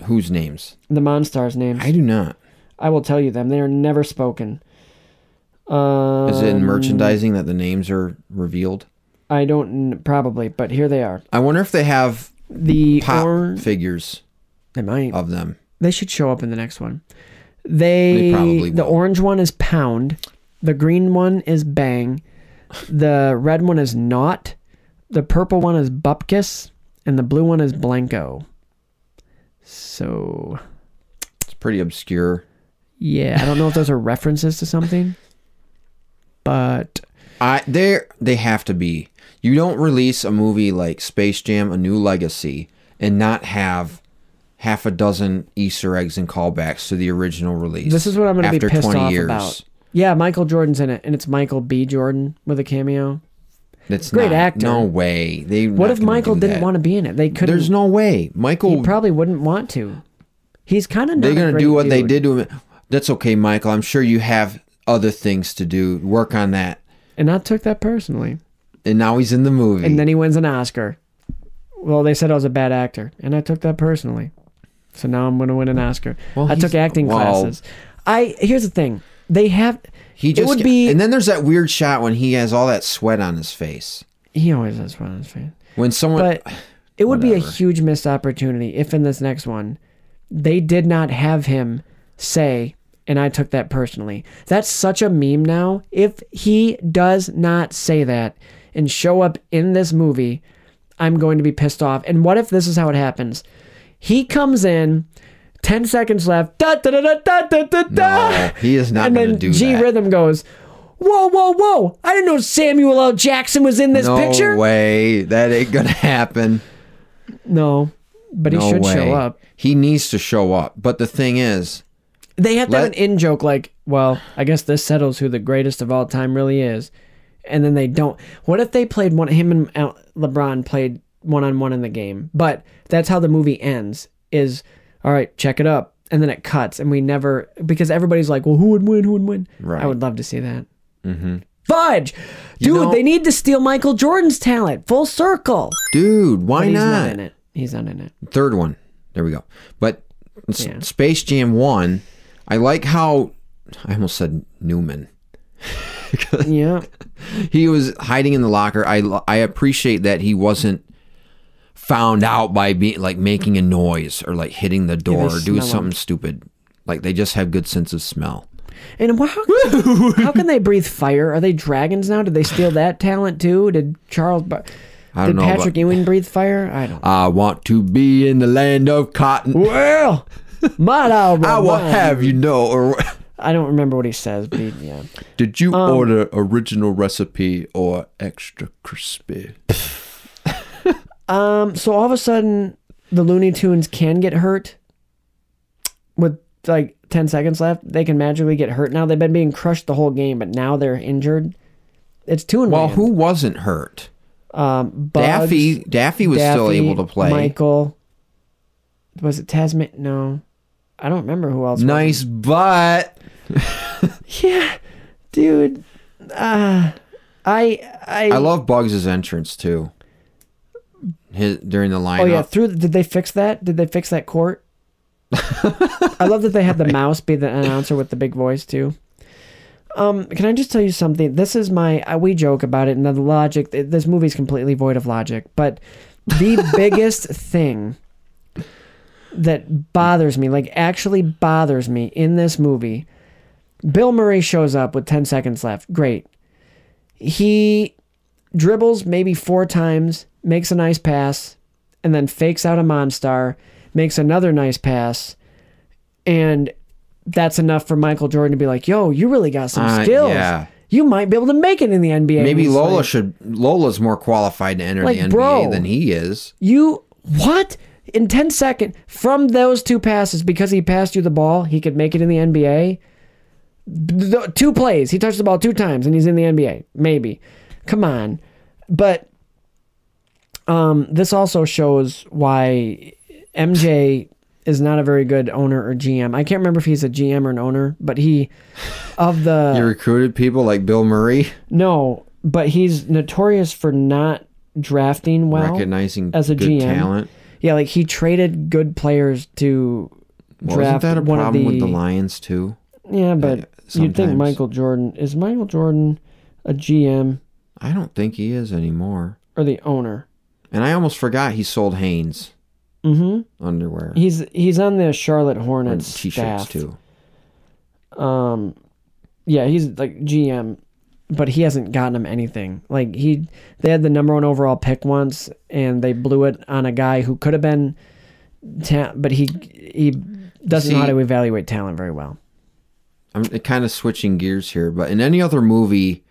[SPEAKER 2] whose names?
[SPEAKER 1] The Monstars' names.
[SPEAKER 2] I do not.
[SPEAKER 1] I will tell you them. They are never spoken. Um,
[SPEAKER 2] Is it in merchandising that the names are revealed?
[SPEAKER 1] I don't kn- probably, but here they are.
[SPEAKER 2] I wonder if they have
[SPEAKER 1] The
[SPEAKER 2] pop Oh.
[SPEAKER 1] or-
[SPEAKER 2] figures
[SPEAKER 1] they might.
[SPEAKER 2] of them.
[SPEAKER 1] They should show up in the next one. They,
[SPEAKER 2] They probably
[SPEAKER 1] the
[SPEAKER 2] will.
[SPEAKER 1] orange one is pound, the green one is bang, the red one is not, the purple one is bupkis, and the blue one is blanco. So
[SPEAKER 2] It's pretty obscure.
[SPEAKER 1] yeah, I don't know if those are references to something, but
[SPEAKER 2] I they they have to be. You don't release a movie like Space Jam: A New Legacy and not have half a dozen Easter eggs and callbacks to the original release.
[SPEAKER 1] this is what I'm going to
[SPEAKER 2] after
[SPEAKER 1] be pissed
[SPEAKER 2] 20
[SPEAKER 1] off
[SPEAKER 2] years.
[SPEAKER 1] about. Yeah, Michael Jordan's in it, and it's Michael B. Jordan with a cameo.
[SPEAKER 2] That's
[SPEAKER 1] Great
[SPEAKER 2] not-
[SPEAKER 1] actor.
[SPEAKER 2] No way. They.
[SPEAKER 1] What if Michael didn't want to be in it? They couldn't.
[SPEAKER 2] There's no way.
[SPEAKER 1] He
[SPEAKER 2] Michael.
[SPEAKER 1] probably wouldn't want to. He's kind of.
[SPEAKER 2] they're
[SPEAKER 1] going
[SPEAKER 2] gonna
[SPEAKER 1] to
[SPEAKER 2] do what they did to him. That's okay, Michael. I'm sure you have other things to do. Work on that.
[SPEAKER 1] and I took that personally.
[SPEAKER 2] And now he's in the movie.
[SPEAKER 1] And then he wins an Oscar. Well, they said I was a bad actor, and I took that personally. So now I'm going to win an Oscar.
[SPEAKER 2] Well,
[SPEAKER 1] I took
[SPEAKER 2] he's-
[SPEAKER 1] acting
[SPEAKER 2] well-
[SPEAKER 1] classes. I here's the thing. They have.
[SPEAKER 2] he just
[SPEAKER 1] it would
[SPEAKER 2] ca-
[SPEAKER 1] be.
[SPEAKER 2] And then there's that weird shot when he has all that sweat on his face.
[SPEAKER 1] he always has fun on his face.
[SPEAKER 2] When someone
[SPEAKER 1] But it would be a
[SPEAKER 2] Whatever.
[SPEAKER 1] huge missed opportunity if in this next one they did not have him say, and I took that personally. That's such a meme now. If he does not say that and show up in this movie, I'm going to be pissed off. And what if this is how it happens? He comes in, 10 seconds left. Da, da, da, da, da, da, da, da.
[SPEAKER 2] No, he is not
[SPEAKER 1] And
[SPEAKER 2] gonna
[SPEAKER 1] then
[SPEAKER 2] do
[SPEAKER 1] G
[SPEAKER 2] that.
[SPEAKER 1] Rhythm goes, Whoa, whoa, whoa. I didn't know Samuel L. Jackson was in this
[SPEAKER 2] no
[SPEAKER 1] picture.
[SPEAKER 2] way that ain't gonna happen.
[SPEAKER 1] No, but he
[SPEAKER 2] no
[SPEAKER 1] should
[SPEAKER 2] way.
[SPEAKER 1] show up.
[SPEAKER 2] He needs to show up. But the thing is,
[SPEAKER 1] They have to have an
[SPEAKER 2] Let-
[SPEAKER 1] in joke like, well, I guess this settles who the greatest of all time really is. And then they don't. What if they played one? Him and Al- LeBron played one on one in the game, but that's how the movie ends. Is all right. Check it up, and then it cuts, and we never because everybody's like, well, who would win? Who would win?
[SPEAKER 2] Right.
[SPEAKER 1] I would love to see that. Mm-hmm. Fudge, dude.
[SPEAKER 2] know-
[SPEAKER 1] they need to steal Michael Jordan's talent. Full circle.
[SPEAKER 2] dude, why
[SPEAKER 1] But he's not?
[SPEAKER 2] not?
[SPEAKER 1] in it. He's not in it.
[SPEAKER 2] Third one. There we go. But S-
[SPEAKER 1] Yeah.
[SPEAKER 2] Space Jam One, I like how I almost said Newman.
[SPEAKER 1] Yeah.
[SPEAKER 2] He was hiding in the locker. I lo- I appreciate that he wasn't found out by being like making a noise or like hitting the door or
[SPEAKER 1] smell
[SPEAKER 2] doing
[SPEAKER 1] 'em.
[SPEAKER 2] something stupid. Like they just have good sense of smell.
[SPEAKER 1] And wh- how, how can they breathe fire? Are they dragons now? Did they steal that talent too? Did Charles? Bar-
[SPEAKER 2] I
[SPEAKER 1] did
[SPEAKER 2] don't know, but-
[SPEAKER 1] Patrick Ewing breathe fire? I don't. know.
[SPEAKER 2] I want to be in the land of cotton.
[SPEAKER 1] well, might I,
[SPEAKER 2] I will
[SPEAKER 1] remind-
[SPEAKER 2] have you know. Or
[SPEAKER 1] oh, I don't remember what he says, but he, yeah.
[SPEAKER 2] did you
[SPEAKER 1] Um,
[SPEAKER 2] order original recipe or extra crispy?
[SPEAKER 1] Um. So all of a sudden, the Looney Tunes can get hurt. With like ten seconds left, they can magically get hurt. Now they've been being crushed the whole game, but now they're injured. It's two and
[SPEAKER 2] Well,
[SPEAKER 1] Land.
[SPEAKER 2] who wasn't hurt?
[SPEAKER 1] Um, Bugs,
[SPEAKER 2] Daffy. Daffy was still
[SPEAKER 1] Daffy,
[SPEAKER 2] able to play.
[SPEAKER 1] Michael. Was it Tasman? No. I don't remember who else. was.
[SPEAKER 2] Nice butt.
[SPEAKER 1] Yeah. Dude. Uh, I, I.
[SPEAKER 2] I love Bugs' entrance too. His during the lineup.
[SPEAKER 1] Oh, yeah. Through, did they fix that? Did they fix that court? I love that they had the mouse be the announcer with the big voice, too. Um, can I just tell you something? This is my. Uh, we joke about it, and the logic. th- This movie's completely void of logic, but the biggest thing that bothers me, like actually bothers me in this movie, Bill Murray shows up with 10 seconds left. Great. He dribbles maybe four times, makes a nice pass, and then fakes out a Monstar, makes another nice pass, and that's enough for Michael Jordan to be like, yo, you really got some
[SPEAKER 2] Uh,
[SPEAKER 1] skills.
[SPEAKER 2] yeah.
[SPEAKER 1] You might be able to make it in the NBA.
[SPEAKER 2] Maybe
[SPEAKER 1] It's
[SPEAKER 2] Lola
[SPEAKER 1] like-
[SPEAKER 2] should. Lola's more qualified to enter
[SPEAKER 1] Like,
[SPEAKER 2] the NBA
[SPEAKER 1] bro.
[SPEAKER 2] than he is.
[SPEAKER 1] You what? In 10 seconds from those two passes because he passed you the ball, he could make it in the NBA. Th- Two plays. He touched the ball two times and he's in the NBA. Maybe. Come on. But um this also shows why MJ is not a very good owner or GM. I can't remember if he's a GM or an owner, but he of the
[SPEAKER 2] You recruited people like Bill Murray.
[SPEAKER 1] no, but he's notorious for not drafting well,
[SPEAKER 2] Recognizing
[SPEAKER 1] as a
[SPEAKER 2] good
[SPEAKER 1] GM.
[SPEAKER 2] talent.
[SPEAKER 1] Yeah, like he traded good players to
[SPEAKER 2] Well,
[SPEAKER 1] draft
[SPEAKER 2] isn't that a
[SPEAKER 1] one
[SPEAKER 2] problem
[SPEAKER 1] of the,
[SPEAKER 2] with the Lions too?
[SPEAKER 1] Yeah, but you'd think
[SPEAKER 2] sometimes.
[SPEAKER 1] Michael Jordan is Michael Jordan a GM
[SPEAKER 2] I don't think he is anymore.
[SPEAKER 1] or the owner?
[SPEAKER 2] And I almost forgot he sold Hanes
[SPEAKER 1] Mm-hmm.
[SPEAKER 2] underwear
[SPEAKER 1] He's he's on the Charlotte
[SPEAKER 2] and
[SPEAKER 1] Hornets
[SPEAKER 2] t-shirts
[SPEAKER 1] staff.
[SPEAKER 2] too.
[SPEAKER 1] Um, yeah, he's like GM, but he hasn't gotten him anything. Like he, they had the number one overall pick once, and they blew it on a guy who could have been, ta- but he he doesn't know how
[SPEAKER 2] See-
[SPEAKER 1] to evaluate talent very well.
[SPEAKER 2] I'm kind of switching gears here, but in any other movie,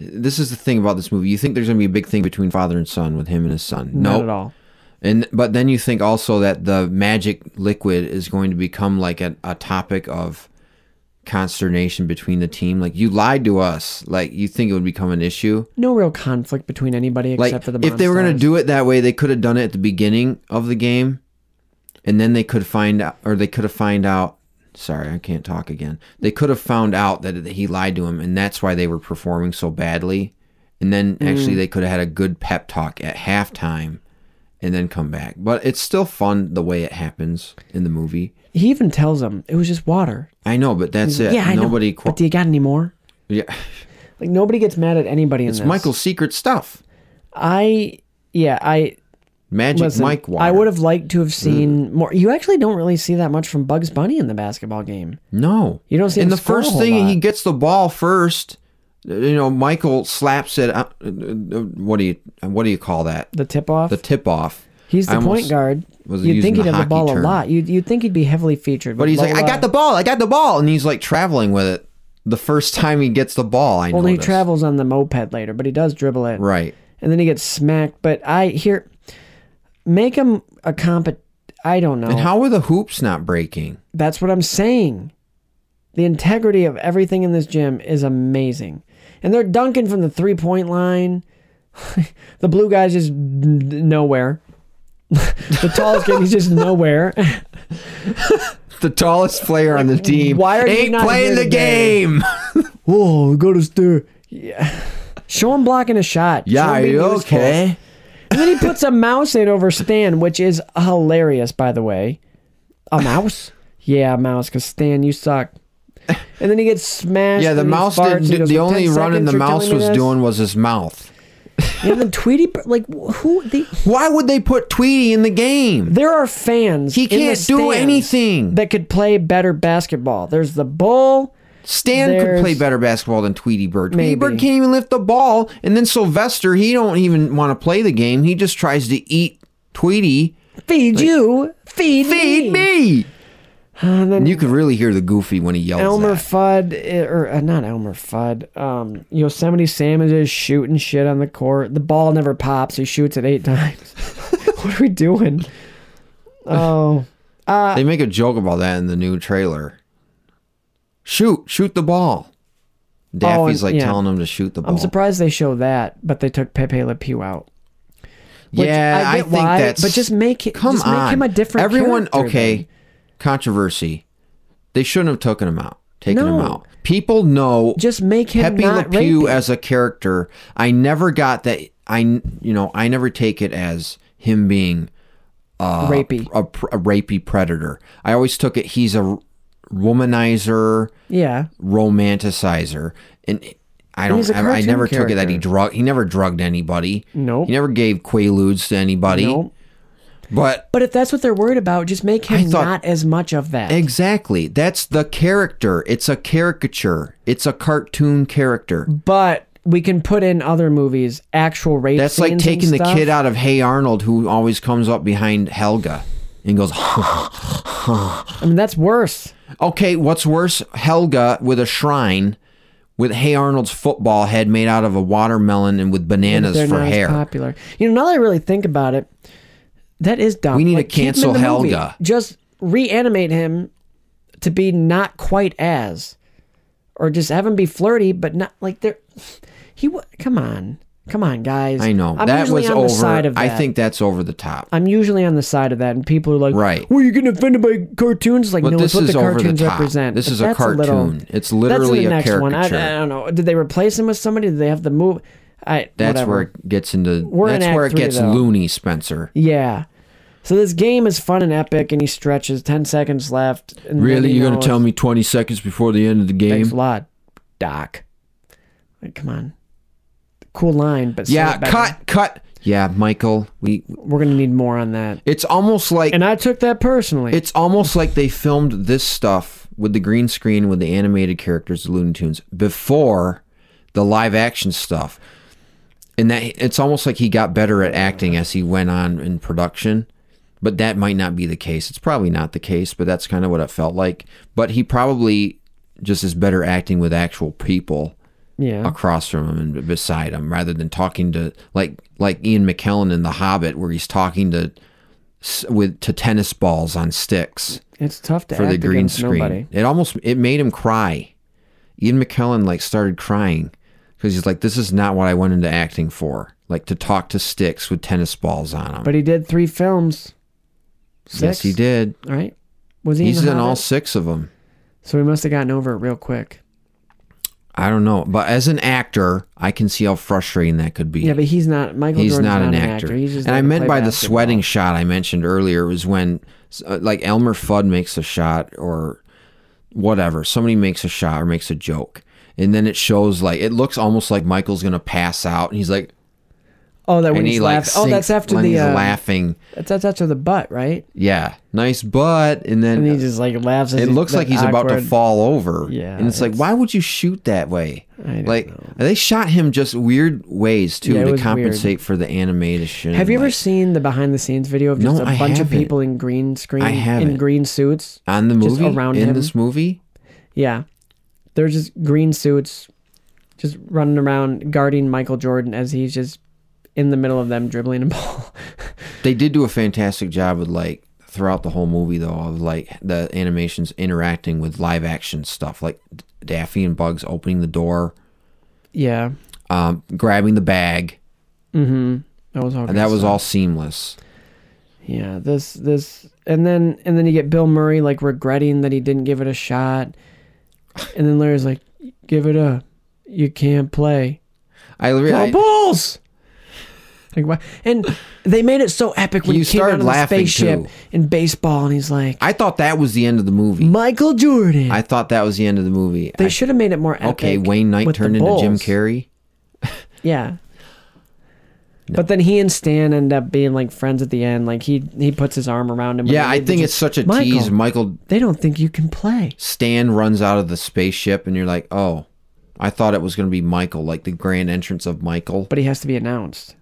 [SPEAKER 2] this is the thing about this movie. You think there's going to be a big thing between father and son with him and his son. No,
[SPEAKER 1] Not at all.
[SPEAKER 2] And but then you think also that the magic liquid is going to become like a, a topic of consternation between the team. Like you lied to us. Like you think it would become an issue.
[SPEAKER 1] No real conflict between anybody except
[SPEAKER 2] Like
[SPEAKER 1] for the.
[SPEAKER 2] if they were going to
[SPEAKER 1] Monstars.
[SPEAKER 2] do it that way, they could have done it at the beginning of the game, and then they could find out, or they could have find out. Sorry, I can't talk again. They could have found out that he lied to him, and that's why they were performing so badly. And then
[SPEAKER 1] Hmm.
[SPEAKER 2] actually, they could have had a good pep talk at halftime, and then come back. But it's still fun the way it happens in the movie.
[SPEAKER 1] he even tells them it was just water.
[SPEAKER 2] I know, but that's it.
[SPEAKER 1] Yeah, I
[SPEAKER 2] Nobody.
[SPEAKER 1] know.
[SPEAKER 2] qua-
[SPEAKER 1] but do you got any more?
[SPEAKER 2] yeah,
[SPEAKER 1] Like nobody gets mad at anybody in
[SPEAKER 2] it's
[SPEAKER 1] this.
[SPEAKER 2] Michael's secret stuff.
[SPEAKER 1] I yeah I
[SPEAKER 2] Magic
[SPEAKER 1] Listen,
[SPEAKER 2] Mike. Water. Mm.
[SPEAKER 1] I would have liked to have seen more. You actually don't really see that much from Bugs Bunny in the basketball game.
[SPEAKER 2] No,
[SPEAKER 1] You don't see him
[SPEAKER 2] And the
[SPEAKER 1] score a
[SPEAKER 2] first
[SPEAKER 1] whole
[SPEAKER 2] thing
[SPEAKER 1] lot.
[SPEAKER 2] he gets the ball first. You know, Michael slaps it. Out, uh, uh, what do you what do you call that?
[SPEAKER 1] The tip off.
[SPEAKER 2] The tip off.
[SPEAKER 1] he's the
[SPEAKER 2] I almost
[SPEAKER 1] point guard.
[SPEAKER 2] was
[SPEAKER 1] you'd
[SPEAKER 2] using
[SPEAKER 1] think
[SPEAKER 2] the
[SPEAKER 1] he'd have the
[SPEAKER 2] hockey
[SPEAKER 1] ball
[SPEAKER 2] term.
[SPEAKER 1] a lot. You'd, you'd think he'd be heavily featured.
[SPEAKER 2] But he's like, I
[SPEAKER 1] Lola-
[SPEAKER 2] got the ball, I got the ball, and he's like traveling with it. The first time he gets the ball, I know.
[SPEAKER 1] Well, he travels on the moped later, but he does dribble it,
[SPEAKER 2] Right.
[SPEAKER 1] and then he gets smacked. But I here make him a compet. I don't know.
[SPEAKER 2] And how were the hoops not breaking?
[SPEAKER 1] That's what I'm saying. The integrity of everything in this gym is amazing. And they're dunking from the three point line. the blue guy's just n- nowhere. the tallest kid, he's just nowhere.
[SPEAKER 2] The tallest player on the team
[SPEAKER 1] Why are you
[SPEAKER 2] ain't
[SPEAKER 1] not
[SPEAKER 2] playing
[SPEAKER 1] here
[SPEAKER 2] the
[SPEAKER 1] today?
[SPEAKER 2] game.
[SPEAKER 1] Whoa, go to stir. Yeah. Show him blocking a shot.
[SPEAKER 2] Yeah,
[SPEAKER 1] Show him
[SPEAKER 2] are
[SPEAKER 1] being
[SPEAKER 2] you
[SPEAKER 1] useful.
[SPEAKER 2] okay?
[SPEAKER 1] And then he puts a mouse in over Stan, which is hilarious, by the way. A mouse? yeah, a mouse, because Stan, you suck. And then he gets smashed.
[SPEAKER 2] Yeah, the
[SPEAKER 1] and he
[SPEAKER 2] mouse
[SPEAKER 1] farts and
[SPEAKER 2] did
[SPEAKER 1] he goes,
[SPEAKER 2] not the
[SPEAKER 1] "For 10
[SPEAKER 2] only running the
[SPEAKER 1] seconds, you're telling
[SPEAKER 2] mouse
[SPEAKER 1] me
[SPEAKER 2] was
[SPEAKER 1] this?"
[SPEAKER 2] doing was his mouth.
[SPEAKER 1] And then Tweety, like who? The,
[SPEAKER 2] Why would they put Tweety in the game?
[SPEAKER 1] there are fans.
[SPEAKER 2] He
[SPEAKER 1] in the
[SPEAKER 2] can't do
[SPEAKER 1] stands
[SPEAKER 2] anything.
[SPEAKER 1] that could play better basketball. There's the bull.
[SPEAKER 2] Stan could
[SPEAKER 1] There's-
[SPEAKER 2] play better basketball than Tweety Bird. Tweety
[SPEAKER 1] Maybe.
[SPEAKER 2] Bird can't even lift the ball, and then Sylvester, he don't even want to play the game. He just tries to eat Tweety.
[SPEAKER 1] Feed you, feed,
[SPEAKER 2] Feed me.
[SPEAKER 1] And Uh, then
[SPEAKER 2] And you could really hear the Goofy when he yells.
[SPEAKER 1] Elmer
[SPEAKER 2] that.
[SPEAKER 1] Fudd, eh, or uh, not Elmer Fudd. Um, Yosemite Sam is just shooting shit on the court. The ball never pops. He shoots it eight times. what are we doing? Oh,
[SPEAKER 2] they make a joke about that in the new trailer. Shoot, shoot the ball. Daffy's like
[SPEAKER 1] Oh, yeah.
[SPEAKER 2] telling him to shoot the ball.
[SPEAKER 1] I'm surprised they show that, but they took Pepe Le Pew out. Which
[SPEAKER 2] yeah,
[SPEAKER 1] I get
[SPEAKER 2] think
[SPEAKER 1] why,
[SPEAKER 2] that's.
[SPEAKER 1] but just make it.
[SPEAKER 2] Come
[SPEAKER 1] just
[SPEAKER 2] on,
[SPEAKER 1] make him a different.
[SPEAKER 2] Everyone,
[SPEAKER 1] character
[SPEAKER 2] okay.
[SPEAKER 1] then.
[SPEAKER 2] Controversy. They shouldn't have taken him out. Taken him
[SPEAKER 1] No.
[SPEAKER 2] out. People know.
[SPEAKER 1] Just make him
[SPEAKER 2] Pepe
[SPEAKER 1] not
[SPEAKER 2] Le Pew
[SPEAKER 1] rapey.
[SPEAKER 2] as a character. I never got that. I you know I never take it as him being Uh,
[SPEAKER 1] rapey.
[SPEAKER 2] a, pr- a rapey predator. I always took it he's a womanizer,
[SPEAKER 1] Yeah,
[SPEAKER 2] romanticizer, and I don't.
[SPEAKER 1] he's a
[SPEAKER 2] ever- I
[SPEAKER 1] cartoon
[SPEAKER 2] never took it that he
[SPEAKER 1] character.
[SPEAKER 2] drug. He never drugged anybody.
[SPEAKER 1] Nope.
[SPEAKER 2] He never gave quaaludes to anybody.
[SPEAKER 1] Nope.
[SPEAKER 2] But
[SPEAKER 1] but if that's what they're worried about, just make
[SPEAKER 2] I
[SPEAKER 1] him
[SPEAKER 2] thought-
[SPEAKER 1] not as much of that.
[SPEAKER 2] Exactly. That's the character. It's a caricature. It's a cartoon character.
[SPEAKER 1] but we can put in other movies actual rape.
[SPEAKER 2] That's like
[SPEAKER 1] scenes and
[SPEAKER 2] taking the
[SPEAKER 1] stuff.
[SPEAKER 2] kid out of Hey Arnold, who always comes up behind Helga and goes,
[SPEAKER 1] I mean, that's worse.
[SPEAKER 2] okay, what's worse? Helga with a shrine with Hey Arnold's football head made out of a watermelon and with bananas
[SPEAKER 1] They're
[SPEAKER 2] for
[SPEAKER 1] not
[SPEAKER 2] hair.
[SPEAKER 1] as popular. You know, now that I really think about it, that is dumb.
[SPEAKER 2] We need
[SPEAKER 1] Like,
[SPEAKER 2] to
[SPEAKER 1] keep him in
[SPEAKER 2] cancel
[SPEAKER 1] the movie.
[SPEAKER 2] Helga.
[SPEAKER 1] Just reanimate him to be not quite as, or just have him be flirty, but not like they're. He wa- come on, come on, guys.
[SPEAKER 2] I know.
[SPEAKER 1] I'm
[SPEAKER 2] that
[SPEAKER 1] usually
[SPEAKER 2] was
[SPEAKER 1] on
[SPEAKER 2] over.
[SPEAKER 1] The side of
[SPEAKER 2] I
[SPEAKER 1] that.
[SPEAKER 2] think that's over the top.
[SPEAKER 1] I'm usually on the side of that, and people are like,
[SPEAKER 2] Right.
[SPEAKER 1] Well, you're getting offended by cartoons. Like,
[SPEAKER 2] But
[SPEAKER 1] no,
[SPEAKER 2] this
[SPEAKER 1] it's what
[SPEAKER 2] is
[SPEAKER 1] the
[SPEAKER 2] over
[SPEAKER 1] cartoons
[SPEAKER 2] the top.
[SPEAKER 1] represent.
[SPEAKER 2] This
[SPEAKER 1] But
[SPEAKER 2] is a
[SPEAKER 1] that's little-
[SPEAKER 2] cartoon. It's
[SPEAKER 1] that's in
[SPEAKER 2] literally
[SPEAKER 1] the
[SPEAKER 2] a
[SPEAKER 1] next One. I,
[SPEAKER 2] caricature.
[SPEAKER 1] I don't know. Did they replace him with somebody? Did they have the move? I,
[SPEAKER 2] That's
[SPEAKER 1] whatever.
[SPEAKER 2] where it gets into.
[SPEAKER 1] We're in
[SPEAKER 2] that's
[SPEAKER 1] Act
[SPEAKER 2] where it
[SPEAKER 1] Three,
[SPEAKER 2] gets
[SPEAKER 1] though.
[SPEAKER 2] loony, Spencer.
[SPEAKER 1] Yeah. So this game is fun and epic, and he stretches. Ten seconds left. And then
[SPEAKER 2] Really,
[SPEAKER 1] he
[SPEAKER 2] you're gonna
[SPEAKER 1] knows-
[SPEAKER 2] tell me 20 seconds before the end of the game?
[SPEAKER 1] Thanks a lot, Doc. Like, come on. Cool line, but say
[SPEAKER 2] yeah,
[SPEAKER 1] it better.
[SPEAKER 2] cut, cut. Yeah, Michael. We.
[SPEAKER 1] We're gonna need more on that.
[SPEAKER 2] It's almost like
[SPEAKER 1] And I took that personally.
[SPEAKER 2] It's almost like they filmed this stuff with the green screen with the animated characters, the Looney Tunes, before the live action stuff. And that it's almost like he got better at acting as he went on in production. But that might not be the case. It's probably not the case, but that's kind of what it felt like. But he probably just is better acting with actual people
[SPEAKER 1] yeah.
[SPEAKER 2] across from him and beside him rather than talking to like like Ian McKellen in The Hobbit where he's talking to s- with to tennis balls on sticks
[SPEAKER 1] It's tough to
[SPEAKER 2] for
[SPEAKER 1] act
[SPEAKER 2] the green
[SPEAKER 1] against
[SPEAKER 2] screen.
[SPEAKER 1] nobody.
[SPEAKER 2] It almost it made him cry. Ian McKellen like started crying because he's like, "This is not what I went into acting for." Like to talk to sticks with tennis balls on them.
[SPEAKER 1] But he did three films. Six?
[SPEAKER 2] yes, he did.
[SPEAKER 1] All right. Was he?
[SPEAKER 2] he's
[SPEAKER 1] in, The
[SPEAKER 2] in all
[SPEAKER 1] Hobbit?
[SPEAKER 2] six of them.
[SPEAKER 1] So we must have gotten over it real quick.
[SPEAKER 2] I don't know, but as an actor, I can see how frustrating that could be.
[SPEAKER 1] Yeah, but he's not. Michael
[SPEAKER 2] he's
[SPEAKER 1] Jordan's
[SPEAKER 2] not an actor.
[SPEAKER 1] He's just
[SPEAKER 2] and
[SPEAKER 1] there
[SPEAKER 2] I
[SPEAKER 1] to
[SPEAKER 2] meant
[SPEAKER 1] play
[SPEAKER 2] by the
[SPEAKER 1] basketball.
[SPEAKER 2] sweating shot I mentioned earlier was when, uh, like Elmer Fudd makes a shot or whatever, somebody makes a shot or makes a joke, and then it shows like it looks almost like Michael's gonna pass out, and he's like,
[SPEAKER 1] Oh, that when
[SPEAKER 2] and
[SPEAKER 1] he's
[SPEAKER 2] he like,
[SPEAKER 1] laughing. Oh,
[SPEAKER 2] sinks-
[SPEAKER 1] that's after
[SPEAKER 2] when
[SPEAKER 1] the
[SPEAKER 2] he's
[SPEAKER 1] uh,
[SPEAKER 2] laughing,
[SPEAKER 1] That's, that's after the butt, right?
[SPEAKER 2] yeah, nice butt, and then
[SPEAKER 1] And he just like laughs. As
[SPEAKER 2] it looks
[SPEAKER 1] that
[SPEAKER 2] like he's about to
[SPEAKER 1] awkward-
[SPEAKER 2] fall over.
[SPEAKER 1] Yeah,
[SPEAKER 2] and it's, like,
[SPEAKER 1] it's-
[SPEAKER 2] why would you shoot that way?
[SPEAKER 1] don't
[SPEAKER 2] like they shot him just weird ways too
[SPEAKER 1] Yeah, it
[SPEAKER 2] to
[SPEAKER 1] was weird.
[SPEAKER 2] compensate for the animation.
[SPEAKER 1] Have you ever
[SPEAKER 2] like,
[SPEAKER 1] seen the behind the scenes video of just
[SPEAKER 2] No,
[SPEAKER 1] a
[SPEAKER 2] I
[SPEAKER 1] bunch of
[SPEAKER 2] haven't.
[SPEAKER 1] people in green screen
[SPEAKER 2] I haven't.
[SPEAKER 1] in green suits?
[SPEAKER 2] on the
[SPEAKER 1] just
[SPEAKER 2] movie
[SPEAKER 1] around
[SPEAKER 2] in
[SPEAKER 1] him?
[SPEAKER 2] this movie?
[SPEAKER 1] Yeah. They're just green suits just running around guarding Michael Jordan as he's just in the middle of them dribbling a ball.
[SPEAKER 2] They did do a fantastic job with like throughout the whole movie though of like the animations interacting with live action stuff like D- Daffy and Bugs opening the door,
[SPEAKER 1] yeah.
[SPEAKER 2] um, grabbing the bag,
[SPEAKER 1] That was all
[SPEAKER 2] and
[SPEAKER 1] good
[SPEAKER 2] that was
[SPEAKER 1] stuff.
[SPEAKER 2] all seamless.
[SPEAKER 1] Yeah, this this and then and then you get Bill Murray like regretting that he didn't give it a shot. And then Larry's like, "Give it up. You can't play."
[SPEAKER 2] I
[SPEAKER 1] Go
[SPEAKER 2] really
[SPEAKER 1] Bulls! Like why? And they made it so epic when
[SPEAKER 2] You
[SPEAKER 1] he came
[SPEAKER 2] started
[SPEAKER 1] out of the
[SPEAKER 2] laughing,
[SPEAKER 1] spaceship
[SPEAKER 2] too.
[SPEAKER 1] in baseball, and he's like,
[SPEAKER 2] I thought that was the end of the movie.
[SPEAKER 1] "Michael Jordan."
[SPEAKER 2] I thought that was the end of the movie.
[SPEAKER 1] they
[SPEAKER 2] I-
[SPEAKER 1] should have made it more epic.
[SPEAKER 2] okay, Wayne Knight
[SPEAKER 1] with the
[SPEAKER 2] turned into Jim
[SPEAKER 1] Bulls.
[SPEAKER 2] Carrey.
[SPEAKER 1] Yeah. But then he and Stan end up being like friends at the end. Like he he puts his arm around him. when
[SPEAKER 2] Yeah,
[SPEAKER 1] they
[SPEAKER 2] I
[SPEAKER 1] leave.
[SPEAKER 2] think
[SPEAKER 1] They're
[SPEAKER 2] it's
[SPEAKER 1] just,
[SPEAKER 2] such a
[SPEAKER 1] Michael,
[SPEAKER 2] tease. Michael
[SPEAKER 1] They don't think you can play.
[SPEAKER 2] Stan runs out of the spaceship, and you're like, oh, I thought it was going to be Michael, like the grand entrance of Michael.
[SPEAKER 1] but he has to be announced.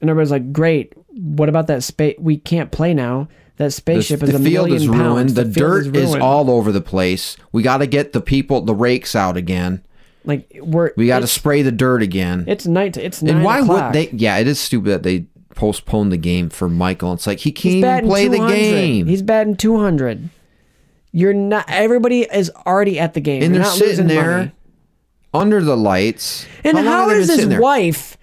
[SPEAKER 1] And everybody's like, "Great, what about that space? We can't play now. That spaceship is a
[SPEAKER 2] field
[SPEAKER 1] million
[SPEAKER 2] is ruined.
[SPEAKER 1] pounds.
[SPEAKER 2] The,
[SPEAKER 1] field
[SPEAKER 2] dirt is,
[SPEAKER 1] ruined.
[SPEAKER 2] all over the place. We got to get the people, the rakes out again.
[SPEAKER 1] like we're
[SPEAKER 2] We got to
[SPEAKER 1] it's-
[SPEAKER 2] spray the dirt again.
[SPEAKER 1] It's night. It's nine
[SPEAKER 2] and why
[SPEAKER 1] o'clock.
[SPEAKER 2] would they? Yeah, it is stupid that they postponed the game for Michael. It's like he can't
[SPEAKER 1] He's
[SPEAKER 2] even
[SPEAKER 1] batting
[SPEAKER 2] play the
[SPEAKER 1] 200.
[SPEAKER 2] game.
[SPEAKER 1] He's batting two hundred. You're not. Everybody is already at the game.
[SPEAKER 2] and
[SPEAKER 1] You're
[SPEAKER 2] they're
[SPEAKER 1] not
[SPEAKER 2] sitting
[SPEAKER 1] losing
[SPEAKER 2] there
[SPEAKER 1] money.
[SPEAKER 2] under the lights.
[SPEAKER 1] And
[SPEAKER 2] How long
[SPEAKER 1] how
[SPEAKER 2] have they
[SPEAKER 1] does
[SPEAKER 2] been
[SPEAKER 1] his
[SPEAKER 2] sitting there?
[SPEAKER 1] wife?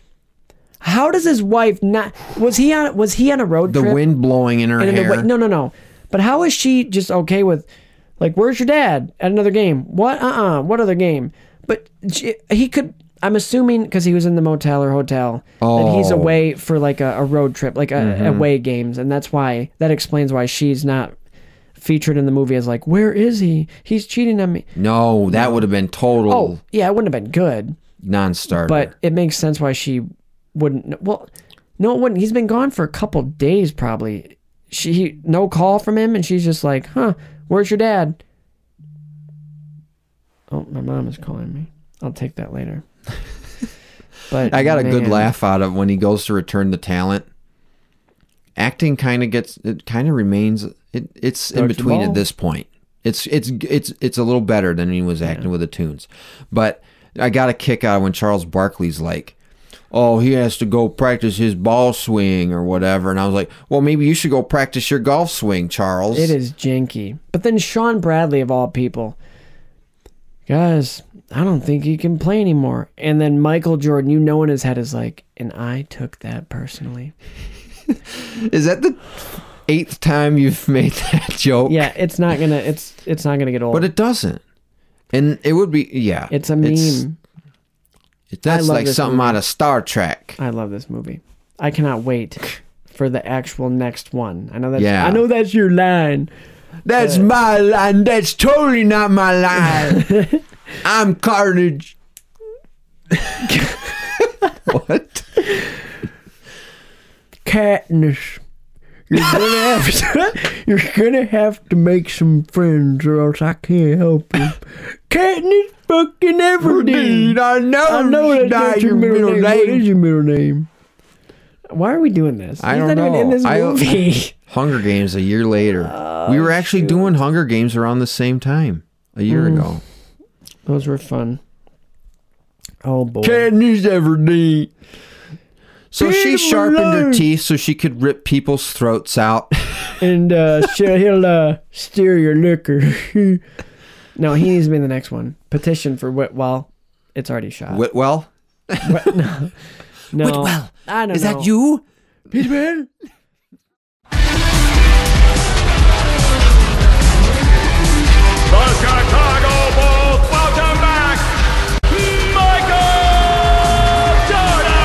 [SPEAKER 1] How does his wife not? Was he on? Was he on a road
[SPEAKER 2] The
[SPEAKER 1] trip?
[SPEAKER 2] wind blowing in her
[SPEAKER 1] And in
[SPEAKER 2] hair.
[SPEAKER 1] the wa- no, no, no. But how is she just okay with, like, where's your dad at another game? What? Uh uh What other game? But she, he could, I'm assuming, because he was in the motel or hotel, that he's
[SPEAKER 2] Oh. Mm-hmm.
[SPEAKER 1] away for like a, a road trip, like a, away games. And that's why, that explains why she's not featured in the movie as, like, where is he? He's cheating on me.
[SPEAKER 2] No, that would have been total
[SPEAKER 1] Oh, yeah, it wouldn't have been good,
[SPEAKER 2] non-starter.
[SPEAKER 1] but it makes sense why she wouldn't. kn- Well, no, it wouldn't. He's been gone for a couple days, probably. She he, no call from him, and she's just like, "Huh, where's your dad?" Oh, my mom is calling me. I'll take that later. But
[SPEAKER 2] I got a good
[SPEAKER 1] man,
[SPEAKER 2] laugh out of when he goes to return the talent. Acting kind of gets it kind of remains it it's in
[SPEAKER 1] Dodgeball?
[SPEAKER 2] between at this point. It's it's it's it's a little better than he was acting with the tunes. But I got a kick out of when Charles Barkley's like Oh, he has to go practice his ball swing or whatever. And I was like, well, maybe you should go practice your golf swing, Charles.
[SPEAKER 1] It is janky. But then Sean Bradley, of all people, guys, I don't think he can play anymore. And then Michael Jordan, you know, in his head is like, and I took that personally.
[SPEAKER 2] Is that the eighth time you've made that joke?
[SPEAKER 1] Yeah, it's not gonna. It's it's not gonna get old.
[SPEAKER 2] But it doesn't. And it would be, yeah.
[SPEAKER 1] it's a meme.
[SPEAKER 2] It's,
[SPEAKER 1] It's,
[SPEAKER 2] That's
[SPEAKER 1] love
[SPEAKER 2] like
[SPEAKER 1] this
[SPEAKER 2] something
[SPEAKER 1] movie.
[SPEAKER 2] out of Star Trek.
[SPEAKER 1] I love this movie. I cannot wait for the actual next one. I know that's
[SPEAKER 2] Yeah.
[SPEAKER 1] I know that's your line.
[SPEAKER 2] That's my line. That's totally not my line. I'm Carnage. what?
[SPEAKER 1] Katniss. You're gonna have to, you're gonna have to make some friends, or else I can't help you. Katniss fucking Everdeen.
[SPEAKER 2] Indeed, I know.
[SPEAKER 1] I know that's
[SPEAKER 2] it's
[SPEAKER 1] not your middle name. What is your middle name? Why are we doing this?
[SPEAKER 2] I
[SPEAKER 1] He's
[SPEAKER 2] don't
[SPEAKER 1] not
[SPEAKER 2] know.
[SPEAKER 1] even in this
[SPEAKER 2] I-
[SPEAKER 1] movie.
[SPEAKER 2] Hunger Games a year later.
[SPEAKER 1] Ah,
[SPEAKER 2] we were actually doing Hunger Games around the same time a year
[SPEAKER 1] Mm.
[SPEAKER 2] ago.
[SPEAKER 1] Those were fun. Oh boy.
[SPEAKER 2] Katniss Everdeen. So she
[SPEAKER 1] Leave him
[SPEAKER 2] sharpened her
[SPEAKER 1] alone.
[SPEAKER 2] teeth so she could rip people's throats out.
[SPEAKER 1] and uh, she'll, he'll uh, steer your liquor. no, he needs to be in the next one. Petition for Whit. Well, it's already shot.
[SPEAKER 2] Whitwell?
[SPEAKER 1] no, Whitwell. I don't
[SPEAKER 2] Is
[SPEAKER 1] know.
[SPEAKER 2] that you?
[SPEAKER 5] The Chicago Bulls welcome back Michael Jordan.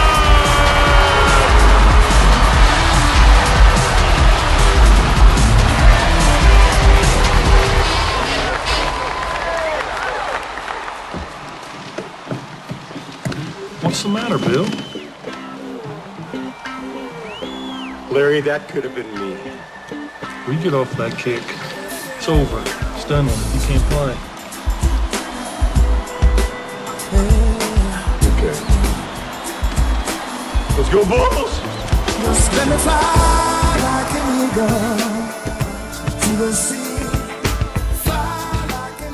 [SPEAKER 11] What's the matter, Bill?
[SPEAKER 10] Larry, that could have been me.
[SPEAKER 11] We get off that kick. It's over. It's done with. You can't play.
[SPEAKER 10] Okay. Let's go, Bulls!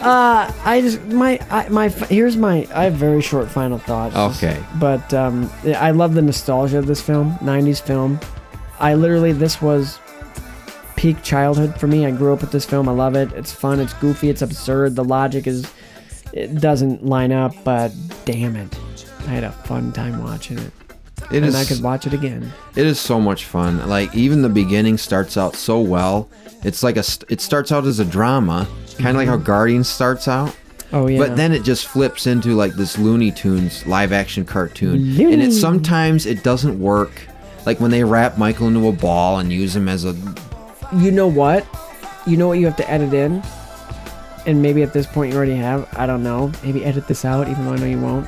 [SPEAKER 1] Uh, I just my I, my here's my I have very short final thoughts.
[SPEAKER 2] Okay.
[SPEAKER 1] but um, I love the nostalgia of this film, '90s film. I literally this was peak childhood for me. I grew up with this film. I love it. It's fun. It's goofy. It's absurd. The logic is it doesn't line up, but damn it, I had a fun time watching it,
[SPEAKER 2] It
[SPEAKER 1] and
[SPEAKER 2] is-
[SPEAKER 1] I could watch it again.
[SPEAKER 2] It is so much fun. Like even the beginning starts out so well. It's like a st- it starts out as a drama, kind of like how Guardians starts out.
[SPEAKER 1] Oh Mm-hmm. yeah.
[SPEAKER 2] But then it just flips into like this Looney Tunes live action cartoon, and it
[SPEAKER 1] Looney.
[SPEAKER 2] sometimes it doesn't work. Like when they wrap Michael into a ball and use him as a
[SPEAKER 1] you know what? You know what you have to edit in? And maybe at this point you already have. I don't know. Maybe edit this out, even though I know you won't.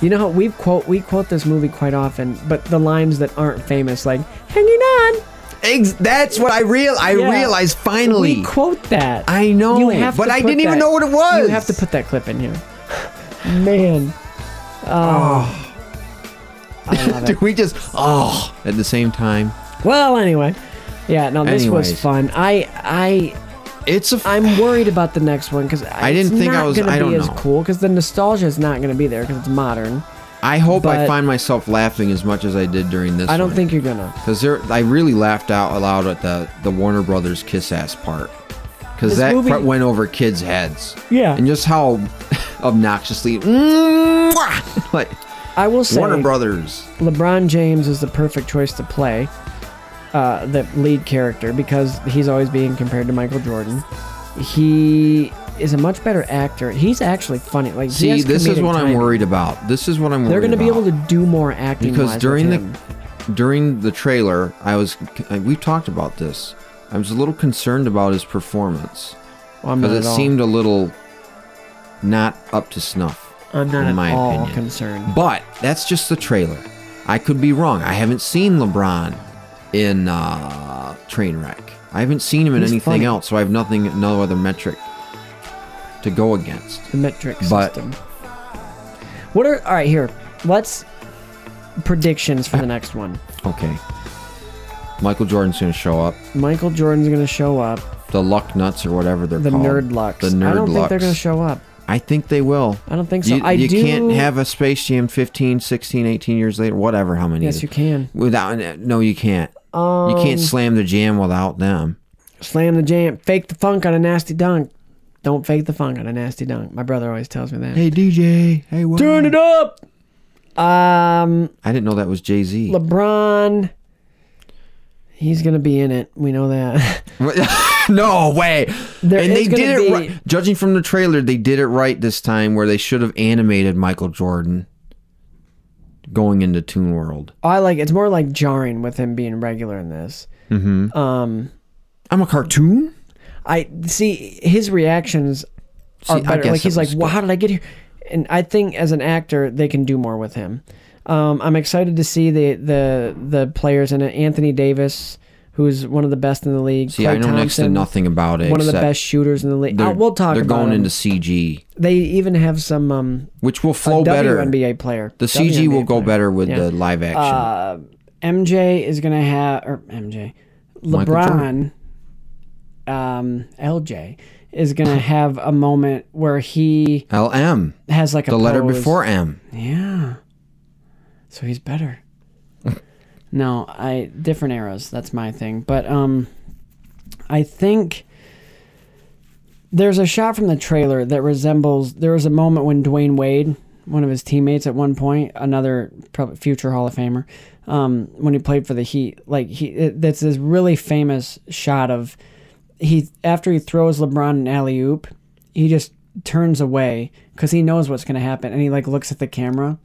[SPEAKER 1] You know how we quote we quote this movie quite often, but the lines that aren't famous, like "hanging on,"
[SPEAKER 2] Ex- that's what I real I
[SPEAKER 1] Yeah.
[SPEAKER 2] realized finally.
[SPEAKER 1] we quote that.
[SPEAKER 2] I know, but
[SPEAKER 1] to
[SPEAKER 2] I
[SPEAKER 1] put
[SPEAKER 2] didn't even
[SPEAKER 1] that-
[SPEAKER 2] know what it was.
[SPEAKER 1] You have to put that clip in here, man. Oh, I love
[SPEAKER 2] Do
[SPEAKER 1] it.
[SPEAKER 2] we just oh at the same time?
[SPEAKER 1] well, anyway, yeah. No, this was
[SPEAKER 2] Anyways.
[SPEAKER 1] fun. I I
[SPEAKER 2] It's a f-
[SPEAKER 1] I'm worried about the next one because I
[SPEAKER 2] didn't think I was-
[SPEAKER 1] Gonna
[SPEAKER 2] I
[SPEAKER 1] be
[SPEAKER 2] don't
[SPEAKER 1] as
[SPEAKER 2] know.
[SPEAKER 1] cool because the nostalgia is not going to be there because it's modern.
[SPEAKER 2] I hope I
[SPEAKER 1] but-
[SPEAKER 2] find myself laughing as much as I did during this.
[SPEAKER 1] I don't
[SPEAKER 2] one.
[SPEAKER 1] think you're gonna.
[SPEAKER 2] Because there, I really laughed out loud at the the Warner Brothers kiss ass part, because
[SPEAKER 1] This
[SPEAKER 2] that
[SPEAKER 1] movie-
[SPEAKER 2] part went over kids' heads.
[SPEAKER 1] Yeah.
[SPEAKER 2] and just how obnoxiously "Mwah!" like
[SPEAKER 1] I will say
[SPEAKER 2] Warner Brothers.
[SPEAKER 1] LeBron James is the perfect choice to play uh, the lead character because he's always being compared to Michael Jordan. He is a much better actor. He's actually funny. Like he
[SPEAKER 2] See,
[SPEAKER 1] has
[SPEAKER 2] this is
[SPEAKER 1] comedic
[SPEAKER 2] what I'm
[SPEAKER 1] timing.
[SPEAKER 2] worried about. This is what I'm
[SPEAKER 1] They're
[SPEAKER 2] worried
[SPEAKER 1] going to be
[SPEAKER 2] about.
[SPEAKER 1] able to do more acting
[SPEAKER 2] because
[SPEAKER 1] wise
[SPEAKER 2] during
[SPEAKER 1] with
[SPEAKER 2] the
[SPEAKER 1] him.
[SPEAKER 2] during the trailer, I was I- we talked about this. I was a little concerned about his performance
[SPEAKER 1] Well, I'm not
[SPEAKER 2] because
[SPEAKER 1] at
[SPEAKER 2] it
[SPEAKER 1] all-
[SPEAKER 2] seemed a little not up to snuff.
[SPEAKER 1] I'm Uh, not
[SPEAKER 2] in
[SPEAKER 1] at
[SPEAKER 2] my
[SPEAKER 1] all
[SPEAKER 2] opinion.
[SPEAKER 1] concerned.
[SPEAKER 2] But that's just the trailer. I could be wrong. I haven't seen LeBron in uh, Trainwreck. I haven't seen him in
[SPEAKER 1] He's
[SPEAKER 2] anything
[SPEAKER 1] funny.
[SPEAKER 2] else, so I have nothing, no other metric to go against.
[SPEAKER 1] the metric
[SPEAKER 2] But-
[SPEAKER 1] system. What are all right here? Let's predictions for the next one.
[SPEAKER 2] Okay. Michael Jordan's gonna show up.
[SPEAKER 1] Michael Jordan's gonna show up.
[SPEAKER 2] The Luck Nuts or whatever they're
[SPEAKER 1] The
[SPEAKER 2] called.
[SPEAKER 1] nerd lucks.
[SPEAKER 2] The Nerd
[SPEAKER 1] I don't think they're
[SPEAKER 2] Lucks.
[SPEAKER 1] gonna show up.
[SPEAKER 2] I think they will.
[SPEAKER 1] I don't think so.
[SPEAKER 2] You,
[SPEAKER 1] I
[SPEAKER 2] you
[SPEAKER 1] do-
[SPEAKER 2] can't have a Space Jam 15, 16, 18 years later, whatever, how many?
[SPEAKER 1] Yes,
[SPEAKER 2] it
[SPEAKER 1] you
[SPEAKER 2] is.
[SPEAKER 1] can.
[SPEAKER 2] Without, no, you can't. you
[SPEAKER 1] Um,
[SPEAKER 2] can't slam the jam without them.
[SPEAKER 1] Slam the jam. Fake the funk on a nasty dunk. Don't fake the funk on a nasty dunk. My brother always tells me that.
[SPEAKER 2] Hey DJ, hey what?
[SPEAKER 1] Turn it up. Um,
[SPEAKER 2] I didn't know that was Jay Z.
[SPEAKER 1] LeBron. He's gonna be in it. We know that.
[SPEAKER 2] no way.
[SPEAKER 1] There
[SPEAKER 2] and they
[SPEAKER 1] is gonna
[SPEAKER 2] did it
[SPEAKER 1] be-
[SPEAKER 2] right. Judging from the trailer, they did it right this time where they should have animated Michael Jordan. going into Toon World.
[SPEAKER 1] I like it's more like jarring with him being regular in this.
[SPEAKER 2] Mm-hmm.
[SPEAKER 1] Um,
[SPEAKER 2] I'm a cartoon.
[SPEAKER 1] I see his reactions are
[SPEAKER 2] See, I
[SPEAKER 1] better.
[SPEAKER 2] guess
[SPEAKER 1] Like he's
[SPEAKER 2] it
[SPEAKER 1] like,
[SPEAKER 2] was
[SPEAKER 1] "Well, how did I get here?" And I think as an actor, they can do more with him. Um, I'm excited to see the the the players in it. Anthony Davis, who's one of the best in the league.
[SPEAKER 2] See,
[SPEAKER 1] Clay
[SPEAKER 2] I know next to
[SPEAKER 1] Thompson,
[SPEAKER 2] nothing about it.
[SPEAKER 1] One of the
[SPEAKER 2] except
[SPEAKER 1] best shooters in the league.
[SPEAKER 2] they're-
[SPEAKER 1] Uh, we'll talk.
[SPEAKER 2] They're
[SPEAKER 1] about
[SPEAKER 2] going
[SPEAKER 1] him.
[SPEAKER 2] into CG,
[SPEAKER 1] They even have some um,
[SPEAKER 2] which will
[SPEAKER 1] a
[SPEAKER 2] flow Oh, better.
[SPEAKER 1] WNBA player.
[SPEAKER 2] The CG will
[SPEAKER 1] WNBA
[SPEAKER 2] go
[SPEAKER 1] player.
[SPEAKER 2] better with
[SPEAKER 1] Yeah.
[SPEAKER 2] the live action.
[SPEAKER 1] Uh, MJ is gonna have or MJ,
[SPEAKER 2] Michael
[SPEAKER 1] LeBron, um, LJ is gonna have a moment where he
[SPEAKER 2] LM
[SPEAKER 1] has like a
[SPEAKER 2] the letter
[SPEAKER 1] pose.
[SPEAKER 2] before M.
[SPEAKER 1] Yeah, so he's better. no, I different arrows. That's my thing. But um, I think there's a shot from the trailer that resembles. There was a moment when Dwayne Wade, one of his teammates at one point, another probably future Hall of Famer, um, when he played for the Heat, like he, it, that's this really famous shot of he after he throws LeBron an alley oop, he just turns away because he knows what's gonna happen, and he like looks at the camera,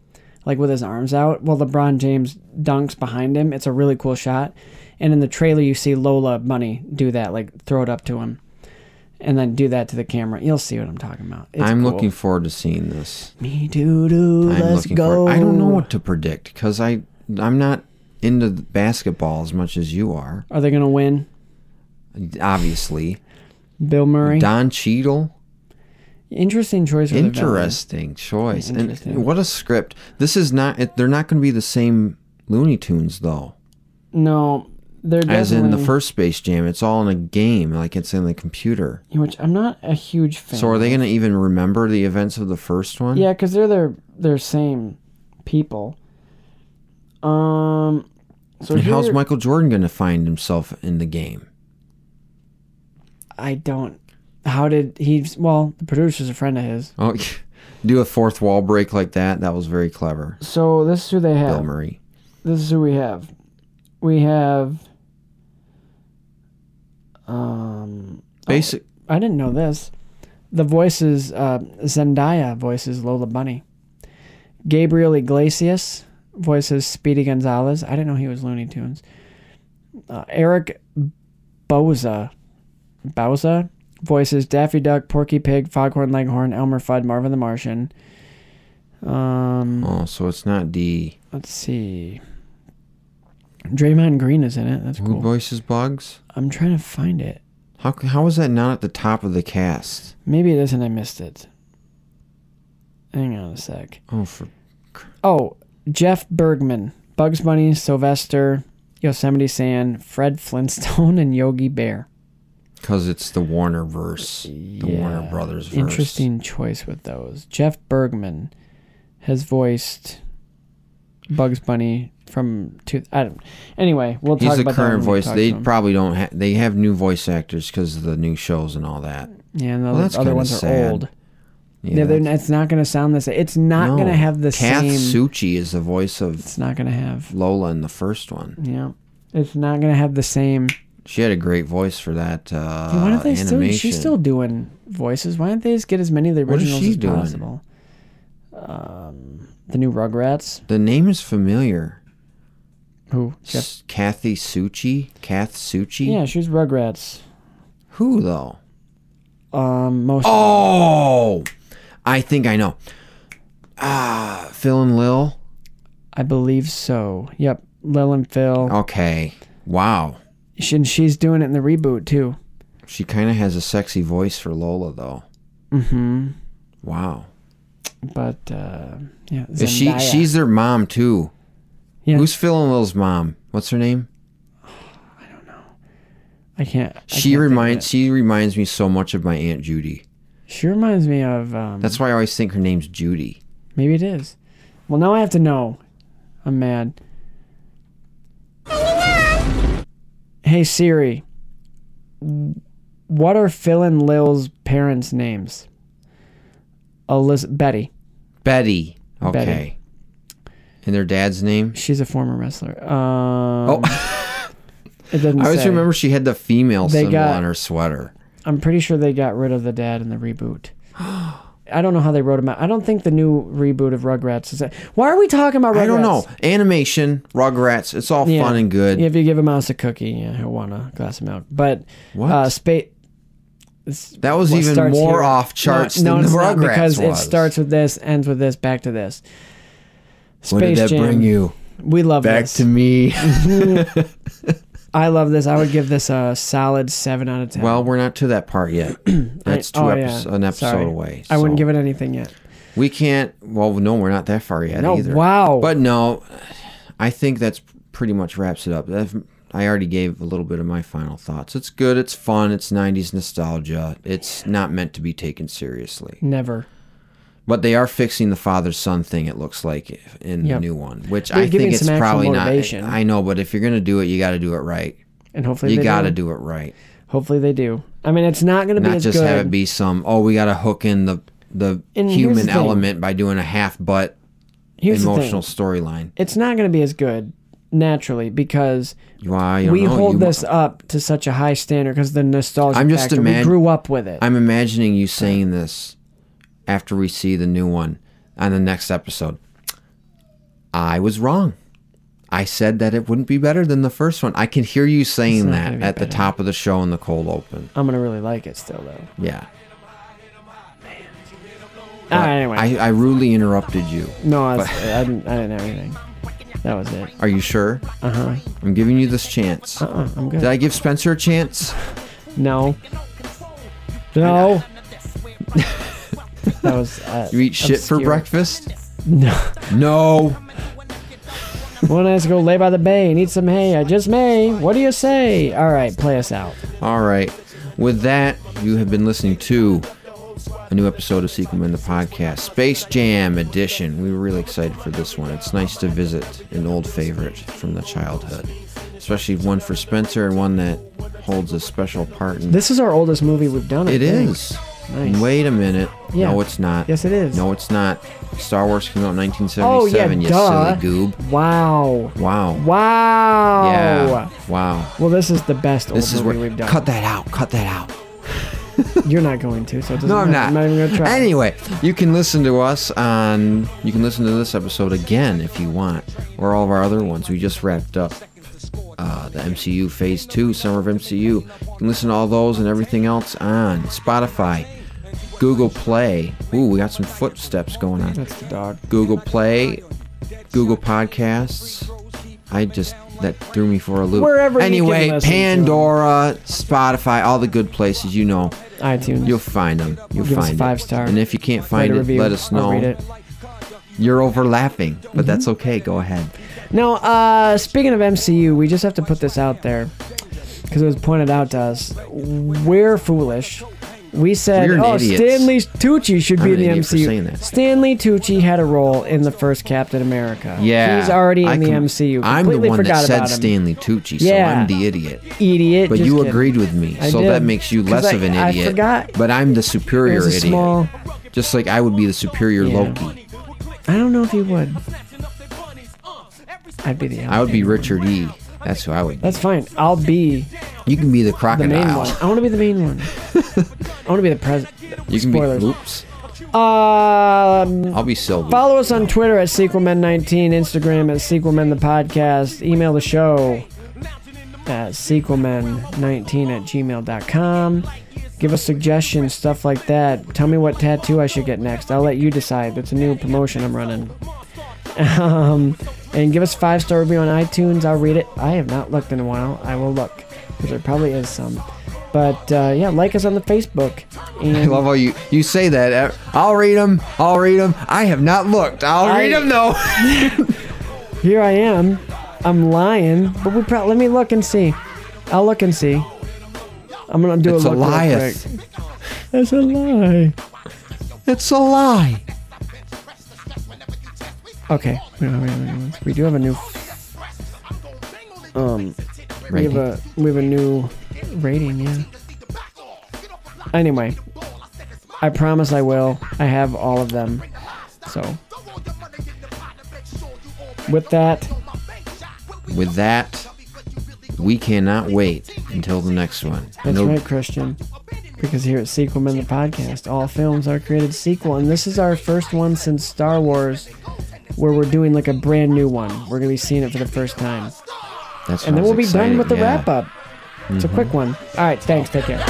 [SPEAKER 1] like with his arms out, while LeBron James dunks behind him. It's a really cool shot, and in the trailer you see Lola Money do that, like throw it up to him and then do that to the camera. You'll see what I'm talking about. It's
[SPEAKER 2] I'm
[SPEAKER 1] cool.
[SPEAKER 2] looking forward to seeing this.
[SPEAKER 1] Me doo doo.
[SPEAKER 2] I'm
[SPEAKER 1] Let's
[SPEAKER 2] looking forward-
[SPEAKER 1] go.
[SPEAKER 2] I don't know what to predict because I I'm not into basketball as much as you are.
[SPEAKER 1] Are they gonna win?
[SPEAKER 2] Obviously,
[SPEAKER 1] Bill Murray.
[SPEAKER 2] Don Cheadle.
[SPEAKER 1] Interesting choice. for the villain.
[SPEAKER 2] Interesting choice.
[SPEAKER 1] Interesting.
[SPEAKER 2] And what a script. This is not. it- They're not going to be the same Looney Tunes though.
[SPEAKER 1] No, they're definitely,
[SPEAKER 2] As in the first Space Jam, it's all in a game, like it's in the computer.
[SPEAKER 1] which I'm not a huge fan.
[SPEAKER 2] So are they going to even remember the events of the first one?
[SPEAKER 1] Yeah, because they're their their same people. Um. So
[SPEAKER 2] and how's
[SPEAKER 1] here-
[SPEAKER 2] Michael Jordan going to find himself in the game?
[SPEAKER 1] I don't. How did he? Well, the producer's a friend of his.
[SPEAKER 2] Oh, do a fourth wall break like that? That was very clever,
[SPEAKER 1] So this is who they have.
[SPEAKER 2] Bill Murray.
[SPEAKER 1] This is who we have. We have. Um.
[SPEAKER 2] Basic.
[SPEAKER 1] I didn't know this. The voices uh, Zendaya voices Lola Bunny. Gabriel Iglesias voices Speedy Gonzalez. I didn't know he was Looney Tunes. Uh, Eric Boza Bowza voices Daffy Duck, Porky Pig, Foghorn Leghorn, Elmer Fudd, Marvin the Martian. Um,
[SPEAKER 2] Oh, so it's not D.
[SPEAKER 1] let's see. Draymond Green is in it. That's
[SPEAKER 2] Who
[SPEAKER 1] cool.
[SPEAKER 2] voices Bugs?
[SPEAKER 1] I'm trying to find it.
[SPEAKER 2] How how is that not at the top of the cast?
[SPEAKER 1] Maybe it isn't. I missed it. Hang on a sec.
[SPEAKER 2] Oh, for
[SPEAKER 1] Oh, Jeff Bergman, Bugs Bunny, Sylvester, Yosemite Sam, Fred Flintstone, and Yogi Bear.
[SPEAKER 2] because it's the Warner verse, the Warner Brothers verse.
[SPEAKER 1] Interesting choice with those. Jeff Bergman has voiced Bugs Bunny from two. I don't. Anyway, we'll
[SPEAKER 2] He's
[SPEAKER 1] talk
[SPEAKER 2] the
[SPEAKER 1] about that
[SPEAKER 2] current
[SPEAKER 1] when we
[SPEAKER 2] voice.
[SPEAKER 1] talk
[SPEAKER 2] They
[SPEAKER 1] to him.
[SPEAKER 2] probably don't. Ha- they have new voice actors because of the new shows and all that.
[SPEAKER 1] yeah, and the
[SPEAKER 2] Well, that's
[SPEAKER 1] other
[SPEAKER 2] kinda
[SPEAKER 1] ones are
[SPEAKER 2] sad.
[SPEAKER 1] old.
[SPEAKER 2] Yeah,
[SPEAKER 1] Yeah, they're-
[SPEAKER 2] that's-
[SPEAKER 1] it's not going to sound the same. It's not going
[SPEAKER 2] No.
[SPEAKER 1] to have the
[SPEAKER 2] Kath
[SPEAKER 1] same.
[SPEAKER 2] Suchi is the voice of
[SPEAKER 1] it's not going to have.
[SPEAKER 2] Lola in the first one.
[SPEAKER 1] Yeah, it's not going to have the same.
[SPEAKER 2] She had a great voice for that uh,
[SPEAKER 1] Why don't they still?
[SPEAKER 2] animation.
[SPEAKER 1] She's still doing voices. Why don't they just get as many of the
[SPEAKER 2] What is
[SPEAKER 1] originals
[SPEAKER 2] she
[SPEAKER 1] as
[SPEAKER 2] doing?
[SPEAKER 1] possible? Um, the new Rugrats.
[SPEAKER 2] the name is familiar.
[SPEAKER 1] Who? Jeff-
[SPEAKER 2] S- Kathy Suchi. Kath Suchi.
[SPEAKER 1] yeah, she's Rugrats.
[SPEAKER 2] Who though?
[SPEAKER 1] Um, most.
[SPEAKER 2] Oh, I think I know. Ah, Phil and Lil.
[SPEAKER 1] I believe so. Yep, Lil and Phil.
[SPEAKER 2] Oh. Okay. Wow.
[SPEAKER 1] She, and she's doing it in the reboot too.
[SPEAKER 2] She kind of has a sexy voice for Lola though.
[SPEAKER 1] Mm-hmm.
[SPEAKER 2] Wow.
[SPEAKER 1] But uh, yeah,
[SPEAKER 2] Is she?
[SPEAKER 1] Zendaya.
[SPEAKER 2] She's their mom too.
[SPEAKER 1] Yeah.
[SPEAKER 2] Who's Phil and Lil's mom? What's her name?
[SPEAKER 1] I can't. I can't
[SPEAKER 2] She
[SPEAKER 1] think of
[SPEAKER 2] reminds.
[SPEAKER 1] it.
[SPEAKER 2] She reminds me so much of my aunt Judy.
[SPEAKER 1] She reminds me of. Um,
[SPEAKER 2] That's why I always think her name's Judy.
[SPEAKER 1] maybe it is. Well, now I have to know. I'm mad. Hey Siri, what are Phil and Lil's parents' names? Eliz- Betty.
[SPEAKER 2] Betty. Okay.
[SPEAKER 1] Betty.
[SPEAKER 2] And their dad's name?
[SPEAKER 1] She's a former wrestler. Um,
[SPEAKER 2] oh,
[SPEAKER 1] it doesn't
[SPEAKER 2] I always
[SPEAKER 1] say.
[SPEAKER 2] remember she had the female
[SPEAKER 1] They
[SPEAKER 2] symbol
[SPEAKER 1] got-
[SPEAKER 2] on her sweater.
[SPEAKER 1] I'm pretty sure they got rid of the dad in the reboot. I don't know how they wrote them out. I don't think the new reboot of Rugrats is. That, why are we talking about Rugrats?
[SPEAKER 2] I don't know. Animation, Rugrats, it's all
[SPEAKER 1] Yeah.
[SPEAKER 2] fun and good.
[SPEAKER 1] Yeah, if you give a mouse a cookie, yeah, he'll want a glass of milk. But
[SPEAKER 2] What?
[SPEAKER 1] Uh, spa- it's-
[SPEAKER 2] That was
[SPEAKER 1] what
[SPEAKER 2] even
[SPEAKER 1] starts
[SPEAKER 2] more
[SPEAKER 1] here-
[SPEAKER 2] off charts
[SPEAKER 1] no,
[SPEAKER 2] than
[SPEAKER 1] no,
[SPEAKER 2] the
[SPEAKER 1] it's not,
[SPEAKER 2] Rugrats
[SPEAKER 1] because it
[SPEAKER 2] was.
[SPEAKER 1] starts with this, ends with this, back to this. Space
[SPEAKER 2] what did that
[SPEAKER 1] Jam. Oh,
[SPEAKER 2] bring you?
[SPEAKER 1] We love
[SPEAKER 2] Back
[SPEAKER 1] this.
[SPEAKER 2] to me.
[SPEAKER 1] I love this. I would give this a solid seven out of ten.
[SPEAKER 2] well, we're not to that part yet. That's two
[SPEAKER 1] oh, yeah.
[SPEAKER 2] episodes, an episode
[SPEAKER 1] Sorry.
[SPEAKER 2] away.
[SPEAKER 1] I wouldn't
[SPEAKER 2] so
[SPEAKER 1] give it anything yet.
[SPEAKER 2] We can't. Well, no, we're not that far yet
[SPEAKER 1] No,
[SPEAKER 2] either.
[SPEAKER 1] wow.
[SPEAKER 2] But no, I think that's pretty much wraps it up. I've- I already gave a little bit of my final thoughts. It's good. It's fun. It's 90s nostalgia. It's not meant to be taken seriously.
[SPEAKER 1] Never.
[SPEAKER 2] But they are fixing the father son thing. It looks like in
[SPEAKER 1] Yep.
[SPEAKER 2] the new one, which
[SPEAKER 1] They're
[SPEAKER 2] I
[SPEAKER 1] giving
[SPEAKER 2] think it's
[SPEAKER 1] some actual
[SPEAKER 2] probably
[SPEAKER 1] motivation.
[SPEAKER 2] not. I know, but if you're gonna do it, you got to do it right.
[SPEAKER 1] And hopefully
[SPEAKER 2] you
[SPEAKER 1] they
[SPEAKER 2] got to
[SPEAKER 1] do.
[SPEAKER 2] do it right.
[SPEAKER 1] Hopefully they do. I mean, it's not going to be
[SPEAKER 2] Not
[SPEAKER 1] as
[SPEAKER 2] just
[SPEAKER 1] good.
[SPEAKER 2] have it be some. Oh, we got to hook in the the
[SPEAKER 1] And here's the
[SPEAKER 2] human
[SPEAKER 1] thing.
[SPEAKER 2] element by doing a half butt
[SPEAKER 1] Here's the thing.
[SPEAKER 2] emotional storyline.
[SPEAKER 1] it's not going to be as good naturally because
[SPEAKER 2] Why you
[SPEAKER 1] we
[SPEAKER 2] know,
[SPEAKER 1] hold
[SPEAKER 2] you-
[SPEAKER 1] this up to such a high standard because the nostalgia
[SPEAKER 2] I'm just
[SPEAKER 1] factor. we
[SPEAKER 2] imag-
[SPEAKER 1] grew up with it.
[SPEAKER 2] I'm imagining you saying this after we see the new one on the next episode. I was wrong. I said that it wouldn't be better than the first one. I can hear you saying
[SPEAKER 1] not
[SPEAKER 2] that
[SPEAKER 1] gonna
[SPEAKER 2] at
[SPEAKER 1] be
[SPEAKER 2] the top of the show in the cold open.
[SPEAKER 1] I'm gonna really like it still though.
[SPEAKER 2] Yeah.
[SPEAKER 1] All right, Ah, anyway,
[SPEAKER 2] I, I rudely interrupted you.
[SPEAKER 1] no, I, was,
[SPEAKER 2] But-
[SPEAKER 1] I, didn't, I didn't have anything. That was it.
[SPEAKER 2] Are you sure?
[SPEAKER 1] Uh huh.
[SPEAKER 2] I'm giving you this chance.
[SPEAKER 1] Uh-uh, I'm good.
[SPEAKER 2] Did I give Spencer a chance?
[SPEAKER 1] No. No. that was. Uh,
[SPEAKER 2] You eat shit for
[SPEAKER 1] obscure.
[SPEAKER 2] breakfast?
[SPEAKER 1] No.
[SPEAKER 2] No.
[SPEAKER 1] One has to go lay by the bay and eat some hay. I just may. What do you say? All right, play us out.
[SPEAKER 2] All right. With that, you have been listening to a new episode of Sequel Men, the podcast, Space Jam edition. We were really excited for this one. It's nice to visit an old favorite from the childhood, especially one for Spencer and one that holds a special part in
[SPEAKER 1] This is our oldest movie we've done. I
[SPEAKER 2] It
[SPEAKER 1] think.
[SPEAKER 2] is.
[SPEAKER 1] Nice.
[SPEAKER 2] Wait a minute.
[SPEAKER 1] Yeah.
[SPEAKER 2] No, it's not.
[SPEAKER 1] Yes, it is.
[SPEAKER 2] No, it's not. Star Wars came out in
[SPEAKER 1] Oh yeah,
[SPEAKER 2] 1977, you
[SPEAKER 1] duh.
[SPEAKER 2] silly goob.
[SPEAKER 1] Wow.
[SPEAKER 2] Wow.
[SPEAKER 1] Wow.
[SPEAKER 2] Yeah. Wow.
[SPEAKER 1] Well, this is the best
[SPEAKER 2] This
[SPEAKER 1] old
[SPEAKER 2] is
[SPEAKER 1] movie
[SPEAKER 2] where.
[SPEAKER 1] we've done.
[SPEAKER 2] Cut that out. Cut that out.
[SPEAKER 1] You're not going to, so it doesn't
[SPEAKER 2] No, I'm
[SPEAKER 1] matter.
[SPEAKER 2] not.
[SPEAKER 1] I'm not even going to try.
[SPEAKER 2] Anyway, you can listen to us on. You can listen to this episode again if you want, or all of our other ones. We just wrapped up uh, the MCU Phase Two, Summer of MCU. You can listen to all those and everything else on Spotify, Google Play. Ooh, we got some footsteps going on.
[SPEAKER 1] That's the dog.
[SPEAKER 2] Google Play, Google Podcasts. I just that threw me for a loop.
[SPEAKER 1] Wherever you can
[SPEAKER 2] anyway,
[SPEAKER 1] listen to 'em.
[SPEAKER 2] Pandora, Spotify, all the good places you know.
[SPEAKER 1] iTunes.
[SPEAKER 2] You'll find them. You'll
[SPEAKER 1] Give us a
[SPEAKER 2] find
[SPEAKER 1] five
[SPEAKER 2] it.
[SPEAKER 1] star.
[SPEAKER 2] And if you can't
[SPEAKER 1] Write
[SPEAKER 2] find
[SPEAKER 1] a
[SPEAKER 2] it,
[SPEAKER 1] review.
[SPEAKER 2] let us
[SPEAKER 1] I'll
[SPEAKER 2] know.
[SPEAKER 1] read it. Mm-hmm.
[SPEAKER 2] You're overlapping, but that's okay. Go ahead.
[SPEAKER 1] Now, uh, speaking of MCU, we just have to put this out there because it was pointed out to us. We're foolish. We said,
[SPEAKER 2] We're an
[SPEAKER 1] "Oh,
[SPEAKER 2] idiot."
[SPEAKER 1] Stanley Tucci should
[SPEAKER 2] I'm
[SPEAKER 1] be
[SPEAKER 2] an
[SPEAKER 1] in the
[SPEAKER 2] idiot for
[SPEAKER 1] MCU."
[SPEAKER 2] saying that.
[SPEAKER 1] Stanley Tucci had a role in the first Captain America.
[SPEAKER 2] Yeah,
[SPEAKER 1] he's already in
[SPEAKER 2] I
[SPEAKER 1] the
[SPEAKER 2] com-
[SPEAKER 1] MCU.
[SPEAKER 2] I'm the
[SPEAKER 1] Completely
[SPEAKER 2] one that
[SPEAKER 1] forgot
[SPEAKER 2] said
[SPEAKER 1] about him.
[SPEAKER 2] Stanley Tucci,
[SPEAKER 1] Yeah.
[SPEAKER 2] so I'm the idiot.
[SPEAKER 1] Idiot.
[SPEAKER 2] But
[SPEAKER 1] just
[SPEAKER 2] you
[SPEAKER 1] kidding.
[SPEAKER 2] agreed with me,
[SPEAKER 1] I
[SPEAKER 2] so
[SPEAKER 1] did,
[SPEAKER 2] that makes you
[SPEAKER 1] 'cause
[SPEAKER 2] less
[SPEAKER 1] I-
[SPEAKER 2] of an
[SPEAKER 1] I
[SPEAKER 2] idiot.
[SPEAKER 1] forgot.
[SPEAKER 2] But I'm the superior
[SPEAKER 1] There's a
[SPEAKER 2] idiot.
[SPEAKER 1] small-
[SPEAKER 2] Just like I would be the superior
[SPEAKER 1] Yeah.
[SPEAKER 2] Loki.
[SPEAKER 1] I don't know if you would. I'd be the.
[SPEAKER 2] I would be Richard E. That's who I would. Be.
[SPEAKER 1] That's fine. I'll be
[SPEAKER 2] You can be the
[SPEAKER 1] the main one.
[SPEAKER 2] crocodile.
[SPEAKER 1] I want to be the main one. I want to be the president.
[SPEAKER 2] You can
[SPEAKER 1] Spoilers.
[SPEAKER 2] be. Oops.
[SPEAKER 1] Um,
[SPEAKER 2] I'll be Sylvie.
[SPEAKER 1] follow us on Twitter at SequelMen19, Instagram at SequelMen the podcast, email the show at SequelMen19 at gmail.com. Give us suggestions, stuff like that. Tell me what tattoo I should get next. I'll let you decide. That's a new promotion I'm running. Um, and give us a five star review on iTunes. I'll read it. I have not looked in a while. I will look because there probably is some. But uh, yeah, like us on the Facebook. And
[SPEAKER 2] I love how you you say that. I'll read them. I'll read them. I have not looked. I'll
[SPEAKER 1] I-
[SPEAKER 2] read them though.
[SPEAKER 1] Here I am. I'm lying, but we pro- let me look and see. I'll look and see. I'm gonna do
[SPEAKER 2] It's
[SPEAKER 1] a
[SPEAKER 2] a
[SPEAKER 1] look
[SPEAKER 2] lie.
[SPEAKER 1] real quick. That's a lie.
[SPEAKER 2] It's a lie.
[SPEAKER 1] Okay. We, don't have any other ones. We do have a new. Um, we have a we have a new rating. Yeah. Anyway, I promise I will. I have all of them. So. With that,
[SPEAKER 2] With that, we cannot wait until the next one.
[SPEAKER 1] that's
[SPEAKER 2] It'll-
[SPEAKER 1] right, Christian. Because here at Sequel Men the Podcast, all films are created sequel, and this is our first one since Star Wars where we're doing like a brand new one. We're gonna be seeing it for the first time.
[SPEAKER 2] That's
[SPEAKER 1] and then
[SPEAKER 2] sounds
[SPEAKER 1] we'll be done
[SPEAKER 2] exciting,
[SPEAKER 1] with the
[SPEAKER 2] yeah.
[SPEAKER 1] wrap up. It's a quick one. All right, thanks. Take care.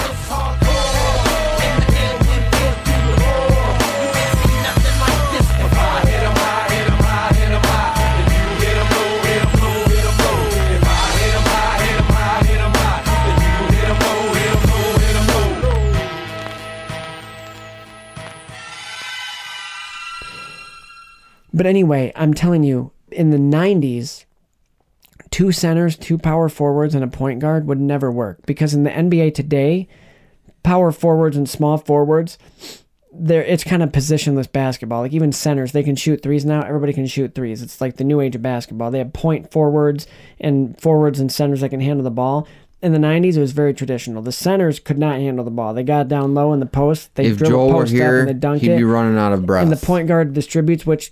[SPEAKER 1] But anyway, I'm telling you, in the 90s, two centers, two power forwards, and a point guard would never work because in the NBA today, power forwards and small forwards, they're, it's kind of positionless basketball. Like even centers, they can shoot threes now. Everybody can shoot threes. It's like the new age of basketball. They have point forwards and forwards and centers that can handle the ball. In the 90s, it was very traditional. The centers could not handle the ball. They got down low in the post. They
[SPEAKER 2] if
[SPEAKER 1] dribbled
[SPEAKER 2] Joel were
[SPEAKER 1] post up
[SPEAKER 2] here,
[SPEAKER 1] and they dunked
[SPEAKER 2] he'd
[SPEAKER 1] it
[SPEAKER 2] be running out of breath.
[SPEAKER 1] and the point guard distributes, which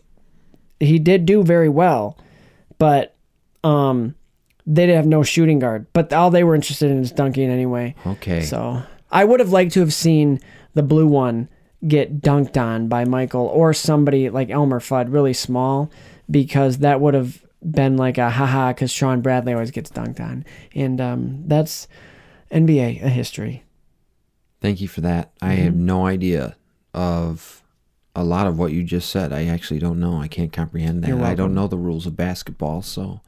[SPEAKER 1] he did do very well, but um, they did have no shooting guard. But all they were interested in is dunking anyway.
[SPEAKER 2] Okay.
[SPEAKER 1] So I would have liked to have seen the blue one get dunked on by Michael or somebody like Elmer Fudd, really small, because that would have been like a haha, because Sean Bradley always gets dunked on, and um, that's NBA a history.
[SPEAKER 2] Thank you for that. I have
[SPEAKER 1] Mm-hmm.
[SPEAKER 2] no idea of a lot of what you just said. I actually don't know. I can't comprehend that.
[SPEAKER 1] You're
[SPEAKER 2] I don't
[SPEAKER 1] welcome.
[SPEAKER 2] know the rules of basketball, so